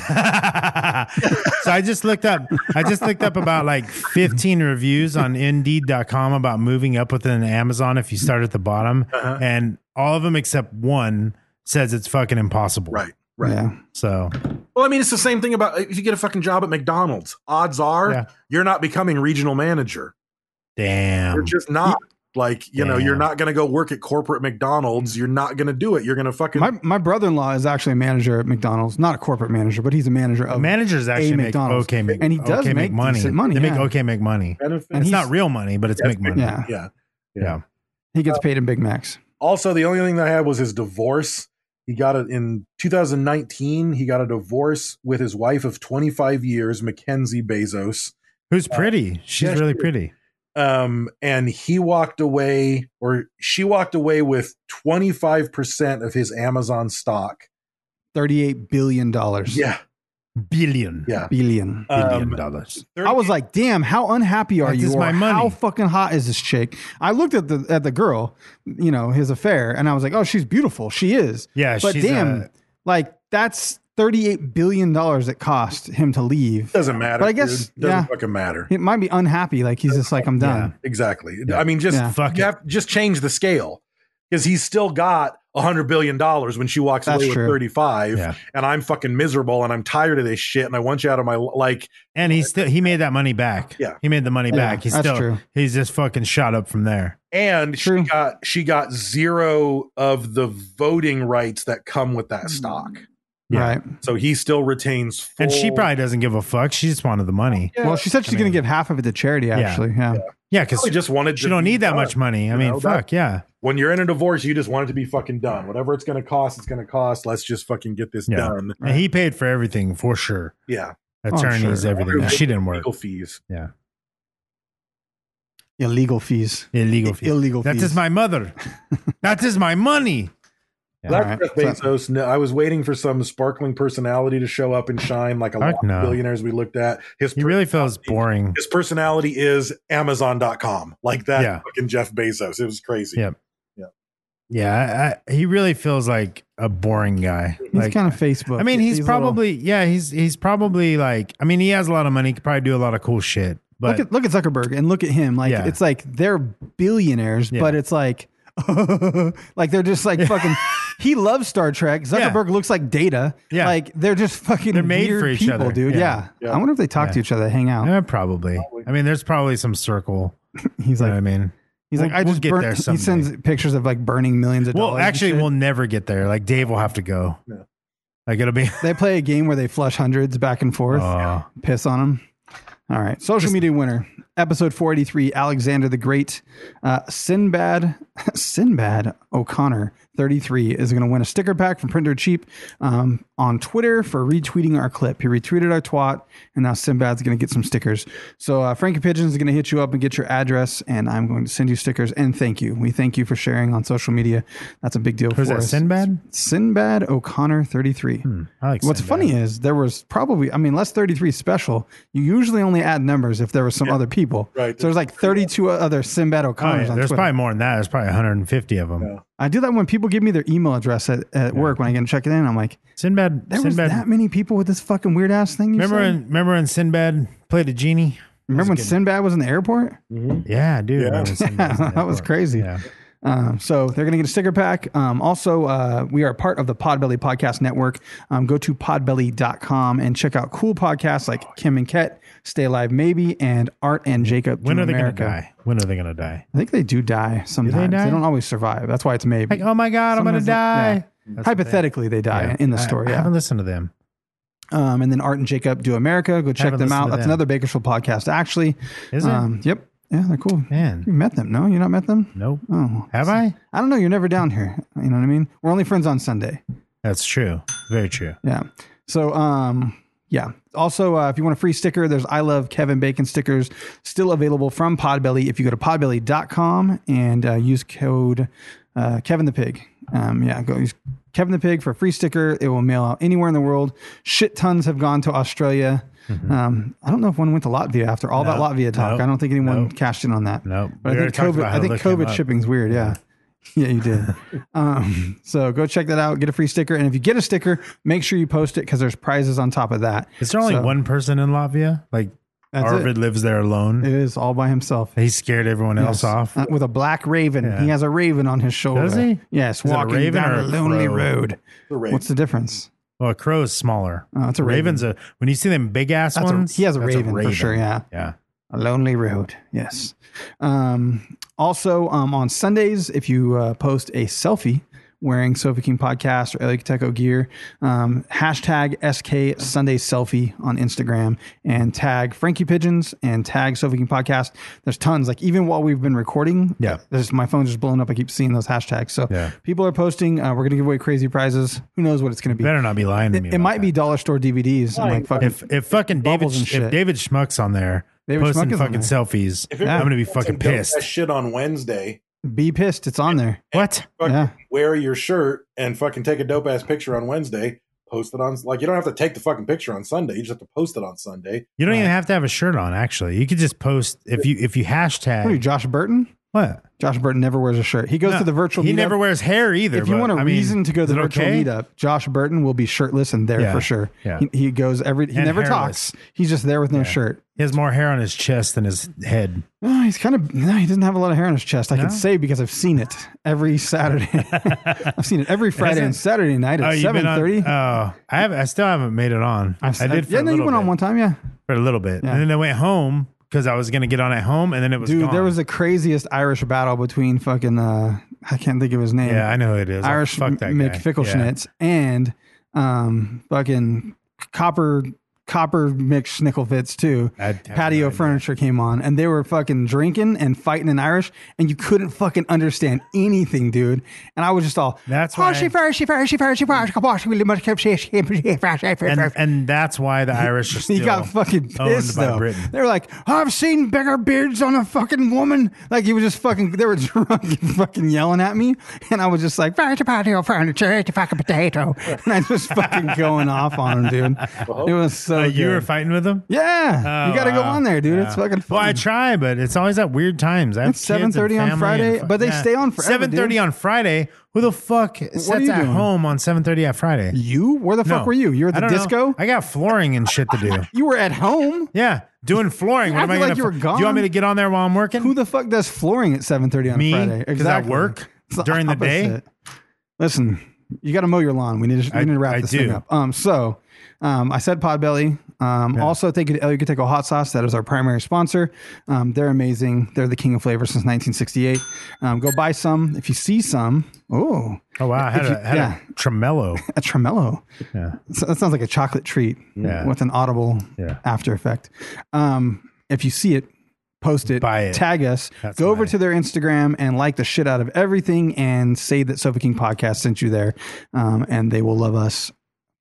so I just looked up. I just looked up about like 15 reviews on Indeed.com about moving up within Amazon if you start at the bottom,
Uh-huh.
and all of them except one says it's fucking impossible.
right, right.
Yeah.
So
Well, I mean, it's the same thing about if you get a fucking job at McDonald's. Odds are
Yeah.
you're not becoming regional manager. You're
Um,
damn.
just not. Like, you know, you're
Yeah.
not going to go work at corporate McDonald's. You're not going to do it. You're going to fucking.
My my brother in law is actually a manager at McDonald's, not a corporate manager, but he's a manager of
Managers actually
a
make
McDonald's.
okay, make,
and he does
okay,
make,
money.
decent money.
They make
yeah.
okay, make money.
And
it's
he's-
not real money, but it's make money.
Yeah,
yeah.
yeah.
he
Oh.
gets paid in Big Macs.
Also, the only thing that I had was his divorce. He got it in 2019. He got a divorce with his wife of 25 years, Mackenzie Bezos.
Who's
Uh,
pretty? She's
yeah,
really
she-
pretty.
Um, and he walked away, or she walked away with 25% of his Amazon stock.
Thirty eight billion dollars.
Yeah.
Billion.
Yeah.
billion.
Billion
Um,
dollars.
I was like, damn, how unhappy are
That
you?
is
or
my money.
How fucking hot is this chick? I looked at the at the girl, you know, his affair, and I was like, oh, she's beautiful. She is.
Yeah,
but
she's,
damn,
uh,
like that's thirty eight billion dollars it cost him to leave.
doesn't matter.
But I guess-
dude. doesn't
yeah.
fucking matter.
It might be unhappy. Like he's just like, I'm done.
Exactly. I mean, just
Yeah.
Fuck
you
it.
have- just change the scale because he's still got a hundred billion dollars when she walks
That's
away
true.
with thirty five,
Yeah.
and I'm fucking miserable and I'm tired of this shit and I want you out of my li- like.
And he still he made that money back.
Yeah.
He made the money
Yeah,
back. He's
that's
still
true.
he's just fucking shot up from there.
And
True.
she got she got zero of the voting rights that come with that stock.
Right.
So he still retains full,
And she probably doesn't give a fuck. She just wanted the money.
Well, she said she's going to give half of it to charity. Actually, yeah.
Yeah, because
probably just wanted
she
to
don't
be
need that
done,
much money. I
you
mean,
know, that-
fuck yeah.
when you're in a divorce, you just want it to be fucking done. Whatever it's going to cost, it's going to cost. Let's just fucking get this
Yeah.
done.
And he paid for everything for sure.
Yeah.
I'm sure.
Attorneys, everything.
Yeah.
She didn't work.
Legal fees.
Yeah.
Illegal fees.
Illegal fees.
Illegal
That
fees.
is my mother. that is my money.
That's
All right.
Jeff Bezos. No, I was waiting for some sparkling personality to show up and shine like a
Fuck
lot
no.
of billionaires we looked at. His
He really feels boring.
his personality is Amazon.com. Like that
Yeah.
fucking Jeff Bezos. It was crazy.
Yep. Yeah, I, I, he really feels like a boring guy.
He's
like,
kind of Facebook.
I mean, he's,
a little-
probably yeah. He's he's probably like. I mean, he has a lot of money. He could probably do a lot of cool shit. But
look at look at Zuckerberg and look at him. Like
Yeah.
it's like they're billionaires,
Yeah.
but it's like like they're just like fucking. He loves Star Trek. Zuckerberg looks like Data.
Yeah.
like they're just fucking.
They're made
weird
for each
people,
other.
dude.
Yeah.
Yeah.
Yeah.
I wonder if they talk to
Yeah.
each other, hang out.
eh, probably. I mean, there's probably some circle.
He's
You know
like,
what I mean,
he's like,
we'll-
I
we'll
just
get
burnt-
there
He sends pictures of like burning millions of dollars.
well,
and
actually,
shit.
we'll never get there. Like Dave will have to go.
No.
Like it'll be.
they play a game where they flush hundreds back and forth.
Oh.
piss on them. All right. Social media winner, episode 483, Alexander the Great. Uh, Sinbad, Sinbad O'Connor, 33, is going to win a sticker pack from Printer Cheap um, on Twitter for retweeting our clip. He retweeted our twat, and now Sinbad's going to get some stickers. So uh, Frankie Pigeons is going to hit you up and get your address, and I'm going to send you stickers. And thank you. We thank you for sharing on social media. That's a big deal
Who's
for
that?
us.
Sinbad.
Sinbad O'Connor, 33.
Hmm, I like
What's
Sinbad.
funny is there was probably, I mean, less 33 special. You usually only add numbers if there was some other people.
Right.
So there's like 32 other Sinbad
Oh,
O'Connors
yeah,
on
there's
Twitter.
probably more than that. There's probably 150 of them.
Yeah.
I do that when people give me their email address at, at work when I get to check it in. I'm like,
Sinbad.
there was
Sinbad.
that many people with this fucking weird ass thing. You
remember
said?
when? Remember when Sinbad played a genie?
remember when Sinbad was in the airport?
Yeah, dude.
Yeah.
that was crazy.
Yeah.
Um, so they're going to get a sticker pack. Um, also, uh, we are part of the Podbelly Podcast Network. Um, go to podbelly.com and check out cool podcasts like Kim and Ket, Stay Alive Maybe, and Art and Jacob.
When
to
are they
America.
gonna die? When are they gonna die?
I think they do die sometimes. they,
die?
don't always survive. That's why it's maybe.
Like, oh my god, I'm gonna
Sometimes they- yeah.
die.
Hypothetically, they die in the story.
I, I
yeah.
haven't listened to them.
Um, and then Art and Jacob do America. Go check
Haven't
them
listened
out.
to
That's
them.
another Bakersfield podcast, actually. Um,
Is it?
yep. Yeah, they're cool. You
Man,
met them? No, you not met them?
nope.
Oh,
Have I?
I don't know. You're never down here. You know what I mean? We're only friends on Sunday.
That's true. Very true.
Yeah. So, um, yeah. Also, uh, if you want a free sticker, there's I Love Kevin Bacon stickers still available from Podbelly. If you go to podbelly.com and uh, use code uh, Kevin the Pig. Um, yeah, go use Kevin the Pig for a free sticker. It will mail out anywhere in the world. Shit tons have gone to Australia. Um, I don't know if one went to Latvia after all that
Mm-hmm. No,
Latvia talk.
no,
I don't think anyone
no.
cashed in on that.
No.
But
We
I
already
think
talked
COVID,
about how
I think
to look him
COVID
up.
shipping's weird. Yeah. Yeah, you did. um, so go check that out. Get a free sticker. And if you get a sticker, make sure you post it because there's prizes on top of that.
Is there only
So,
one person in Latvia? Like
That's
Arvid
it.
lives there alone.
It is all by himself.
he scared everyone else
Yes.
off.
Uh, with a black raven.
Yeah.
He has a raven on his shoulder.
Does he?
Yes,
Is it a
walking
raven
down
or
a
a
lonely
crow?
road.
The raven.
What's the difference?
well, a crow is smaller.
Oh, it's a
Raven's a when you see them big ass
That's a-
ones.
he has a
that's
raven for sure, yeah.
Yeah.
A lonely road. Yes. Um, also, um, on Sundays, if you uh, post a selfie wearing Sophie King podcast or Ellie Kateco gear, um, hashtag SK Sunday selfie on Instagram and tag Frankie Pigeons and tag Sophie King podcast. There's tons. Like even while we've been recording,
Yeah.
there's my phone's just blowing up. I keep seeing those hashtags. So
Yeah.
people are posting. Uh, we're gonna give away crazy prizes. Who knows what it's gonna be?
Better not be lying to me.
It, it
about
might be
that.
dollar store DVDs. and like fucking,
If if fucking David
Bubbles and
if
shit.
David Schmuck's on there
David
posting
Schmuck is on
fucking
there.
selfies,
it
I'm gonna be
That's
fucking
some dope ass
pissed.
Shit on Wednesday.
be pissed. It's on there.
What?
Fucking
Yeah.
Wear your shirt and fucking take a dope ass picture on Wednesday. Post it on like you don't have to take the fucking picture on Sunday. You just have to post it on Sunday.
You don't even have to have a shirt on. Actually, you could just post if you if you hashtag
What are you, Josh Burton?
what.
Josh Burton never wears a shirt. He goes
No,
to the virtual.
He
meetup.
never wears hair either.
If you
but,
want a
I mean,
reason to go to the
is it
virtual
okay?
meetup, Josh Burton will be shirtless and there
Yeah,
for sure.
yeah.
He, he goes every. He
And
never
hairless.
talks. He's just there with no shirt.
he has more hair on his chest than his head.
Oh, he's kind of. No, he doesn't have a lot of hair on his chest. I can say because I've seen it every Saturday. I've seen it every Friday and
Hasn't-
Saturday night at
Oh, you've been
seven thirty.
on- Oh, I have. I still haven't made it on. i did. For
yeah,
a
no, you
little
went on
bit,
one time. Yeah,
for a little bit,
Yeah.
and then I went home because I was gonna get on at home, and then it was
dude,
gone.
there was the craziest Irish battle between fucking. uh I can't think of his name.
yeah, I know who it is. Oh,
Irish
fuck that guy.
McFickleshnitz and um, fucking copper copper mixed schnickel fits too.
I- I have no
Patio
idea.
furniture came on, and they were fucking drinking and fighting in Irish, and you couldn't fucking understand anything, dude. And I was just all
That's why-
"Farshy, farshy, farshy, farshy, farshy, farshy, we must keep saying shit, shit, farshy, farshy,
And,
farshy."
and that's why the Irish are still
He got fucking
owned
pissed
by
though.
Britain.
They were like, "I've seen bigger beards on a fucking woman." Like he was just fucking. They were drunk and fucking yelling at me, and I was just like, "Furniture, patio furniture, it's a fucking potato," and I was fucking going off on him, dude. It was so.
Uh, you were
good.
fighting with them?
Yeah,
Oh,
you got to go
wow.
on there, dude.
Yeah.
It's fucking fun.
Well, I try, but it's always at weird times. I have
It's 7:30 on Friday, but they stay on forever,
Seven thirty
dude.
on Friday. Who the fuck sets at
you doing?
home on seven thirty at Friday?
You? Where the fuck
No.
were you? You were
I
at the
don't know.
disco.
I got flooring and shit to do.
you were at home.
Yeah, doing flooring. What
I
am I
feel
gonna?
like you were
do
gone.
you want me to get on there while I'm working?
Who the fuck does flooring at 7:30 on
Me?
Friday?
'Cause I work
It's the
during the day?
opposite. Listen, you got to mow your lawn. We need to, we
I-
need to wrap
I
this
do.
thing up. Um, so, um, I said Podbelly. Um, also thank you to El Yucateco Hot Sauce. That is our primary sponsor. Um, they're amazing. They're the king of flavor since 1968. Um, go buy some if you see some. Oh,
oh wow, I had,
If
a,
you-
had
yeah.
a tremolo.
a tremolo.
Yeah.
So that sounds like a chocolate treat
Yeah.
with an audible
Yeah.
after effect. Um, if you see it, post it,
Buy it.
tag us,
That's
go over
my-
to their Instagram and like the shit out of everything and say that Sofa King Podcast sent you there. Um, and they will love us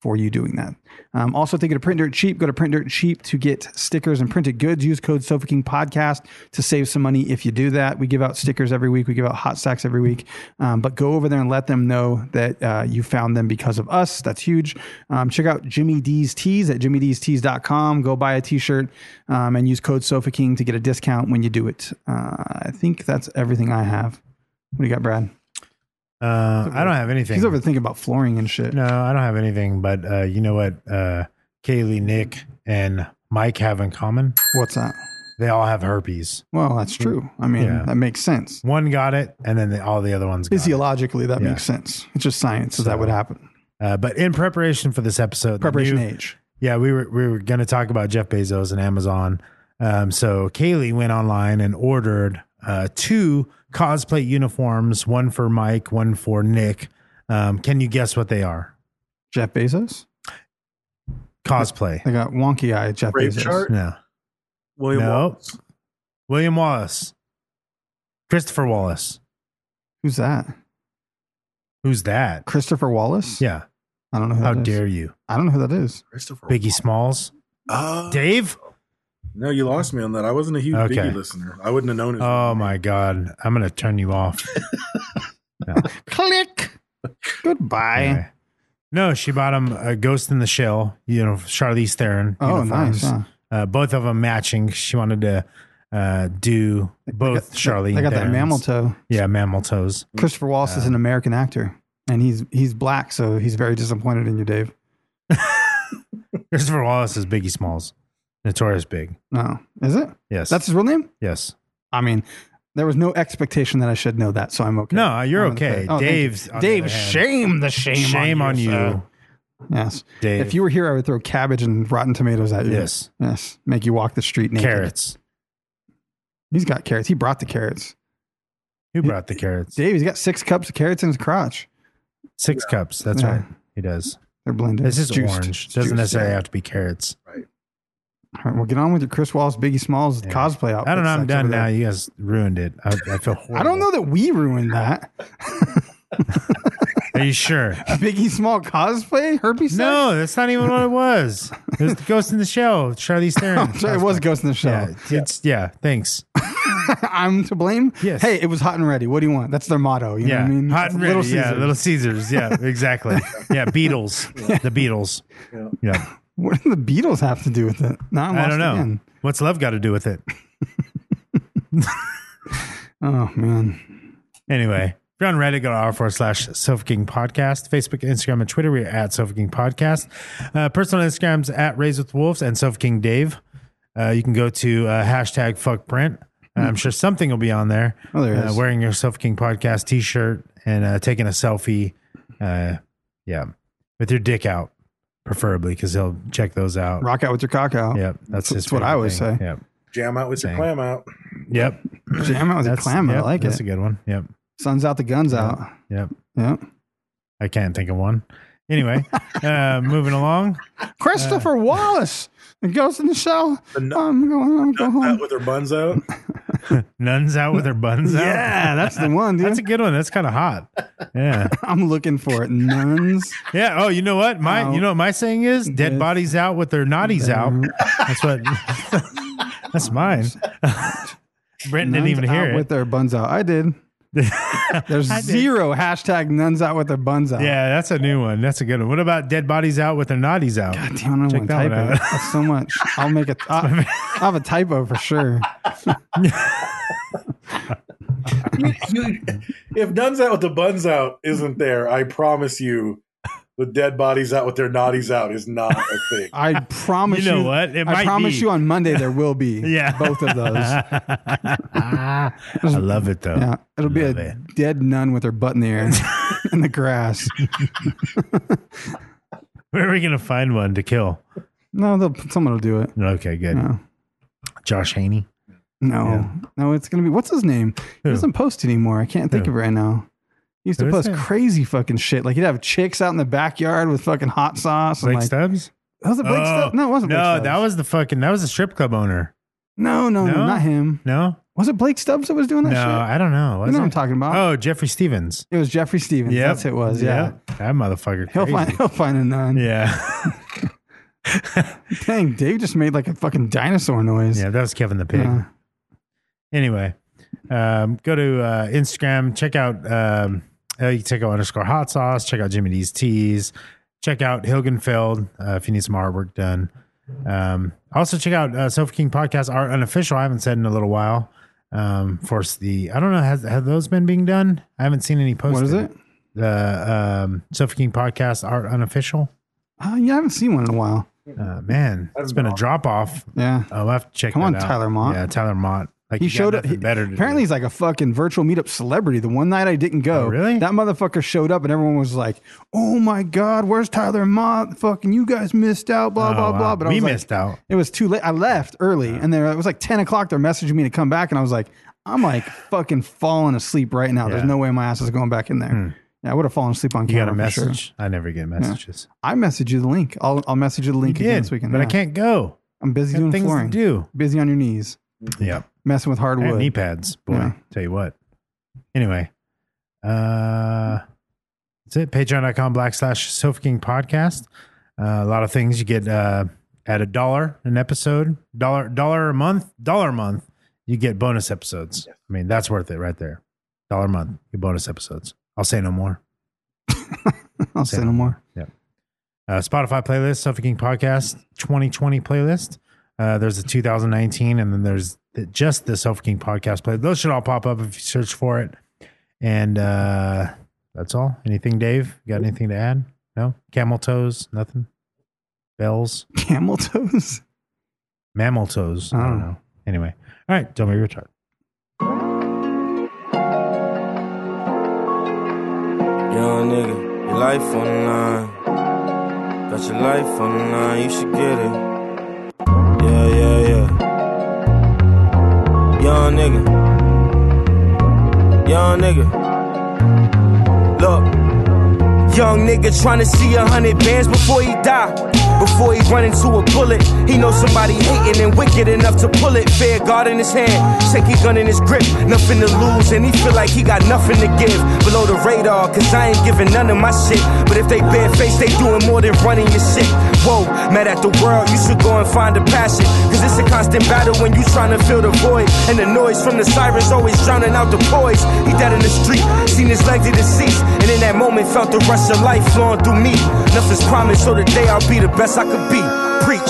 for you doing that. Um, also, think of Print Dirt Cheap. Go to Print Dirt Cheap to get stickers and printed goods. Use code Sofa King Podcast to save some money if you do that. We give out stickers every week. We give out hot stacks every week. Um, but go over there and let them know that uh, you found them because of us. That's huge. Um, check out Jimmy D's Tees at jimmydstees.com. Go buy a t-shirt um, and use code Sofa King to get a discount when you do it. Uh, I think that's everything I have. What do you got, Brad?
Uh, I don't have anything.
He's over thinking about flooring and shit.
No, I don't have anything. But uh, you know what? Uh, Kaylee, Nick, and Mike have in common.
What's that?
They all have herpes.
Well, that's true. I mean,
Yeah.
that makes sense.
One got it, and then the, all the other ones. Got it.
Physiologically, that
Yeah.
makes sense. It's just science so that would happen.
Uh, but in preparation for this episode, the
Preparation
new-
age.
Yeah, we were we were going to talk about Jeff Bezos and Amazon. Um, so Kaylee went online and ordered uh, two cosplay uniforms, one for Mike, one for Nick. Um, can you guess what they are?
Jeff Bezos.
Cosplay.
They got wonky eye. Jeff
Rape
Bezos.
chart?
No.
William
No.
Wallace.
William Wallace. Christopher Wallace.
Who's that?
Who's that?
Christopher Wallace.
Yeah.
I don't know. Who
How
that is.
dare you?
I don't know who that is.
Christopher.
Biggie Smalls.
Oh,
Dave?
no, you lost me on that. I wasn't a huge
Okay.
Biggie listener. I wouldn't have known it.
Oh my God. I'm going to turn you off.
Click. Goodbye.
Anyway. No, she bought him a Ghost in the Shell, you know, Charlize Theron.
Oh,
uniforms.
nice. huh?
Uh, both of them matching. She wanted to uh, do both Charlie.
They got that mammal toe.
Yeah, mammal toes.
Christopher Wallace is an American actor, and he's he's black, so he's very disappointed in you, Dave.
Christopher Wallace is Biggie Smalls. Notorious Big.
No, is it?
Yes.
That's his real name.
yes.
I mean, there was no expectation that I should know that, so I'm okay.
No, uh, you're
I'm
okay.
Oh, thank you.
Dave's on the
Dave,
other hand.
shame the shame.
Shame on you,
sir. Yes,
Dave.
If you were here, I would throw cabbage and rotten tomatoes at you.
Yes.
yes. Make you walk the street naked.
carrots.
He's got carrots. He brought the carrots.
Who brought the carrots?
Dave, he's got six cups of carrots in his crotch.
Six cups. That's
Yeah.
right. He does.
They're blended.
This is
Juiced. Oh,
orange.
It's
Doesn't
juiced,
necessarily
yeah.
have to be carrots.
All right, well, get on with your Chris Wallace, Biggie Smalls cosplay outfit.
I don't know. I'm done now. You guys ruined it. I, I feel horrible.
I don't know that we ruined that.
Are you sure?
Biggie Small cosplay herpes. sex?
No, that's not even what it was. It was the Ghost in the Shell, Charlize Theron.
I'm sorry, it was Ghost in the Shell.
Yeah, it's yeah. Thanks.
I'm to blame.
Yes.
Hey, it was hot and ready. What do you want? That's their motto. You know
yeah,
what I mean?
hot and ready.
Little
Yeah,
Caesars.
Little Caesars. Yeah, exactly. yeah, Beatles. The Beatles. Yeah.
What do the Beatles have to do with it? Now I'm
I
lost
don't know.
again.
What's love got to do with it?
Oh man.
Anyway, if you're on Reddit, go to r forward slash Sofa King Podcast. Facebook, Instagram, and Twitter, we're at Sofa King Podcast. Uh, personal Instagrams at Raised with Wolves and Sofa King Dave. Uh, you can go to uh, hashtag fuck Brent. Uh, I'm sure something will be on there.
Oh, Hmm. there it
uh,
is.
Wearing your Sofa King Podcast t shirt and uh, taking a selfie. Uh, yeah, with your dick out, preferably, because he'll check those out.
Rock out with your cock out.
Yep, that's his.
what I
favorite
always
thing.
say.
Yep,
Jam out with your
Dang.
clam out.
yep.
Jam out with your clam out. I
yep,
like
That's
it.
a good one. Yep,
Sun's out, the guns out.
yep.
Yeah.
I can't think of one. Anyway, uh, moving along.
Christopher Wallace, the Ghost in the Shell.
nu-
I'm going. I'm going home.
Out with her buns out.
Nuns out with their buns out.
Yeah, that's the one, dude.
That's a good one. That's kind of hot. Yeah.
I'm looking for it. Nuns.
Yeah. Oh, you know what? My
Out.
you know what my saying is dead
Yes.
bodies out with their naughties out. That's what that's mine. Brent didn't
Nuns
even hear
out
it.
with their buns out. I did. There's
I did.
zero hashtag nuns out with their buns out.
yeah, that's a new one. That's a good one. What about dead bodies out with their naughties out?
God damn, I don't
Check
want
that
to type
one
it.
out.
That's so much. I'll make it. I'll, I'll have a typo for sure.
If nuns out with the buns out isn't there, I promise you, the dead bodies out with their naughties out is not a thing.
I promise you.
You know what? It
I
might
promise
be.
you on Monday there will be
Yeah.
both of those.
I love it though.
Yeah, it'll be a
Love it.
dead nun with her butt in the air in the grass.
Where are we gonna find one to kill?
No, they'll, someone will do it.
Okay, good.
No.
Josh Haney.
No, no, it's gonna be what's his name? He
Who?
doesn't post anymore. I can't think
Who?
of it right now. He used to
Who is
post
that?
crazy fucking shit. Like he'd have chicks out in the backyard with fucking hot sauce.
Blake
and like,
Stubbs?
was it Blake Stubbs? No, it wasn't.
Oh. No,
Blake Stubbs.
that was the fucking that was the strip club owner.
no, no, no,
No?
not him.
No?
Was it Blake Stubbs that was doing that
No,
Oh, shit?
I don't know.
you
Was
know what I'm
it?
talking about.
Oh, Jeffrey Stevens.
It was Jeffrey Stevens.
Yep.
That's who it was. Yeah.
Yep. That motherfucker.
He'll
crazy.
find he'll find a nun.
Yeah.
Dang, Dave just made like a fucking dinosaur noise.
yeah, that was Kevin the Pig.
Uh,
Anyway, um, go to uh, Instagram, check out um, uh, you can check out underscore hot sauce, check out Jimmy D's teas, check out Hilgenfeld uh, if you need some artwork done. Um, also check out uh, Sofa King Podcast Art Unofficial. I haven't said in a little while. Um, of course, the I don't know has have those been being done? I haven't seen any posted.
what is it?
The um, Sofa King Podcast Art Unofficial.
Oh, yeah, I haven't seen one in a while.
Uh, man, it's been a drop off
Yeah.
I'll have to check.
Come
that
on,
out.
Tyler Mott.
Yeah, Tyler Mott. Like Uh,
He
you got
showed up.
nothing
he-
better. To
apparently,
do.
he's like a fucking virtual meetup celebrity. The one night I didn't go,
Oh, really?
that motherfucker showed up, and everyone was like, "Oh my god, where's Tyler Mott? Fucking, you guys missed out." Blah
Oh,
blah
wow.
blah. But I
We
was like-
missed out.
It was too late. I left early, and there it was like ten o'clock. They're messaging me to come back, and I was like, "I'm like fucking falling asleep right now. There's
Yeah. Hmm.
no way my ass is going back in there." Yeah, I would have fallen asleep on
you got
camera.
a
for sure.
message. I never get messages.
I message you the link. I'll I'll message you the link
You
again
did,
this weekend.
but I
yeah.
can't go.
I'm busy
Got
doing
things
flooring.
to do.
Busy on your knees,
Yeah,
messing with
I had
hardwood.
knee pads. Boy,
Yeah.
tell you what. Anyway, uh, that's it. Patreon.com black slash Sofa King Podcast. Uh, a lot of things you get uh, at a dollar an episode, dollar dollar a month, dollar a month. You get bonus episodes. I mean, that's worth it right there. Dollar a month, you get bonus episodes. I'll say no more.
I'll say no more.
uh, Spotify playlist, Sofa King Podcast 2020 playlist. Uh, there's the 2019, and then there's the, just the Sofa King Podcast playlist. Those should all pop up if you search for it. And uh, that's all. Anything, Dave? You got anything to add? No? Camel toes? Nothing? Bells?
Camel toes.
Mammal toes? I
Oh.
don't know. Anyway. All right. Don't be retarded.
Young nigga, your life on the line. Got your life on the line, you should get it. Yeah, yeah, yeah. Young nigga. Young nigga. Look. Young nigga tryna see a hundred bands before he die. Before he run into a bullet, he know somebody hating and wicked enough to pull it. Fair guard in his hand, shaky gun in his grip, nothing to lose, and he feel like he got nothing to give. Below the radar, cause I ain't giving none of my shit. But if they bare face, they doing more than running your shit. Whoa, mad at the world, you should go and find a passion. Cause it's a constant battle when you tryna fill the void. And the noise from the sirens always drowning out the poise. He died in the street, seen his legs to deceased. And in that moment, felt the rush of life flowing through me. Nothing's promised, so today I'll be the best I could be. Preach.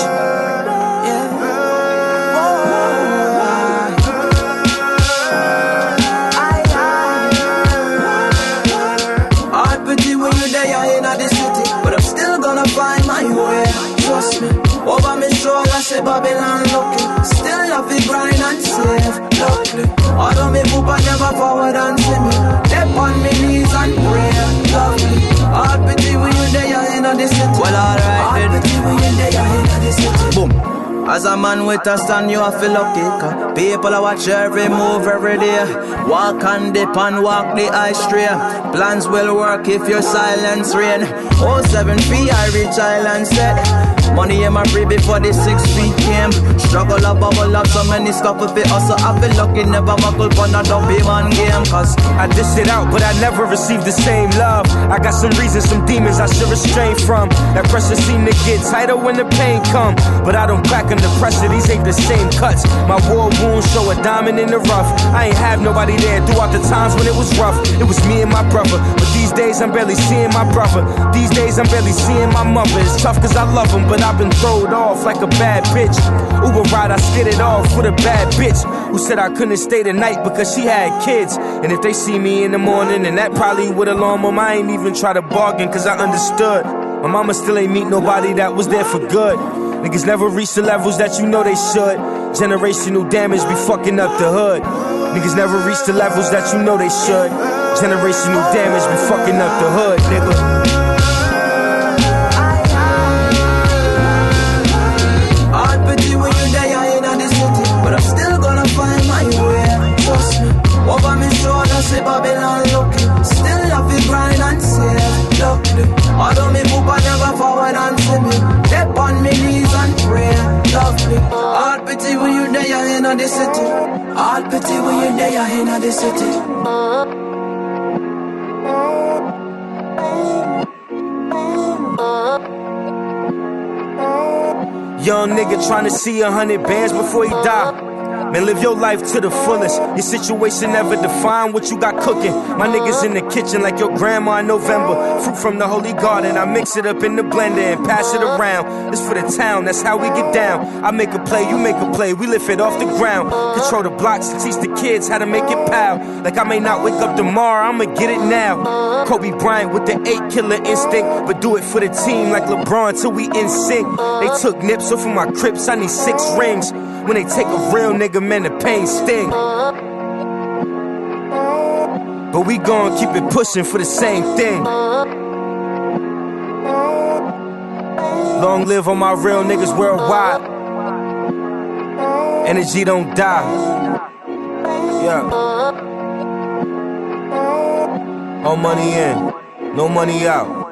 Hard pity when you die, I ain't the city. But I'm still gonna find my way. Trust me. Over me strong, I say Babylon lucky. Still have to grind and save. Luckily. Although me poop, I never forward and see me. Step on me knees and pray. Lovely. Hard pity when you die, I ain't the city. Well, alright. Hard pity when you die, I ain't the city. Boom. As a man with a stand, you have to lucky. 'cause People are watch every move every day. Walk and dip and walk the eye straight. Plans will work if your silence rain. 07P, I reach island set. Money in my free before the six feet came. Struggle a bubble up, so many stop if it also. I feel lucky, never buckle, but I don't be man game. Cause
I dished it out, but I never received the same love. I got some reasons, some demons I should restrain from. That pressure seemed to get tighter when the pain come. But I don't crack under pressure, these ain't the same cuts. My war wounds show a diamond in the rough. I ain't have nobody there throughout the times when it was rough. It was me and my brother. But these days I'm barely seeing my brother. These days I'm barely seeing my mother. It's tough cause I love him, but I've been throwed off like a bad bitch. Uber ride, I skidded off with a bad bitch who said I couldn't stay the night because she had kids. And if they see me in the morning, and that probably would alarm them, I ain't even try to bargain because I understood. My mama still ain't meet nobody that was there for good. Niggas never reach the levels that you know they should. Generational damage be fucking up the hood. Niggas never reach the levels that you know they should. Generational damage be fucking up the hood, nigga.
All pity when you die, I ain't the city. But I'm still gonna find my way. Trust me. Over me shoulder, say Babylon looking. Still have to grind and save. Look, although me poop, I never forward and see me. Step on me knees and pray. Lovely. All pity when you die, I ain't the city. All pity when you die, I ain't the city.
Young nigga tryna see a hundred bands before he die. Man, live your life to the fullest. Your situation never define what you got cooking. My niggas in the kitchen like your grandma in November. Fruit from the holy garden, I mix it up in the blender and pass it around. It's for the town, that's how we get down. I make a play, you make a play, we lift it off the ground. Control the blocks and teach the kids how to make it pow. Like I may not wake up tomorrow, I'ma get it now. Kobe Bryant with the eight killer instinct, but do it for the team like LeBron till we in sync. They took nips, so for my crips, I need six rings. When they take a real nigga, man, the pain sting. But we gon' keep it pushing for the same thing. Long live all my real niggas worldwide. Energy don't die. Yeah. All money in, no money out.